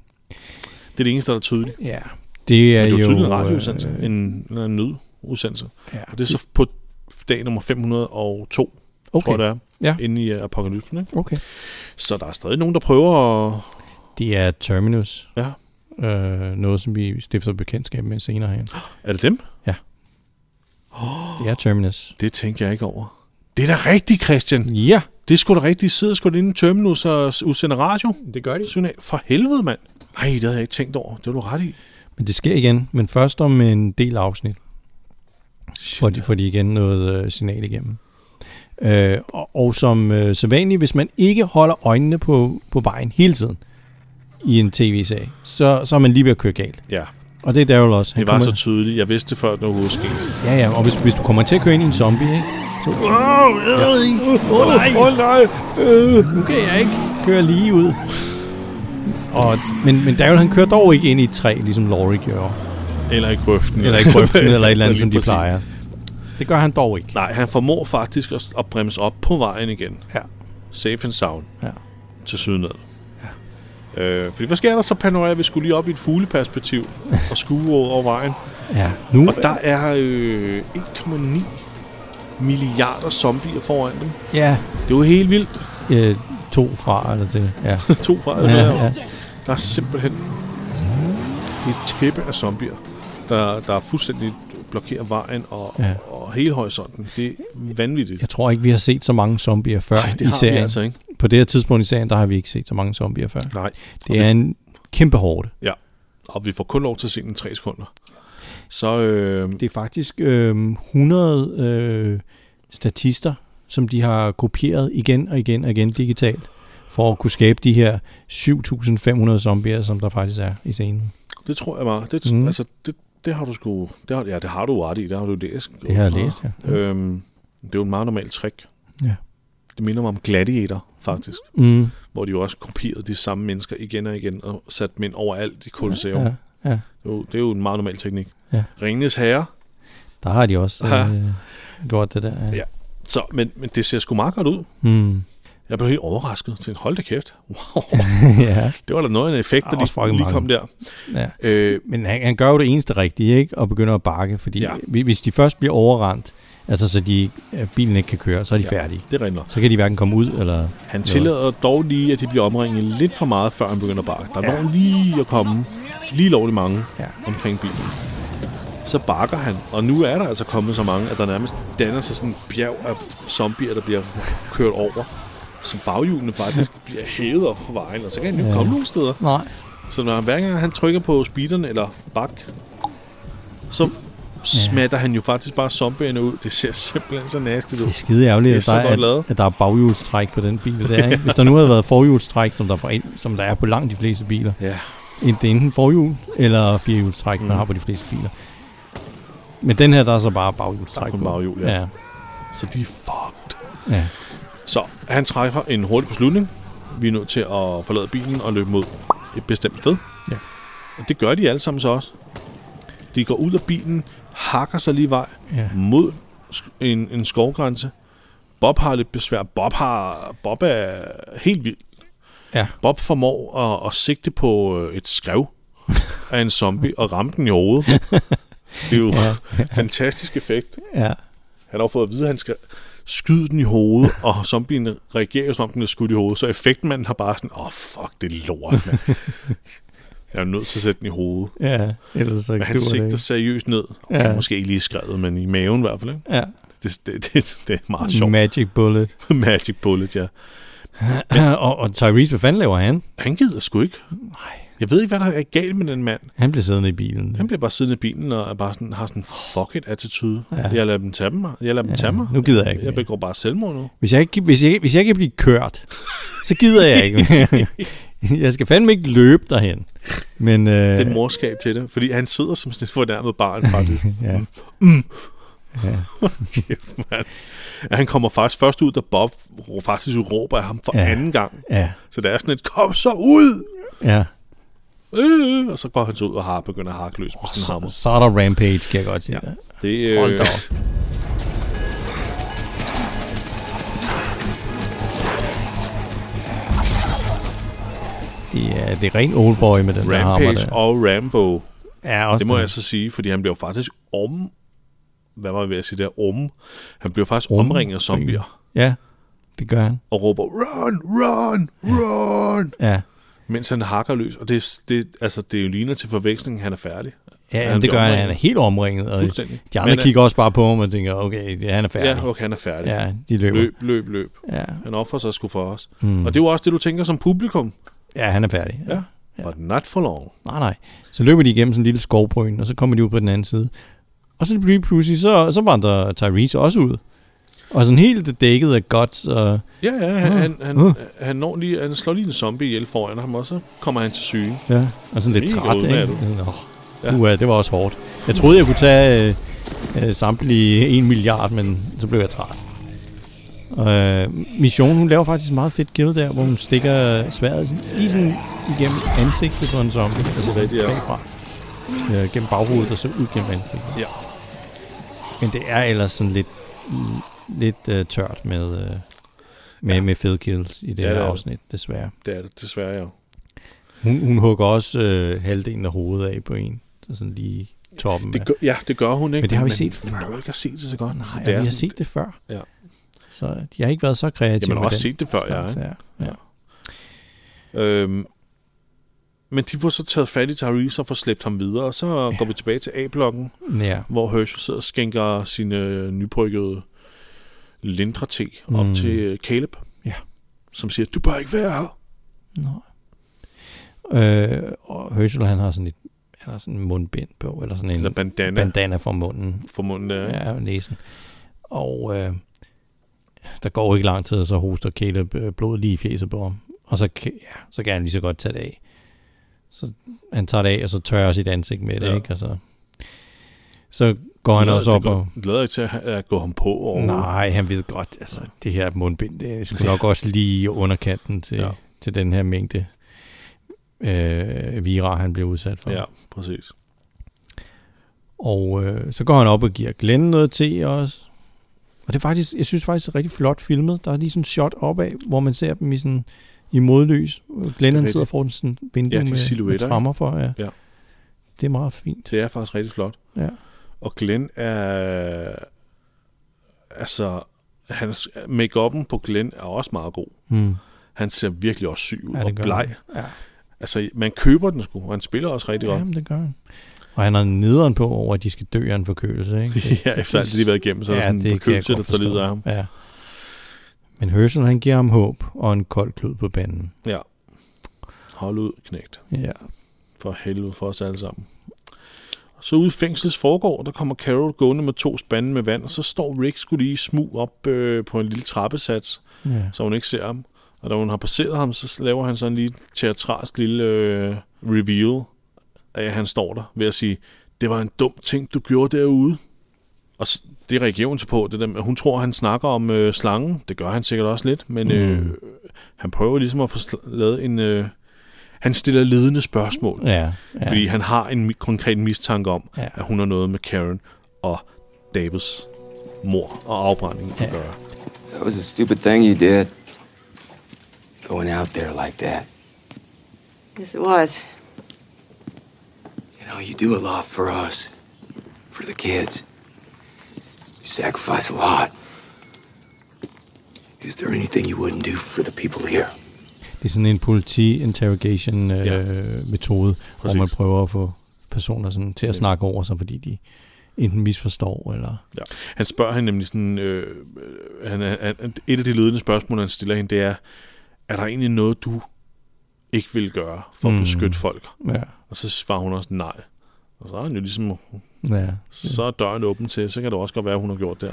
[SPEAKER 1] Det er det eneste, der er tydeligt.
[SPEAKER 3] Ja, det er
[SPEAKER 1] Men det er
[SPEAKER 3] jo,
[SPEAKER 1] tydeligt en
[SPEAKER 3] øh,
[SPEAKER 1] radioudsendelse, en, eller en nødudsendelse.
[SPEAKER 3] Ja.
[SPEAKER 1] Og det er så på dag nummer 502,
[SPEAKER 3] Okay.
[SPEAKER 1] tror jeg det er,
[SPEAKER 3] Ja.
[SPEAKER 1] inde i øh, apokalypsen. Ikke?
[SPEAKER 3] Okay.
[SPEAKER 1] Så der er stadig nogen, der prøver at...
[SPEAKER 3] Det er Terminus.
[SPEAKER 1] Ja.
[SPEAKER 3] Øh, noget, som vi stifter bekendtskab med senere
[SPEAKER 1] <gasps>
[SPEAKER 3] hen.
[SPEAKER 1] Er det dem?
[SPEAKER 3] Ja. Det er Terminus.
[SPEAKER 1] Det tænker jeg ikke over. Det er da rigtigt, Christian.
[SPEAKER 3] Ja.
[SPEAKER 1] Det er sgu da rigtigt. De sidder sgu da inde i Terminus og s- udsender radio.
[SPEAKER 3] Det gør de.
[SPEAKER 1] Signal. For helvede, mand. Nej, det havde jeg ikke tænkt over. Det var du ret i.
[SPEAKER 3] Men det sker igen, men først om en del afsnit. Får de, får de igen noget øh, signal igennem. Øh, og, og som øh, sædvanligt, hvis man ikke holder øjnene på, på vejen hele tiden i en tv-serie, så, så er man lige ved at køre galt.
[SPEAKER 1] Ja.
[SPEAKER 3] Og det er Daryl også.
[SPEAKER 1] det var
[SPEAKER 3] kommer,
[SPEAKER 1] så tydeligt. Jeg vidste det før, det overhovedet skete.
[SPEAKER 3] Ja, ja, og hvis, hvis du kommer til at køre ind i en zombie, ikke? Så,
[SPEAKER 1] Åh, oh,
[SPEAKER 3] nej.
[SPEAKER 1] oh, nej.
[SPEAKER 3] Øh, nu kan jeg ikke køre lige ud. Og, men, men Daryl, han kører dog ikke ind i et træ, ligesom Laurie gjorde.
[SPEAKER 1] Eller i grøften. <laughs>
[SPEAKER 3] Eller i grøften, eller et eller andet,
[SPEAKER 1] Lige
[SPEAKER 3] som de
[SPEAKER 1] præcis.
[SPEAKER 3] plejer. Det gør han dog ikke.
[SPEAKER 1] Nej, han formår faktisk at, at bremse op på vejen igen.
[SPEAKER 3] Ja.
[SPEAKER 1] Safe and sound.
[SPEAKER 3] Ja.
[SPEAKER 1] Til sydenad. Ja. Øh, fordi hvad sker der så, Panora? Vi skulle lige op i et fugleperspektiv og skue over, over vejen.
[SPEAKER 3] Ja, nu-
[SPEAKER 1] Og der er øh, 1,9 milliarder zombier foran dem.
[SPEAKER 3] Ja.
[SPEAKER 1] Det var helt vildt.
[SPEAKER 3] Øh, to fra, eller det. Ja.
[SPEAKER 1] to fra
[SPEAKER 3] ja,
[SPEAKER 1] ja,
[SPEAKER 3] ja.
[SPEAKER 1] Der er simpelthen et tæppe af zombier, der, der fuldstændig blokerer vejen og,
[SPEAKER 3] Ja.
[SPEAKER 1] ja. og hele horisonten. Det er vanvittigt.
[SPEAKER 3] Jeg tror ikke, vi har set så mange zombier før
[SPEAKER 1] <laughs> Nej, det
[SPEAKER 3] i
[SPEAKER 1] har vi
[SPEAKER 3] serien.
[SPEAKER 1] altså ikke.
[SPEAKER 3] På det her tidspunkt i serien, der har vi ikke set så mange zombier før.
[SPEAKER 1] Nej. Og
[SPEAKER 3] Det er
[SPEAKER 1] vi-
[SPEAKER 3] en kæmpe hårde.
[SPEAKER 1] Ja, og vi får kun lov til at se den i tre sekunder. Så øh,
[SPEAKER 3] Det er faktisk øh, 100 øh, statister, som de har kopieret igen og igen og igen digitalt, for at kunne skabe de her 7.500 zombier, som der faktisk er i scenen.
[SPEAKER 1] det tror jeg bare. Det,
[SPEAKER 3] Mm.
[SPEAKER 1] mm. altså, det, det har du sgu... Det har, ja, det har du ret i. Det har du læst.
[SPEAKER 3] Det har jeg læst, ja.
[SPEAKER 1] Øhm, det er jo en meget normal trick.
[SPEAKER 3] Ja.
[SPEAKER 1] Det minder mig om Gladiator, faktisk.
[SPEAKER 3] Mm.
[SPEAKER 1] Hvor de jo også kopierede de samme mennesker igen og igen, og satte dem ind overalt i Colosseum.
[SPEAKER 3] Ja,
[SPEAKER 1] Det,
[SPEAKER 3] ja.
[SPEAKER 1] er jo, det er jo en meget normal teknik.
[SPEAKER 3] Ja.
[SPEAKER 1] Ringenes herre.
[SPEAKER 3] Der har de også øh,
[SPEAKER 1] Ja.
[SPEAKER 3] gjort det der. Ja.
[SPEAKER 1] Ja. Så, men, men det ser sgu meget godt ud.
[SPEAKER 3] Mm.
[SPEAKER 1] Jeg blev helt overrasket. Jeg tænkte, hold da kæft. Wow.
[SPEAKER 3] <laughs> ja.
[SPEAKER 1] Det var da noget af en effekt,
[SPEAKER 3] Der
[SPEAKER 1] der
[SPEAKER 3] er også
[SPEAKER 1] lige,
[SPEAKER 3] fucking
[SPEAKER 1] lige kom
[SPEAKER 3] mange.
[SPEAKER 1] der.
[SPEAKER 3] Ja.
[SPEAKER 1] Øh,
[SPEAKER 3] Men han, han gør jo det eneste rigtige, ikke? Og begynder at bakke, fordi ja.
[SPEAKER 1] Ja.
[SPEAKER 3] hvis de først bliver overrendt, altså så de, øh, bilen ikke kan køre, så er de ja.
[SPEAKER 1] Ja,
[SPEAKER 3] færdige.
[SPEAKER 1] det er rigtigt nok.
[SPEAKER 3] Så kan de hverken komme ud eller...
[SPEAKER 1] Han tillader dog lige, at de bliver omringet lidt for meget, før han begynder at bakke. Der
[SPEAKER 3] Ja.
[SPEAKER 1] når lige at komme lige lovligt mange
[SPEAKER 3] Ja.
[SPEAKER 1] omkring bilen. Så bakker han, og nu er der altså kommet så mange, at der nærmest danner sig sådan en bjerg af zombier, der bliver kørt over. Så baghjulene
[SPEAKER 3] <laughs>
[SPEAKER 1] faktisk bliver hævet op på vejen, og så kan han jo
[SPEAKER 3] Ja.
[SPEAKER 1] ja. komme nogle steder.
[SPEAKER 3] Nej.
[SPEAKER 1] Så når han, hver gang han trykker på speederen eller bak, så smatter han jo faktisk bare zombierne ud. Det ser simpelthen så nasty ud. Det er
[SPEAKER 3] Skide ærgerligt, at
[SPEAKER 1] så
[SPEAKER 3] der,
[SPEAKER 1] godt
[SPEAKER 3] er,
[SPEAKER 1] lavet.
[SPEAKER 3] at, at der er baghjulstræk på den bil der, ikke? Hvis der nu havde været forhjulstræk, som der, for, som der er på langt de fleste biler,
[SPEAKER 1] Ja.
[SPEAKER 3] en- det er enten forhjul eller firehjulstræk, mm. man har på de fleste biler. Men den her, der er så bare baghjulstræk
[SPEAKER 1] kun
[SPEAKER 3] på.
[SPEAKER 1] baghjul, ja.
[SPEAKER 3] ja.
[SPEAKER 1] Så de er fucked.
[SPEAKER 3] Ja.
[SPEAKER 1] Så han træffer en hurtig beslutning. Vi er nødt til at forlade bilen og løbe mod et bestemt sted.
[SPEAKER 3] Ja.
[SPEAKER 1] Og det gør de alle sammen så også. De går ud af bilen, hakker sig lige vej
[SPEAKER 3] Ja.
[SPEAKER 1] mod sk- en, en skovgrænse. Bob har lidt besvær. Bob, har, Bob er helt vild.
[SPEAKER 3] Ja.
[SPEAKER 1] Bob formår at, at sigte på øh, et skrev af en zombie og ramme den i
[SPEAKER 3] <laughs>
[SPEAKER 1] hovedet. Det er jo
[SPEAKER 3] Ja.
[SPEAKER 1] <laughs> ja. fantastisk effekt.
[SPEAKER 3] Ja.
[SPEAKER 1] Han har jo fået at vide, at han skal skyde den i
[SPEAKER 3] <laughs>
[SPEAKER 1] hovedet, og zombien reagerer jo, som om den er skudt i hovedet. Så effektmanden har bare sådan, åh, oh, fuck, det er lort,
[SPEAKER 3] <laughs>
[SPEAKER 1] mand. Jeg er nødt til at sætte den i hovedet.
[SPEAKER 3] Ja, ellers så
[SPEAKER 1] men
[SPEAKER 3] dur
[SPEAKER 1] han
[SPEAKER 3] det
[SPEAKER 1] sigter
[SPEAKER 3] ikke.
[SPEAKER 1] seriøst ned. Okay,
[SPEAKER 3] Ja.
[SPEAKER 1] ja. Måske ikke lige i skrevet, men i maven i hvert fald. Ikke?
[SPEAKER 3] Ja.
[SPEAKER 1] Det, det, det, det er meget sjovt.
[SPEAKER 3] Magic
[SPEAKER 1] <laughs>
[SPEAKER 3] bullet.
[SPEAKER 1] Magic bullet, ja.
[SPEAKER 3] og, og Tyrese, hvad fanden laver han?
[SPEAKER 1] Han gider sgu ikke.
[SPEAKER 3] Nej.
[SPEAKER 1] Jeg ved ikke, hvad der er galt med den mand.
[SPEAKER 3] Han bliver siddende i bilen.
[SPEAKER 1] Han bliver bare siddende i bilen og er bare sådan, har sådan en fuck it attitude.
[SPEAKER 3] Ja.
[SPEAKER 1] Ja. Jeg lader dem tage mig. Jeg lader dem
[SPEAKER 3] Ja,
[SPEAKER 1] tage mig.
[SPEAKER 3] nu gider jeg ikke
[SPEAKER 1] Jeg
[SPEAKER 3] mere.
[SPEAKER 1] begår bare selvmord nu.
[SPEAKER 3] Hvis jeg ikke, hvis jeg, hvis jeg ikke kan blive kørt, så gider
[SPEAKER 1] <laughs>
[SPEAKER 3] jeg ikke. mere. jeg skal fandme ikke løbe derhen. Men, øh,
[SPEAKER 1] Det er morskab til det, fordi han sidder som sådan et fornærmet barn
[SPEAKER 3] <laughs>
[SPEAKER 1] faktisk.
[SPEAKER 3] Ja.
[SPEAKER 1] Mm.
[SPEAKER 3] Ja.
[SPEAKER 1] Kæft, mand. Ja, han kommer faktisk først ud, da Bob rå- faktisk råber af ham for
[SPEAKER 3] Ja.
[SPEAKER 1] ja. anden gang.
[SPEAKER 3] Ja.
[SPEAKER 1] Så der er sådan et, kom så ud!
[SPEAKER 3] ja.
[SPEAKER 1] Øh, og så går han så ud og har, begynder at hakke løs på sin
[SPEAKER 3] Så,
[SPEAKER 1] hammer.
[SPEAKER 3] så er der Rampage, kan jeg godt sige. Ja.
[SPEAKER 1] Det, øh,
[SPEAKER 3] Hold da op. Det er, det er ren oldboy med den der hammer
[SPEAKER 1] Rampage
[SPEAKER 3] der.
[SPEAKER 1] og Rambo.
[SPEAKER 3] Ja, også
[SPEAKER 1] det må
[SPEAKER 3] det.
[SPEAKER 1] jeg så sige, fordi han bliver jo faktisk om... Hvad var jeg ved at sige der? Om. Han bliver faktisk
[SPEAKER 3] Om-
[SPEAKER 1] omringet af zombier
[SPEAKER 3] Ja, det gør han.
[SPEAKER 1] og råber, run, run, run!
[SPEAKER 3] Ja.
[SPEAKER 1] Mens han hakker løs. Og det, er- det, altså, det er jo ligner til forveksling, han er færdig.
[SPEAKER 3] Ja,
[SPEAKER 1] Han
[SPEAKER 3] jamen, det
[SPEAKER 1] bliver
[SPEAKER 3] gør han.
[SPEAKER 1] omringet.
[SPEAKER 3] Han er helt omringet. Og
[SPEAKER 1] Fuldstændig.
[SPEAKER 3] de andre
[SPEAKER 1] Men, øh,
[SPEAKER 3] kigger også bare på ham og tænker, okay, det- han er færdig.
[SPEAKER 1] Ja, okay, han er færdig.
[SPEAKER 3] Ja, de løber.
[SPEAKER 1] Løb, løb, løb.
[SPEAKER 3] Ja.
[SPEAKER 1] Han offrer sig sgu for os.
[SPEAKER 3] Mm.
[SPEAKER 1] Mm. Og det er jo også det, du tænker som publikum.
[SPEAKER 3] Ja, han er færdig.
[SPEAKER 1] Ja. ja. But not for long.
[SPEAKER 3] Nej, nej. Så løber de igennem sådan en lille skovbryn, og så kommer de ud på den anden side. Og så lige pludselig, så, så vandrer Tyrese også ud. Og sådan helt dækket af godt. Og,
[SPEAKER 1] Ja, ja, han,
[SPEAKER 3] Ah,
[SPEAKER 1] han, han,
[SPEAKER 3] ah.
[SPEAKER 1] han, når lige, han slår lige en zombie ihjel foran ham, og så kommer han til syne.
[SPEAKER 3] Ja, og sådan lidt
[SPEAKER 1] Mega
[SPEAKER 3] træt, ikke?
[SPEAKER 1] udmattet.
[SPEAKER 3] Sådan, åh,
[SPEAKER 1] Ja.
[SPEAKER 3] Uha, det var også hårdt. Jeg troede, jeg kunne tage øh, øh, samtlige 1 milliard, men så blev jeg træt. Og, øh, Mission, hun laver faktisk et meget fedt kill der, hvor hun stikker sværet lige sådan igennem ansigtet på en zombie. Altså
[SPEAKER 1] rigtigt, ja.
[SPEAKER 3] bagfra. Øh, gennem baghovedet og så ud gennem ansigtet.
[SPEAKER 1] Ja.
[SPEAKER 3] Men det er ellers sådan lidt, lidt øh, tørt med, øh, med, ja. med fede kills i det
[SPEAKER 1] Ja,
[SPEAKER 3] her
[SPEAKER 1] det er det.
[SPEAKER 3] afsnit, desværre.
[SPEAKER 1] Det er det desværre, ja.
[SPEAKER 3] Hun, hun hugger også øh, halvdelen af hovedet af på en. Så sådan lige toppen
[SPEAKER 1] Det
[SPEAKER 3] af.
[SPEAKER 1] gør, ja, det gør hun ikke.
[SPEAKER 3] Men det har vi
[SPEAKER 1] men,
[SPEAKER 3] set
[SPEAKER 1] før. Men når vi ikke har set det så godt. Nej, så
[SPEAKER 3] Ej,
[SPEAKER 1] det
[SPEAKER 3] vi
[SPEAKER 1] er
[SPEAKER 3] har
[SPEAKER 1] sådan-
[SPEAKER 3] set det før.
[SPEAKER 1] Ja.
[SPEAKER 3] Så de har ikke været så kreative
[SPEAKER 1] Jamen, jeg har
[SPEAKER 3] med
[SPEAKER 1] også
[SPEAKER 3] den
[SPEAKER 1] set det før, ja,
[SPEAKER 3] slags,
[SPEAKER 1] ikke?
[SPEAKER 3] Ja. ja.
[SPEAKER 1] Øhm, men de får så taget fat i Tyrese og får slæbt ham videre, og så ja. går vi tilbage til A-blokken,
[SPEAKER 3] Ja.
[SPEAKER 1] hvor Herschel sidder og skænker sine øh, nybrygget lindre-te op
[SPEAKER 3] Mm.
[SPEAKER 1] til øh, Caleb,
[SPEAKER 3] Ja.
[SPEAKER 1] som siger, du bør ikke være her.
[SPEAKER 3] Øh, og Herschel, han har sådan et han har sådan en mundbind på, eller sådan en
[SPEAKER 1] Eller bandana.
[SPEAKER 3] bandana for munden.
[SPEAKER 1] For munden, ja.
[SPEAKER 3] Ja, og næsen. Og øh, der går ikke lang tid, og så hoster Caleb øh, blod lige i fjeset på ham. Og så, kan- ja, så kan han lige så godt tage det af. Så han tager det af, og så tørrer sit ansigt med det, ja.
[SPEAKER 1] Ja.
[SPEAKER 3] ikke? Og så, så går han også op og...
[SPEAKER 1] Det lader ikke til at, at gå ham på. Og,
[SPEAKER 3] Nej, han ved godt, altså det her mundbind, det er sgu nok også lige i underkanten til, ja.
[SPEAKER 1] Ja.
[SPEAKER 3] til den her mængde øh, vira, han blev udsat for.
[SPEAKER 1] Ja, præcis.
[SPEAKER 3] Og øh, så går han op og giver Glenn noget te også. Og det er faktisk, jeg synes faktisk, det er rigtig flot filmet. Der er lige sådan en shot opad, hvor man ser dem i sådan i modlys. Glenn han
[SPEAKER 1] rigtigt.
[SPEAKER 3] sidder foran sådan et vindue
[SPEAKER 1] Ja, de
[SPEAKER 3] med, med
[SPEAKER 1] silhuetter, ikke?
[SPEAKER 3] trammer for. Ja.
[SPEAKER 1] Ja.
[SPEAKER 3] Det er meget fint.
[SPEAKER 1] Det er faktisk rigtig flot.
[SPEAKER 3] Ja.
[SPEAKER 1] Og Glenn er... Altså, hans make-up'en på Glenn er også meget god.
[SPEAKER 3] Mm.
[SPEAKER 1] Han ser virkelig også syg ud
[SPEAKER 3] Ja,
[SPEAKER 1] ja,
[SPEAKER 3] det
[SPEAKER 1] og
[SPEAKER 3] gør
[SPEAKER 1] bleg.
[SPEAKER 3] han. Ja.
[SPEAKER 1] Altså, man køber den sgu, og han spiller også rigtig godt.
[SPEAKER 3] Jamen, det gør han. Og han har nederen på over, at de skal dø af en forkølelse. Ikke?
[SPEAKER 1] <laughs> Ja, efter alt det, de har været igennem, så er der sådan en
[SPEAKER 3] det kan jeg
[SPEAKER 1] forkølelse,
[SPEAKER 3] godt
[SPEAKER 1] der tager livet
[SPEAKER 3] forstå.
[SPEAKER 1] af ham.
[SPEAKER 3] Ja. Men Herschel, han giver ham håb og en kold klud på panden.
[SPEAKER 1] Ja. Hold ud, knægt.
[SPEAKER 3] Ja.
[SPEAKER 1] For helvede for os alle sammen. Så ude i fængsels foregår, der kommer Carol gående med to spande med vand, og så står Rick skulle lige i smug op øh, på en lille trappesats,
[SPEAKER 3] Ja.
[SPEAKER 1] så hun ikke ser ham. Og da hun har passeret ham, så laver han sådan en lille teatralsk lille øh, reveal af, at han står der ved at sige, det var en dum ting, du gjorde derude. Og s- det reagerer hun så på. Det der, med- hun tror, han snakker om øh, slangen. Det gør han sikkert også lidt, men mm. øh, han prøver ligesom at få sl- lavet en... Øh, han stiller ledende spørgsmål.
[SPEAKER 3] Ja, ja.
[SPEAKER 1] Fordi han har en mi- konkret mistanke om,
[SPEAKER 3] Ja.
[SPEAKER 1] ja. at hun har noget med Karen og Davids mor og afbrænding at ja. gøre.
[SPEAKER 2] That was a stupid thing you did. Going out there like that.
[SPEAKER 8] Yes, it was.
[SPEAKER 2] You know, you do a lot for us, for the kids. You sacrifice a lot. Is there anything you wouldn't do for the people here?
[SPEAKER 3] Det er sådan en politi-interrogation-metode, øh, hvor man
[SPEAKER 1] Præcis.
[SPEAKER 3] prøver at få personer sådan til at snakke over sig, fordi de enten misforstår, eller...
[SPEAKER 1] Ja. Han spørger hende nemlig sådan, øh, øh, han, er- han, et af de ledende spørgsmål, han stiller hende, det er, er der egentlig noget, du ikke vil gøre for at
[SPEAKER 3] Mm.
[SPEAKER 1] beskytte folk?
[SPEAKER 3] Ja.
[SPEAKER 1] Og så svarer hun også nej. Og så er han jo ligesom,
[SPEAKER 3] Ja.
[SPEAKER 1] så er døren åben til, så kan det også godt være, hun har gjort der.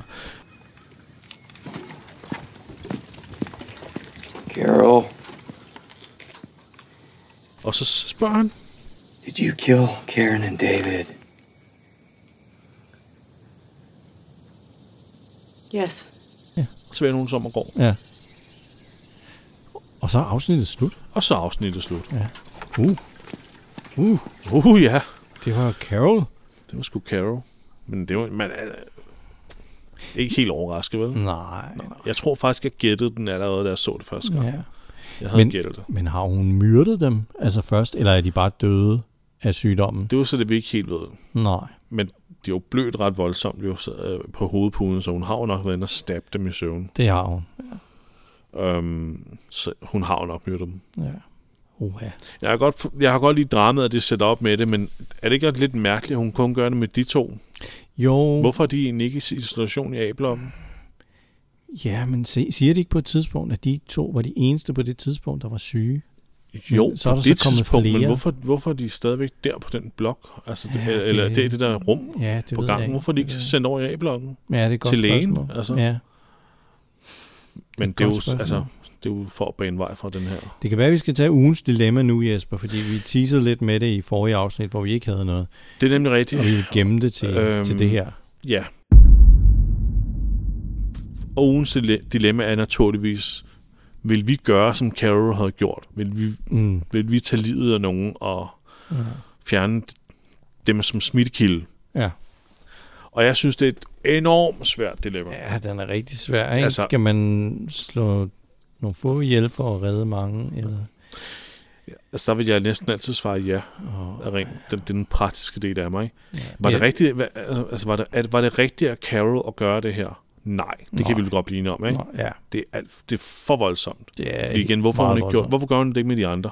[SPEAKER 2] Carol,
[SPEAKER 1] Og så spørger han,
[SPEAKER 2] did you kill Karen and David?
[SPEAKER 8] Yes.
[SPEAKER 1] så vender hun sig om og går.
[SPEAKER 3] ja. Og så er afsnittet slut.
[SPEAKER 1] Og så er afsnittet slut.
[SPEAKER 3] Ja. Uh. Uh.
[SPEAKER 1] Uh ja,
[SPEAKER 3] Det var Carol.
[SPEAKER 1] det var sgu Carol. Men det var, man er ikke helt overrasket, vel?
[SPEAKER 3] Nej.
[SPEAKER 1] Jeg tror faktisk, jeg gættede den allerede, da jeg så det første gang.
[SPEAKER 3] Ja.
[SPEAKER 1] Jeg havde
[SPEAKER 3] Men,
[SPEAKER 1] gættet det.
[SPEAKER 3] men har hun myrdet dem altså først, eller er de bare døde af sygdommen?
[SPEAKER 1] Det var så det, vi ikke helt ved.
[SPEAKER 3] Nej.
[SPEAKER 1] Men de er jo blødt ret voldsomt jo, så, øh, på hovedpuden, så hun har jo nok været inde og stabbe dem i søvn.
[SPEAKER 3] Det har hun.
[SPEAKER 1] Øhm, så hun har jo nok myrdet dem.
[SPEAKER 3] Ja. Uha.
[SPEAKER 1] Jeg har, godt, jeg har godt lige dramet, at det sætter op med det, men er det ikke også lidt mærkeligt, at hun kun gør det med de to?
[SPEAKER 3] Jo.
[SPEAKER 1] Hvorfor er de egentlig ikke i situation i Abelom?
[SPEAKER 3] Ja, men se, siger de ikke på et tidspunkt, at de to var de eneste på det tidspunkt, der var syge?
[SPEAKER 1] Jo,
[SPEAKER 3] Men
[SPEAKER 1] så på det tidspunkt, men
[SPEAKER 3] flere.
[SPEAKER 1] hvorfor, hvorfor er de stadigvæk der på den blok? Altså, det,
[SPEAKER 3] Ja,
[SPEAKER 1] ja, eller
[SPEAKER 3] det-
[SPEAKER 1] det, det der rum
[SPEAKER 3] Ja, det
[SPEAKER 1] på
[SPEAKER 3] ved jeg
[SPEAKER 1] gangen?
[SPEAKER 3] ikke.
[SPEAKER 1] Hvorfor er de ikke sendt over i A-blokken?
[SPEAKER 3] Ja, det er et godt
[SPEAKER 1] Til lægen,
[SPEAKER 3] spørgsmål.
[SPEAKER 1] altså.
[SPEAKER 3] Ja.
[SPEAKER 1] Men
[SPEAKER 3] et
[SPEAKER 1] det er,
[SPEAKER 3] godt
[SPEAKER 1] jo,
[SPEAKER 3] spørgsmål.
[SPEAKER 1] altså, det er jo for at bane vej for den her.
[SPEAKER 3] Det kan være, at vi skal tage ugens dilemma nu, Jesper, fordi vi teasede lidt med det i forrige afsnit, hvor vi ikke havde noget.
[SPEAKER 1] Det er nemlig rigtigt.
[SPEAKER 3] Og vi vil gemme det til, øhm,
[SPEAKER 1] Øhm,
[SPEAKER 3] til det her.
[SPEAKER 1] Ja. Og ugens dile- dilemma er naturligvis, vil vi gøre, som Carol havde gjort? Vil vi,
[SPEAKER 3] Mm.
[SPEAKER 1] mm. vil vi tage livet af nogen og
[SPEAKER 3] Ja.
[SPEAKER 1] fjerne dem som smittekilde?
[SPEAKER 3] Ja.
[SPEAKER 1] Og jeg synes, det er et enormt svært dilemma.
[SPEAKER 3] Ja, den er rigtig svær. Ikke? Altså,
[SPEAKER 1] Altså-
[SPEAKER 3] skal man slå nogle få ihjel for at redde mange? Eller?
[SPEAKER 1] Altså, der vil jeg næsten altid svare ja. Oh, rent, den, den praktiske del af mig. Ikke? Ja. Var,
[SPEAKER 3] Men
[SPEAKER 1] det rigtigt, hva- altså, var, det, at, var det rigtigt af Carol at gøre det her? Nej, det
[SPEAKER 3] Nej.
[SPEAKER 1] kan vi vel godt blive enige om. Ikke?
[SPEAKER 3] Nå, ja.
[SPEAKER 1] Det, er alt, det er for voldsomt.
[SPEAKER 3] Det er
[SPEAKER 1] Fordi igen, hvorfor, har
[SPEAKER 3] meget
[SPEAKER 1] hun ikke gjort,
[SPEAKER 3] voldsomt.
[SPEAKER 1] hvorfor gør hun det ikke med de andre?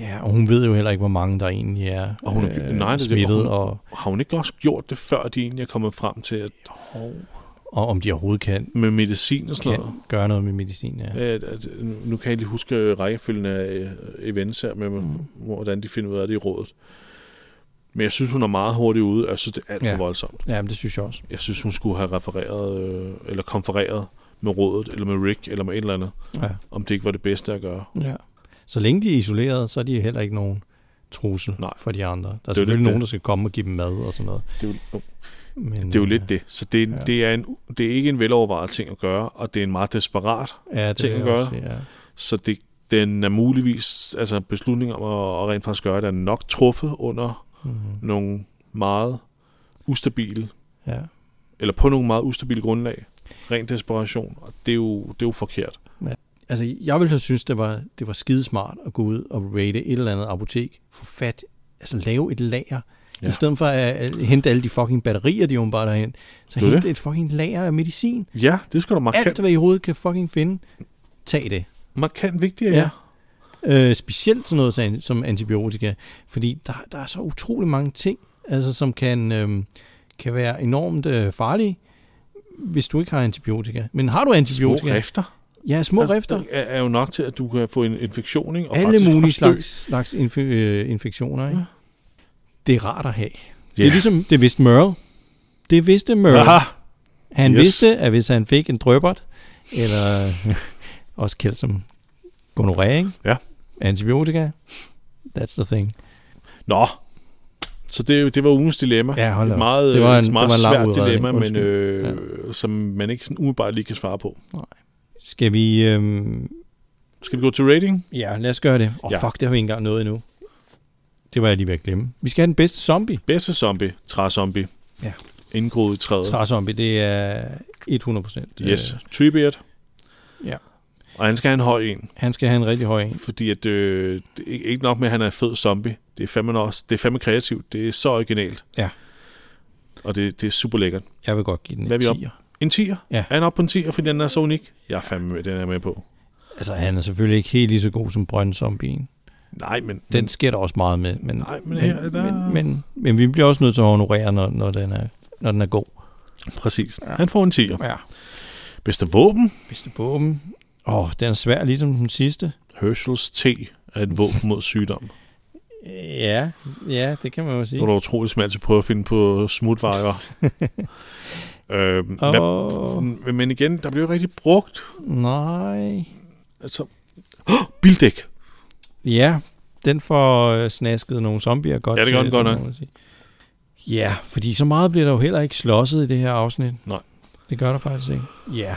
[SPEAKER 3] Ja, og hun ved jo heller ikke, hvor mange der egentlig er
[SPEAKER 1] Og hun,
[SPEAKER 3] øh,
[SPEAKER 1] øh, nej, det, er det,
[SPEAKER 3] smittet.
[SPEAKER 1] og hun,
[SPEAKER 3] og,
[SPEAKER 1] Har hun ikke også gjort det, før de egentlig er kommet frem til, at
[SPEAKER 3] og om de overhovedet kan,
[SPEAKER 1] med medicin og sådan
[SPEAKER 3] kan
[SPEAKER 1] noget?
[SPEAKER 3] gøre noget med medicin. Ja.
[SPEAKER 1] At, at, nu kan jeg ikke lige huske øh, rækkefølgen af øh, events her, med, mm. hvordan de finder ud af det i rådet. Men jeg synes, hun er meget hurtigt ude, og jeg synes, det er alt for
[SPEAKER 3] Ja.
[SPEAKER 1] voldsomt.
[SPEAKER 3] ja, men det synes jeg også.
[SPEAKER 1] Jeg synes, hun skulle have refereret, øh, eller konfereret med rådet, eller med Rick, eller med et eller andet,
[SPEAKER 3] Ja.
[SPEAKER 1] om det ikke var det bedste at gøre.
[SPEAKER 3] Ja. Så længe de er isoleret, så er de heller ikke nogen trussel Nej. for de andre. Der er
[SPEAKER 1] lidt
[SPEAKER 3] selvfølgelig nogen,
[SPEAKER 1] det.
[SPEAKER 3] der skal komme og give dem mad og sådan noget.
[SPEAKER 1] Det er jo,
[SPEAKER 3] Men,
[SPEAKER 1] det er jo
[SPEAKER 3] øh,
[SPEAKER 1] lidt det. Så det, ja. det, er en, det er ikke en velovervejet ting at gøre, og det er en meget desperat
[SPEAKER 3] øh, Ja, det
[SPEAKER 1] ting
[SPEAKER 3] vil
[SPEAKER 1] at
[SPEAKER 3] jeg
[SPEAKER 1] gøre.
[SPEAKER 3] også sige, ja.
[SPEAKER 1] Så det, den er muligvis, altså beslutningen om at, at rent faktisk gøre det, er nok truffet under
[SPEAKER 3] Mhm.
[SPEAKER 1] mm-hmm. nogle meget ustabile,
[SPEAKER 3] Ja.
[SPEAKER 1] eller på nogle meget ustabile grundlag. Ren desperation, og det er jo, det er jo forkert.
[SPEAKER 3] Ja. Altså, jeg ville have synes det var, det var skidesmart at gå ud og rate et eller andet apotek, få fat, altså lave et lager, ja.
[SPEAKER 1] Ja.
[SPEAKER 3] i stedet for at, at hente alle de fucking batterier, de åbenbart har hen, så
[SPEAKER 1] Det er
[SPEAKER 3] hente
[SPEAKER 1] det.
[SPEAKER 3] et fucking lager af medicin.
[SPEAKER 1] Ja, det skal du
[SPEAKER 3] Alt,
[SPEAKER 1] markant,
[SPEAKER 3] hvad I overhovedet kan fucking finde, tag det.
[SPEAKER 1] markant vigtigere.
[SPEAKER 3] Ja. Øh, specielt sådan noget som- som antibiotika, fordi der, der er så utrolig mange ting, altså, som kan, øh, kan være enormt øh, farlige, hvis du ikke har antibiotika. Men har du antibiotika?
[SPEAKER 1] Små rifter.
[SPEAKER 3] Ja, små altså, rifter.
[SPEAKER 1] Er, er jo nok til, at du kan få en infektion, ikke? Og
[SPEAKER 3] Alle
[SPEAKER 1] faktisk
[SPEAKER 3] mulige
[SPEAKER 1] også dø.
[SPEAKER 3] slags, slags inf- øh, infektioner, ikke? Det er rart at have. Det er
[SPEAKER 1] Ja.
[SPEAKER 3] ligesom, det vidste Merle. Det vidste Merle.
[SPEAKER 1] Aha.
[SPEAKER 3] Han yes.
[SPEAKER 1] Yes.
[SPEAKER 3] vidste, at hvis han fik en drøbert, eller <laughs> også kaldt som gonorrhea, ikke?
[SPEAKER 1] Ja.
[SPEAKER 3] antibiotika, that's the thing.
[SPEAKER 1] Nå, så det, det var ugens dilemma.
[SPEAKER 3] Ja, hold da
[SPEAKER 1] Et
[SPEAKER 3] op.
[SPEAKER 1] meget, øh,
[SPEAKER 3] Det var en-
[SPEAKER 1] et meget
[SPEAKER 3] det var en lang
[SPEAKER 1] svært
[SPEAKER 3] udredning.
[SPEAKER 1] dilemma, men,
[SPEAKER 3] Undskyld.
[SPEAKER 1] øh, ja. som man ikke sådan umiddelbart lige kan svare på.
[SPEAKER 3] Skal vi... Øhm,
[SPEAKER 1] Skal vi gå til rating?
[SPEAKER 3] ja, lad os gøre det. Åh, oh,
[SPEAKER 1] Ja.
[SPEAKER 3] fuck, det har vi ikke engang nået endnu. Det var jeg lige ved at glemme. Vi skal have den bedste zombie.
[SPEAKER 1] Bedste zombie, træzombie.
[SPEAKER 3] Ja.
[SPEAKER 1] Indgroet i træet.
[SPEAKER 3] Træzombie, det er øh, 100%.
[SPEAKER 1] Yes, Treebeard.
[SPEAKER 3] Ja.
[SPEAKER 1] Og han skal have en høj en,
[SPEAKER 3] Han skal have en rigtig høj en.
[SPEAKER 1] fordi at, øh, det er ikke nok med, at han er en fed zombie. Det er fandme, også, det er fandme kreativt. Det er så originalt.
[SPEAKER 3] Ja.
[SPEAKER 1] Og det, det er super lækkert.
[SPEAKER 3] Jeg vil godt give den
[SPEAKER 1] Hvad er
[SPEAKER 3] en
[SPEAKER 1] vi op?
[SPEAKER 3] 10'er.
[SPEAKER 1] En 10'er?
[SPEAKER 3] Ja.
[SPEAKER 1] Er han oppe på en 10'er, fordi den er så unik? Jeg er fandme med, den er jeg med på.
[SPEAKER 3] Altså, han er selvfølgelig ikke helt lige så god som brøndzombien.
[SPEAKER 1] Nej, men
[SPEAKER 3] Den sker der også meget med. Men, Nej,
[SPEAKER 1] Mm. men her- der-
[SPEAKER 3] men, men, men, vi bliver også nødt til at honorere, når, når, den, er, når den er god.
[SPEAKER 1] præcis. Ja. Han får en 10'er.
[SPEAKER 3] Ja.
[SPEAKER 1] Bedste våben?
[SPEAKER 3] Bedste våben. Åh, oh, den er svær, ligesom den sidste.
[SPEAKER 1] Herschels T er et våben mod sygdom.
[SPEAKER 3] Ja, ja, det kan man jo sige.
[SPEAKER 1] Det var da utroligt smalt at prøve at finde på
[SPEAKER 3] <laughs>
[SPEAKER 1] smutvejer. øhm,
[SPEAKER 3] Åh.
[SPEAKER 1] hvad, men igen, der bliver jo ikke rigtig brugt.
[SPEAKER 3] Nej.
[SPEAKER 1] Altså, bildæk.
[SPEAKER 3] Ja, den får øh, snasket nogle zombier godt
[SPEAKER 1] Ja, det gør
[SPEAKER 3] til,
[SPEAKER 1] den godt
[SPEAKER 3] må
[SPEAKER 1] nok.
[SPEAKER 3] man sige. Ja, fordi så meget bliver der jo heller ikke slåsset i det her afsnit.
[SPEAKER 1] Nej.
[SPEAKER 3] Det gør der faktisk ikke. Ja.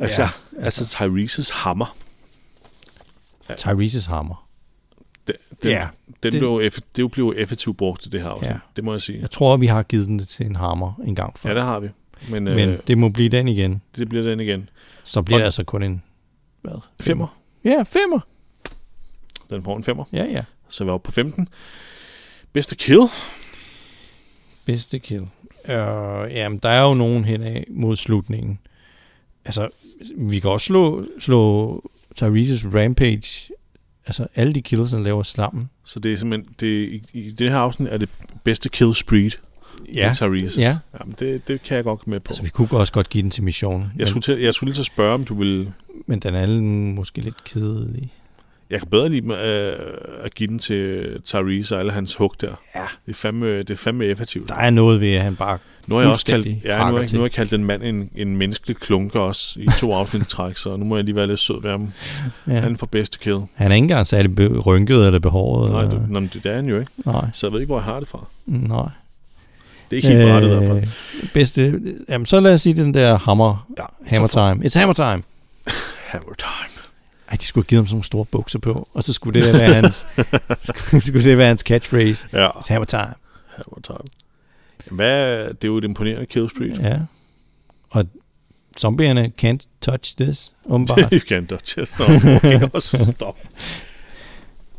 [SPEAKER 1] Altså, ja, altså Tyrese's hammer.
[SPEAKER 3] Tyrese's hammer.
[SPEAKER 1] Den, den,
[SPEAKER 3] Ja,
[SPEAKER 1] den
[SPEAKER 3] det-
[SPEAKER 1] det, blev, eff- det blev effektivt brugt i det her afsnit.
[SPEAKER 3] Ja.
[SPEAKER 1] Ja. Det må jeg sige.
[SPEAKER 3] Jeg tror, vi har givet den til en hammer en gang før.
[SPEAKER 1] Ja, det har vi. Men,
[SPEAKER 3] Men
[SPEAKER 1] øh,
[SPEAKER 3] det må blive den igen.
[SPEAKER 1] det bliver den igen.
[SPEAKER 3] Så bliver
[SPEAKER 1] Og-
[SPEAKER 3] det altså kun en... Hvad?
[SPEAKER 1] Femmer.
[SPEAKER 3] Ja, femmer.
[SPEAKER 1] Den får en femmer.
[SPEAKER 3] Ja, ja.
[SPEAKER 1] Så er vi oppe på 15. Bedste kill.
[SPEAKER 3] Bedste kill. Øh, jamen, der er jo nogen henad mod slutningen. Altså, vi kan også slå, slå Tyrese's Rampage. Altså, alle de kills, han laver slammen.
[SPEAKER 1] Så det er simpelthen, det, i, i det her afsnit er det bedste kill spreed.
[SPEAKER 3] Ja.
[SPEAKER 1] Det Tyrese.
[SPEAKER 3] Ja.
[SPEAKER 1] Jamen, det, det kan jeg godt gå med på.
[SPEAKER 3] Altså, vi kunne også godt give den til Mission.
[SPEAKER 1] jeg, skulle til, jeg skulle lige så spørge, om du ville...
[SPEAKER 3] Men den er alle måske lidt kedelig.
[SPEAKER 1] Jeg kan bedre lide øh, at give den til Tyrese og alle hans hug der.
[SPEAKER 3] Ja.
[SPEAKER 1] Det er fandme, det er fandme effektivt.
[SPEAKER 3] Der er noget ved, at han bare
[SPEAKER 1] Nu har jeg også kaldt,
[SPEAKER 3] fuldstændig
[SPEAKER 1] ja, nu har,
[SPEAKER 3] hakker
[SPEAKER 1] jeg-
[SPEAKER 3] til.
[SPEAKER 1] nu har jeg kaldt den mand en, en menneskelig klunker også i
[SPEAKER 3] <laughs>
[SPEAKER 1] to afsnit i træk, så nu må jeg lige være lidt sød ved ham.
[SPEAKER 3] Ja.
[SPEAKER 1] ja. Han får bedste kæde.
[SPEAKER 3] Han er ikke engang særlig be- rynket eller behåret.
[SPEAKER 1] Nej,
[SPEAKER 3] eller-
[SPEAKER 1] du, nå, men det er han jo ikke.
[SPEAKER 3] Nej.
[SPEAKER 1] Så jeg ved ikke, hvor jeg har det fra.
[SPEAKER 3] Nej.
[SPEAKER 1] Det er ikke helt bare det derfor.
[SPEAKER 3] Øh. Bedste, jamen så lad os sige den der hammer, ja, hammer
[SPEAKER 1] så får-
[SPEAKER 3] time. It's hammer time.
[SPEAKER 1] Hammer time.
[SPEAKER 3] Ej, de skulle have givet ham sådan nogle store bukser på, og så skulle det være
[SPEAKER 1] <laughs>
[SPEAKER 3] hans, <laughs> skulle, skulle det være hans catchphrase.
[SPEAKER 1] Ja.
[SPEAKER 3] It's hammer time.
[SPEAKER 1] Hammer time. Jamen, Hvad, det er jo et imponerende kill spree.
[SPEAKER 3] Ja. Og zombierne can't touch this,
[SPEAKER 1] <laughs>
[SPEAKER 3] åbenbart.
[SPEAKER 1] Det kan der til. Nå, okay, også
[SPEAKER 3] <laughs>
[SPEAKER 1] stop.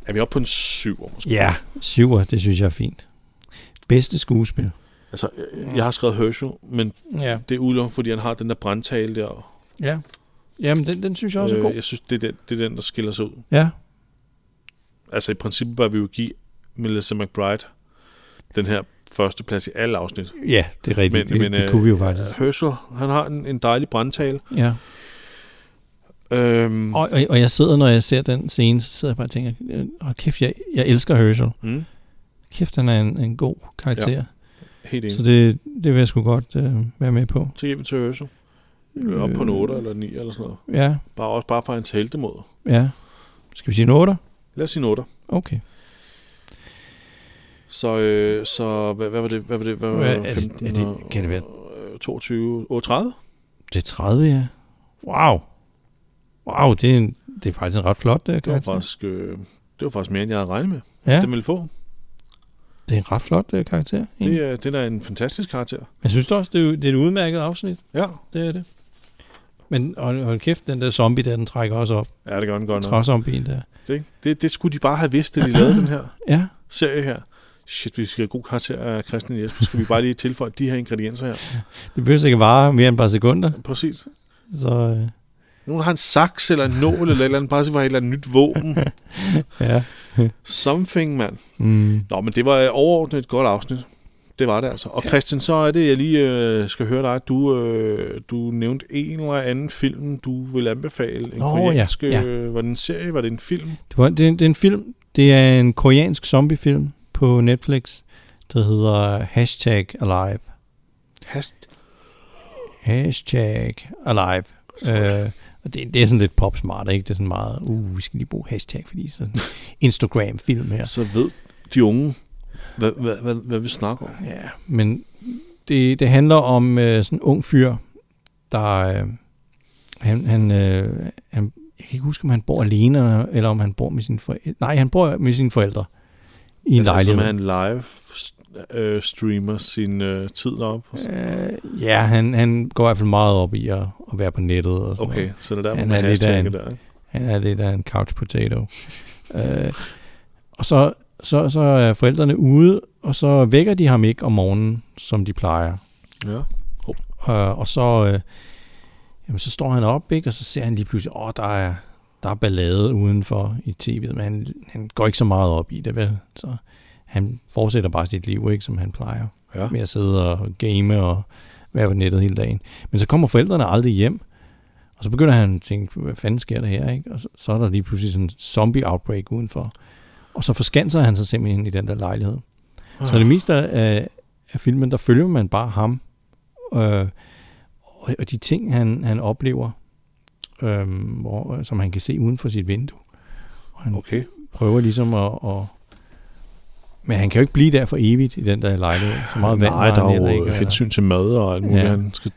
[SPEAKER 1] Er vi oppe på en syv måske?
[SPEAKER 3] ja, syver, det synes jeg er fint. Bedste skuespil.
[SPEAKER 1] Altså, jeg, jeg har skrevet Herschel, men
[SPEAKER 3] Ja.
[SPEAKER 1] det er udelukkende, fordi han har den der brandtale der. øh,
[SPEAKER 3] Ja. Jamen, den, den synes jeg også er god.
[SPEAKER 1] Jeg synes, det er, den, det er den, der skiller sig ud.
[SPEAKER 3] Ja.
[SPEAKER 1] Altså i princippet bør vi jo give Melissa McBride den her første plads i alle afsnit.
[SPEAKER 3] Ja, det er rigtigt. Det- det
[SPEAKER 1] øh,
[SPEAKER 3] kunne vi jo faktisk.
[SPEAKER 1] Herschel, han har en, en dejlig brandtale.
[SPEAKER 3] Ja.
[SPEAKER 1] Øhm,
[SPEAKER 3] Og, og, og jeg sidder, når jeg ser den scene, så sidder jeg bare og tænker, øh, hold kæft, jeg, jeg elsker Herschel.
[SPEAKER 1] Mm.
[SPEAKER 3] Kæft, han er en, en god karakter.
[SPEAKER 1] Ja, helt enig.
[SPEAKER 3] Så det, det vil jeg sgu godt øh, være med på.
[SPEAKER 1] Så giver vi til Herschel. Øh, op på en 8 eller 9 eller sådan noget.
[SPEAKER 3] Ja.
[SPEAKER 1] Bare, også bare for hans heltemod.
[SPEAKER 3] Ja. Skal vi sige en 8?
[SPEAKER 1] Lad os sige en 8.
[SPEAKER 3] Okay.
[SPEAKER 1] Så, øh, så hvad, hvad var det? Hvad var det? Hvad var
[SPEAKER 3] Hvad
[SPEAKER 1] det? øh,
[SPEAKER 3] er det-
[SPEAKER 1] 15,
[SPEAKER 3] er det- kan det være-
[SPEAKER 1] Øh, og- 22, 38?
[SPEAKER 3] Det er 30, ja. Wow. Wow, det er, en, det er faktisk en ret flot
[SPEAKER 1] Det
[SPEAKER 3] øh,
[SPEAKER 1] var,
[SPEAKER 3] karakter.
[SPEAKER 1] faktisk, øh, det var faktisk mere, end jeg havde regnet med.
[SPEAKER 3] Ja.
[SPEAKER 1] Den ville få.
[SPEAKER 3] Det er en ret flot øh, karakter. egentlig.
[SPEAKER 1] Det er, det er da en fantastisk karakter.
[SPEAKER 3] Jeg synes da også, det er, jo- det er et udmærket afsnit.
[SPEAKER 1] Ja.
[SPEAKER 3] Det er det. Men hold, hold kæft, den der zombie der, den trækker også op.
[SPEAKER 1] Ja, det gør den godt nok.
[SPEAKER 3] Træzombien der.
[SPEAKER 1] Det, det, det skulle de bare have vidst, da de lavede den her
[SPEAKER 3] Ja.
[SPEAKER 1] serie her. Shit, vi skal have god karakter af Christian Jesper. Skal vi bare lige tilføje de her ingredienser her?
[SPEAKER 3] Det behøver ikke at vare mere end et par sekunder.
[SPEAKER 1] Præcis.
[SPEAKER 3] Så øh,
[SPEAKER 1] Nogen har en saks eller en nål eller et eller andet, bare så var et eller andet nyt
[SPEAKER 3] <laughs>
[SPEAKER 1] våben.
[SPEAKER 3] ja.
[SPEAKER 1] Something, mand.
[SPEAKER 3] Mm.
[SPEAKER 1] Nå, men det var øh, overordnet et godt afsnit. Det var det altså. Og Christian, så er det, jeg lige øh, skal høre dig. Du, øh, du nævnte en eller anden film, du vil anbefale. En
[SPEAKER 3] Nå, ja,
[SPEAKER 1] koreansk,
[SPEAKER 3] ja.
[SPEAKER 1] øh, Var det en serie? Var det en film?
[SPEAKER 3] Det, var, det, er en- det er en film. Det er en koreansk zombiefilm på Netflix, der hedder Hashtag Alive.
[SPEAKER 1] Hast.
[SPEAKER 3] Hashtag Alive. Øh, og det, det er sådan lidt popsmart, ikke? Det er sådan meget, uh, vi skal lige bruge hashtag, fordi sådan en Instagram-film her.
[SPEAKER 1] Så ved de unge, hvad, hvad, hvad, hvad vi snakker om.
[SPEAKER 3] Ja, men det, det handler om øh, sådan en ung fyr, der... Øh, han, han, øh, han, jeg kan ikke huske, om han bor alene, eller- eller om han bor med sine forældre. Nej, han bor med sine forældre i en lejlighed.
[SPEAKER 1] Altså, Som han live st- øh, streamer sin øh, tid op. Og sådan.
[SPEAKER 3] Øh, ja, han, han går i hvert fald meget op i at, at være på nettet. Og sådan
[SPEAKER 1] Okay,
[SPEAKER 3] noget.
[SPEAKER 1] så det er der, hvor
[SPEAKER 3] han
[SPEAKER 1] man
[SPEAKER 3] er lidt af en,
[SPEAKER 1] hashtagger der, ikke?
[SPEAKER 3] Han er lidt af en couch potato. øh, og så, så, så er forældrene ude, og så vækker de ham ikke om morgenen, som de plejer.
[SPEAKER 1] Ja. Hov.
[SPEAKER 3] Øh, og så, øh, jamen, så står han op, ikke? og så ser han lige pludselig, åh, der er, der er ballade udenfor i tv'et, men han, han går ikke så meget op i det, vel? Så han fortsætter bare sit liv, ikke, som han plejer.
[SPEAKER 1] Ja.
[SPEAKER 3] Med at sidde og game og være på nettet hele dagen. Men så kommer forældrene aldrig hjem, og så begynder han at tænke, hvad fanden sker der her, ikke? Og så, så er der lige pludselig sådan en zombie-outbreak udenfor. Og så forskanser han sig simpelthen i den der lejlighed. Så
[SPEAKER 1] Ah.
[SPEAKER 3] det meste af, af filmen, der følger man bare ham. Øh, og, og de ting, han, han oplever, øh, hvor, som han kan se uden for sit vindue. Og han
[SPEAKER 1] Okay.
[SPEAKER 3] prøver ligesom at, at... Men han kan jo ikke blive der for evigt i den der lejlighed. Så meget vand
[SPEAKER 1] Nej,
[SPEAKER 3] har
[SPEAKER 1] der
[SPEAKER 3] han
[SPEAKER 1] er jo
[SPEAKER 3] heller
[SPEAKER 1] ikke,
[SPEAKER 3] ikke. og-
[SPEAKER 1] hensyn til mad og alt muligt, ja.
[SPEAKER 3] Ja.
[SPEAKER 1] han skal,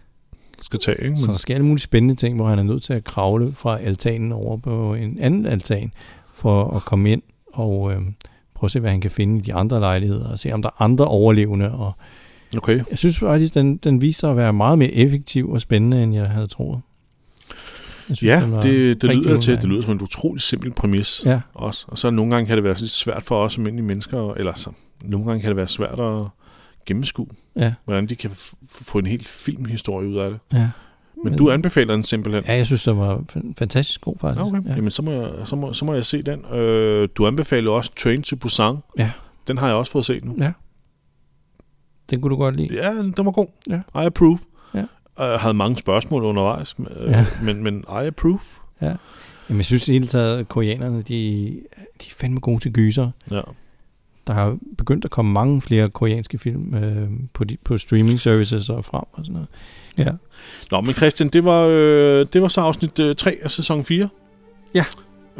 [SPEAKER 1] skal tage. Ikke? Men,
[SPEAKER 3] Så der sker alle mulige spændende ting, hvor han er nødt til at kravle fra altanen over på en anden altan, for at komme ind og øh, prøve at se, hvad han kan finde i de andre lejligheder, og se, om der er andre overlevende. Og
[SPEAKER 1] okay.
[SPEAKER 3] jeg synes faktisk, den, den viser sig at være meget mere effektiv og spændende, end jeg havde troet. Jeg
[SPEAKER 1] Synes, ja,
[SPEAKER 3] den var
[SPEAKER 1] det, det
[SPEAKER 3] rigtig
[SPEAKER 1] lyder til,
[SPEAKER 3] udmærket.
[SPEAKER 1] det lyder som en utrolig simpel præmis
[SPEAKER 3] Ja.
[SPEAKER 1] også. Og så nogle gange kan det være lidt svært for os almindelige mennesker, eller så, nogle gange kan det være svært at gennemskue,
[SPEAKER 3] Ja.
[SPEAKER 1] hvordan de kan f- få en hel filmhistorie ud af det.
[SPEAKER 3] Ja.
[SPEAKER 1] Men du anbefaler den simpelthen.
[SPEAKER 3] Ja, jeg synes, den var fan- fantastisk god, faktisk.
[SPEAKER 1] Okay.
[SPEAKER 3] Ja.
[SPEAKER 1] Jamen, så må, jeg, så, må, så må jeg se den. Øh, du anbefaler også Train to Busan.
[SPEAKER 3] Ja.
[SPEAKER 1] Den har jeg også fået set nu.
[SPEAKER 3] Ja. Den kunne du godt lide.
[SPEAKER 1] Ja, den var god.
[SPEAKER 3] Ja.
[SPEAKER 1] I approve.
[SPEAKER 3] Ja.
[SPEAKER 1] Og Jeg havde mange spørgsmål undervejs, øh,
[SPEAKER 3] Ja.
[SPEAKER 1] men, men I approve.
[SPEAKER 3] Ja. Jamen, jeg synes i det hele taget, at koreanerne, de, de er fandme gode til gyser.
[SPEAKER 1] Ja.
[SPEAKER 3] Der har begyndt at komme mange flere koreanske film øh, på, de, på streaming services og frem og sådan noget. Ja.
[SPEAKER 1] Nå, men Christian, det var, øh, det var så afsnit øh, 3 af sæson 4.
[SPEAKER 3] Ja.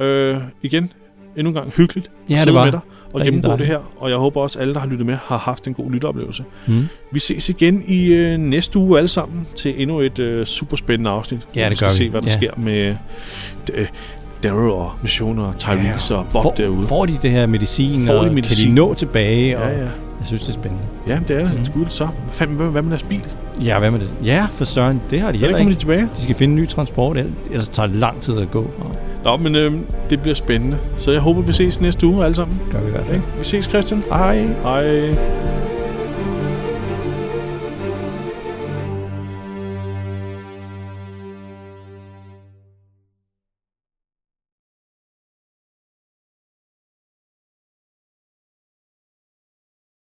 [SPEAKER 1] Øh, igen, endnu en gang hyggeligt
[SPEAKER 3] Ja,
[SPEAKER 1] at
[SPEAKER 3] det
[SPEAKER 1] sidde
[SPEAKER 3] var
[SPEAKER 1] med dig og
[SPEAKER 3] rigtig
[SPEAKER 1] gennemgå det
[SPEAKER 3] dejligt.
[SPEAKER 1] her. Og jeg håber også, at alle, der har lyttet med, har haft en god lytteoplevelse.
[SPEAKER 3] Mm.
[SPEAKER 1] Vi ses igen i øh, næste uge alle sammen til endnu et øh, super spændende afsnit.
[SPEAKER 3] Ja, det
[SPEAKER 1] vi skal
[SPEAKER 3] gør vi.
[SPEAKER 1] se, hvad der
[SPEAKER 3] Ja.
[SPEAKER 1] sker med øh, Daryl og Mission og Tyrese og Bob
[SPEAKER 3] Får,
[SPEAKER 1] derude.
[SPEAKER 3] får de det her medicin,
[SPEAKER 1] Får de
[SPEAKER 3] og kan
[SPEAKER 1] medicin?
[SPEAKER 3] de nå tilbage? Og
[SPEAKER 1] Ja, ja.
[SPEAKER 3] Jeg synes, det er spændende.
[SPEAKER 1] Ja, det er det. Skud, så. Hvad fanden, hvad hvad med deres bil?
[SPEAKER 3] Mhm. Ja, hvad med det? Ja, for søren, det har de
[SPEAKER 1] Hvordan
[SPEAKER 3] heller
[SPEAKER 1] kommer
[SPEAKER 3] ikke.
[SPEAKER 1] de tilbage?
[SPEAKER 3] De skal finde ny transport, el- ellers tager det lang tid at gå. Og
[SPEAKER 1] Nå, men øh, det bliver spændende. Så jeg håber, vi ses næste uge alle sammen.
[SPEAKER 3] gør vi i hvert fald.
[SPEAKER 1] Okay. Vi ses, Christian.
[SPEAKER 3] Hej.
[SPEAKER 1] Hej.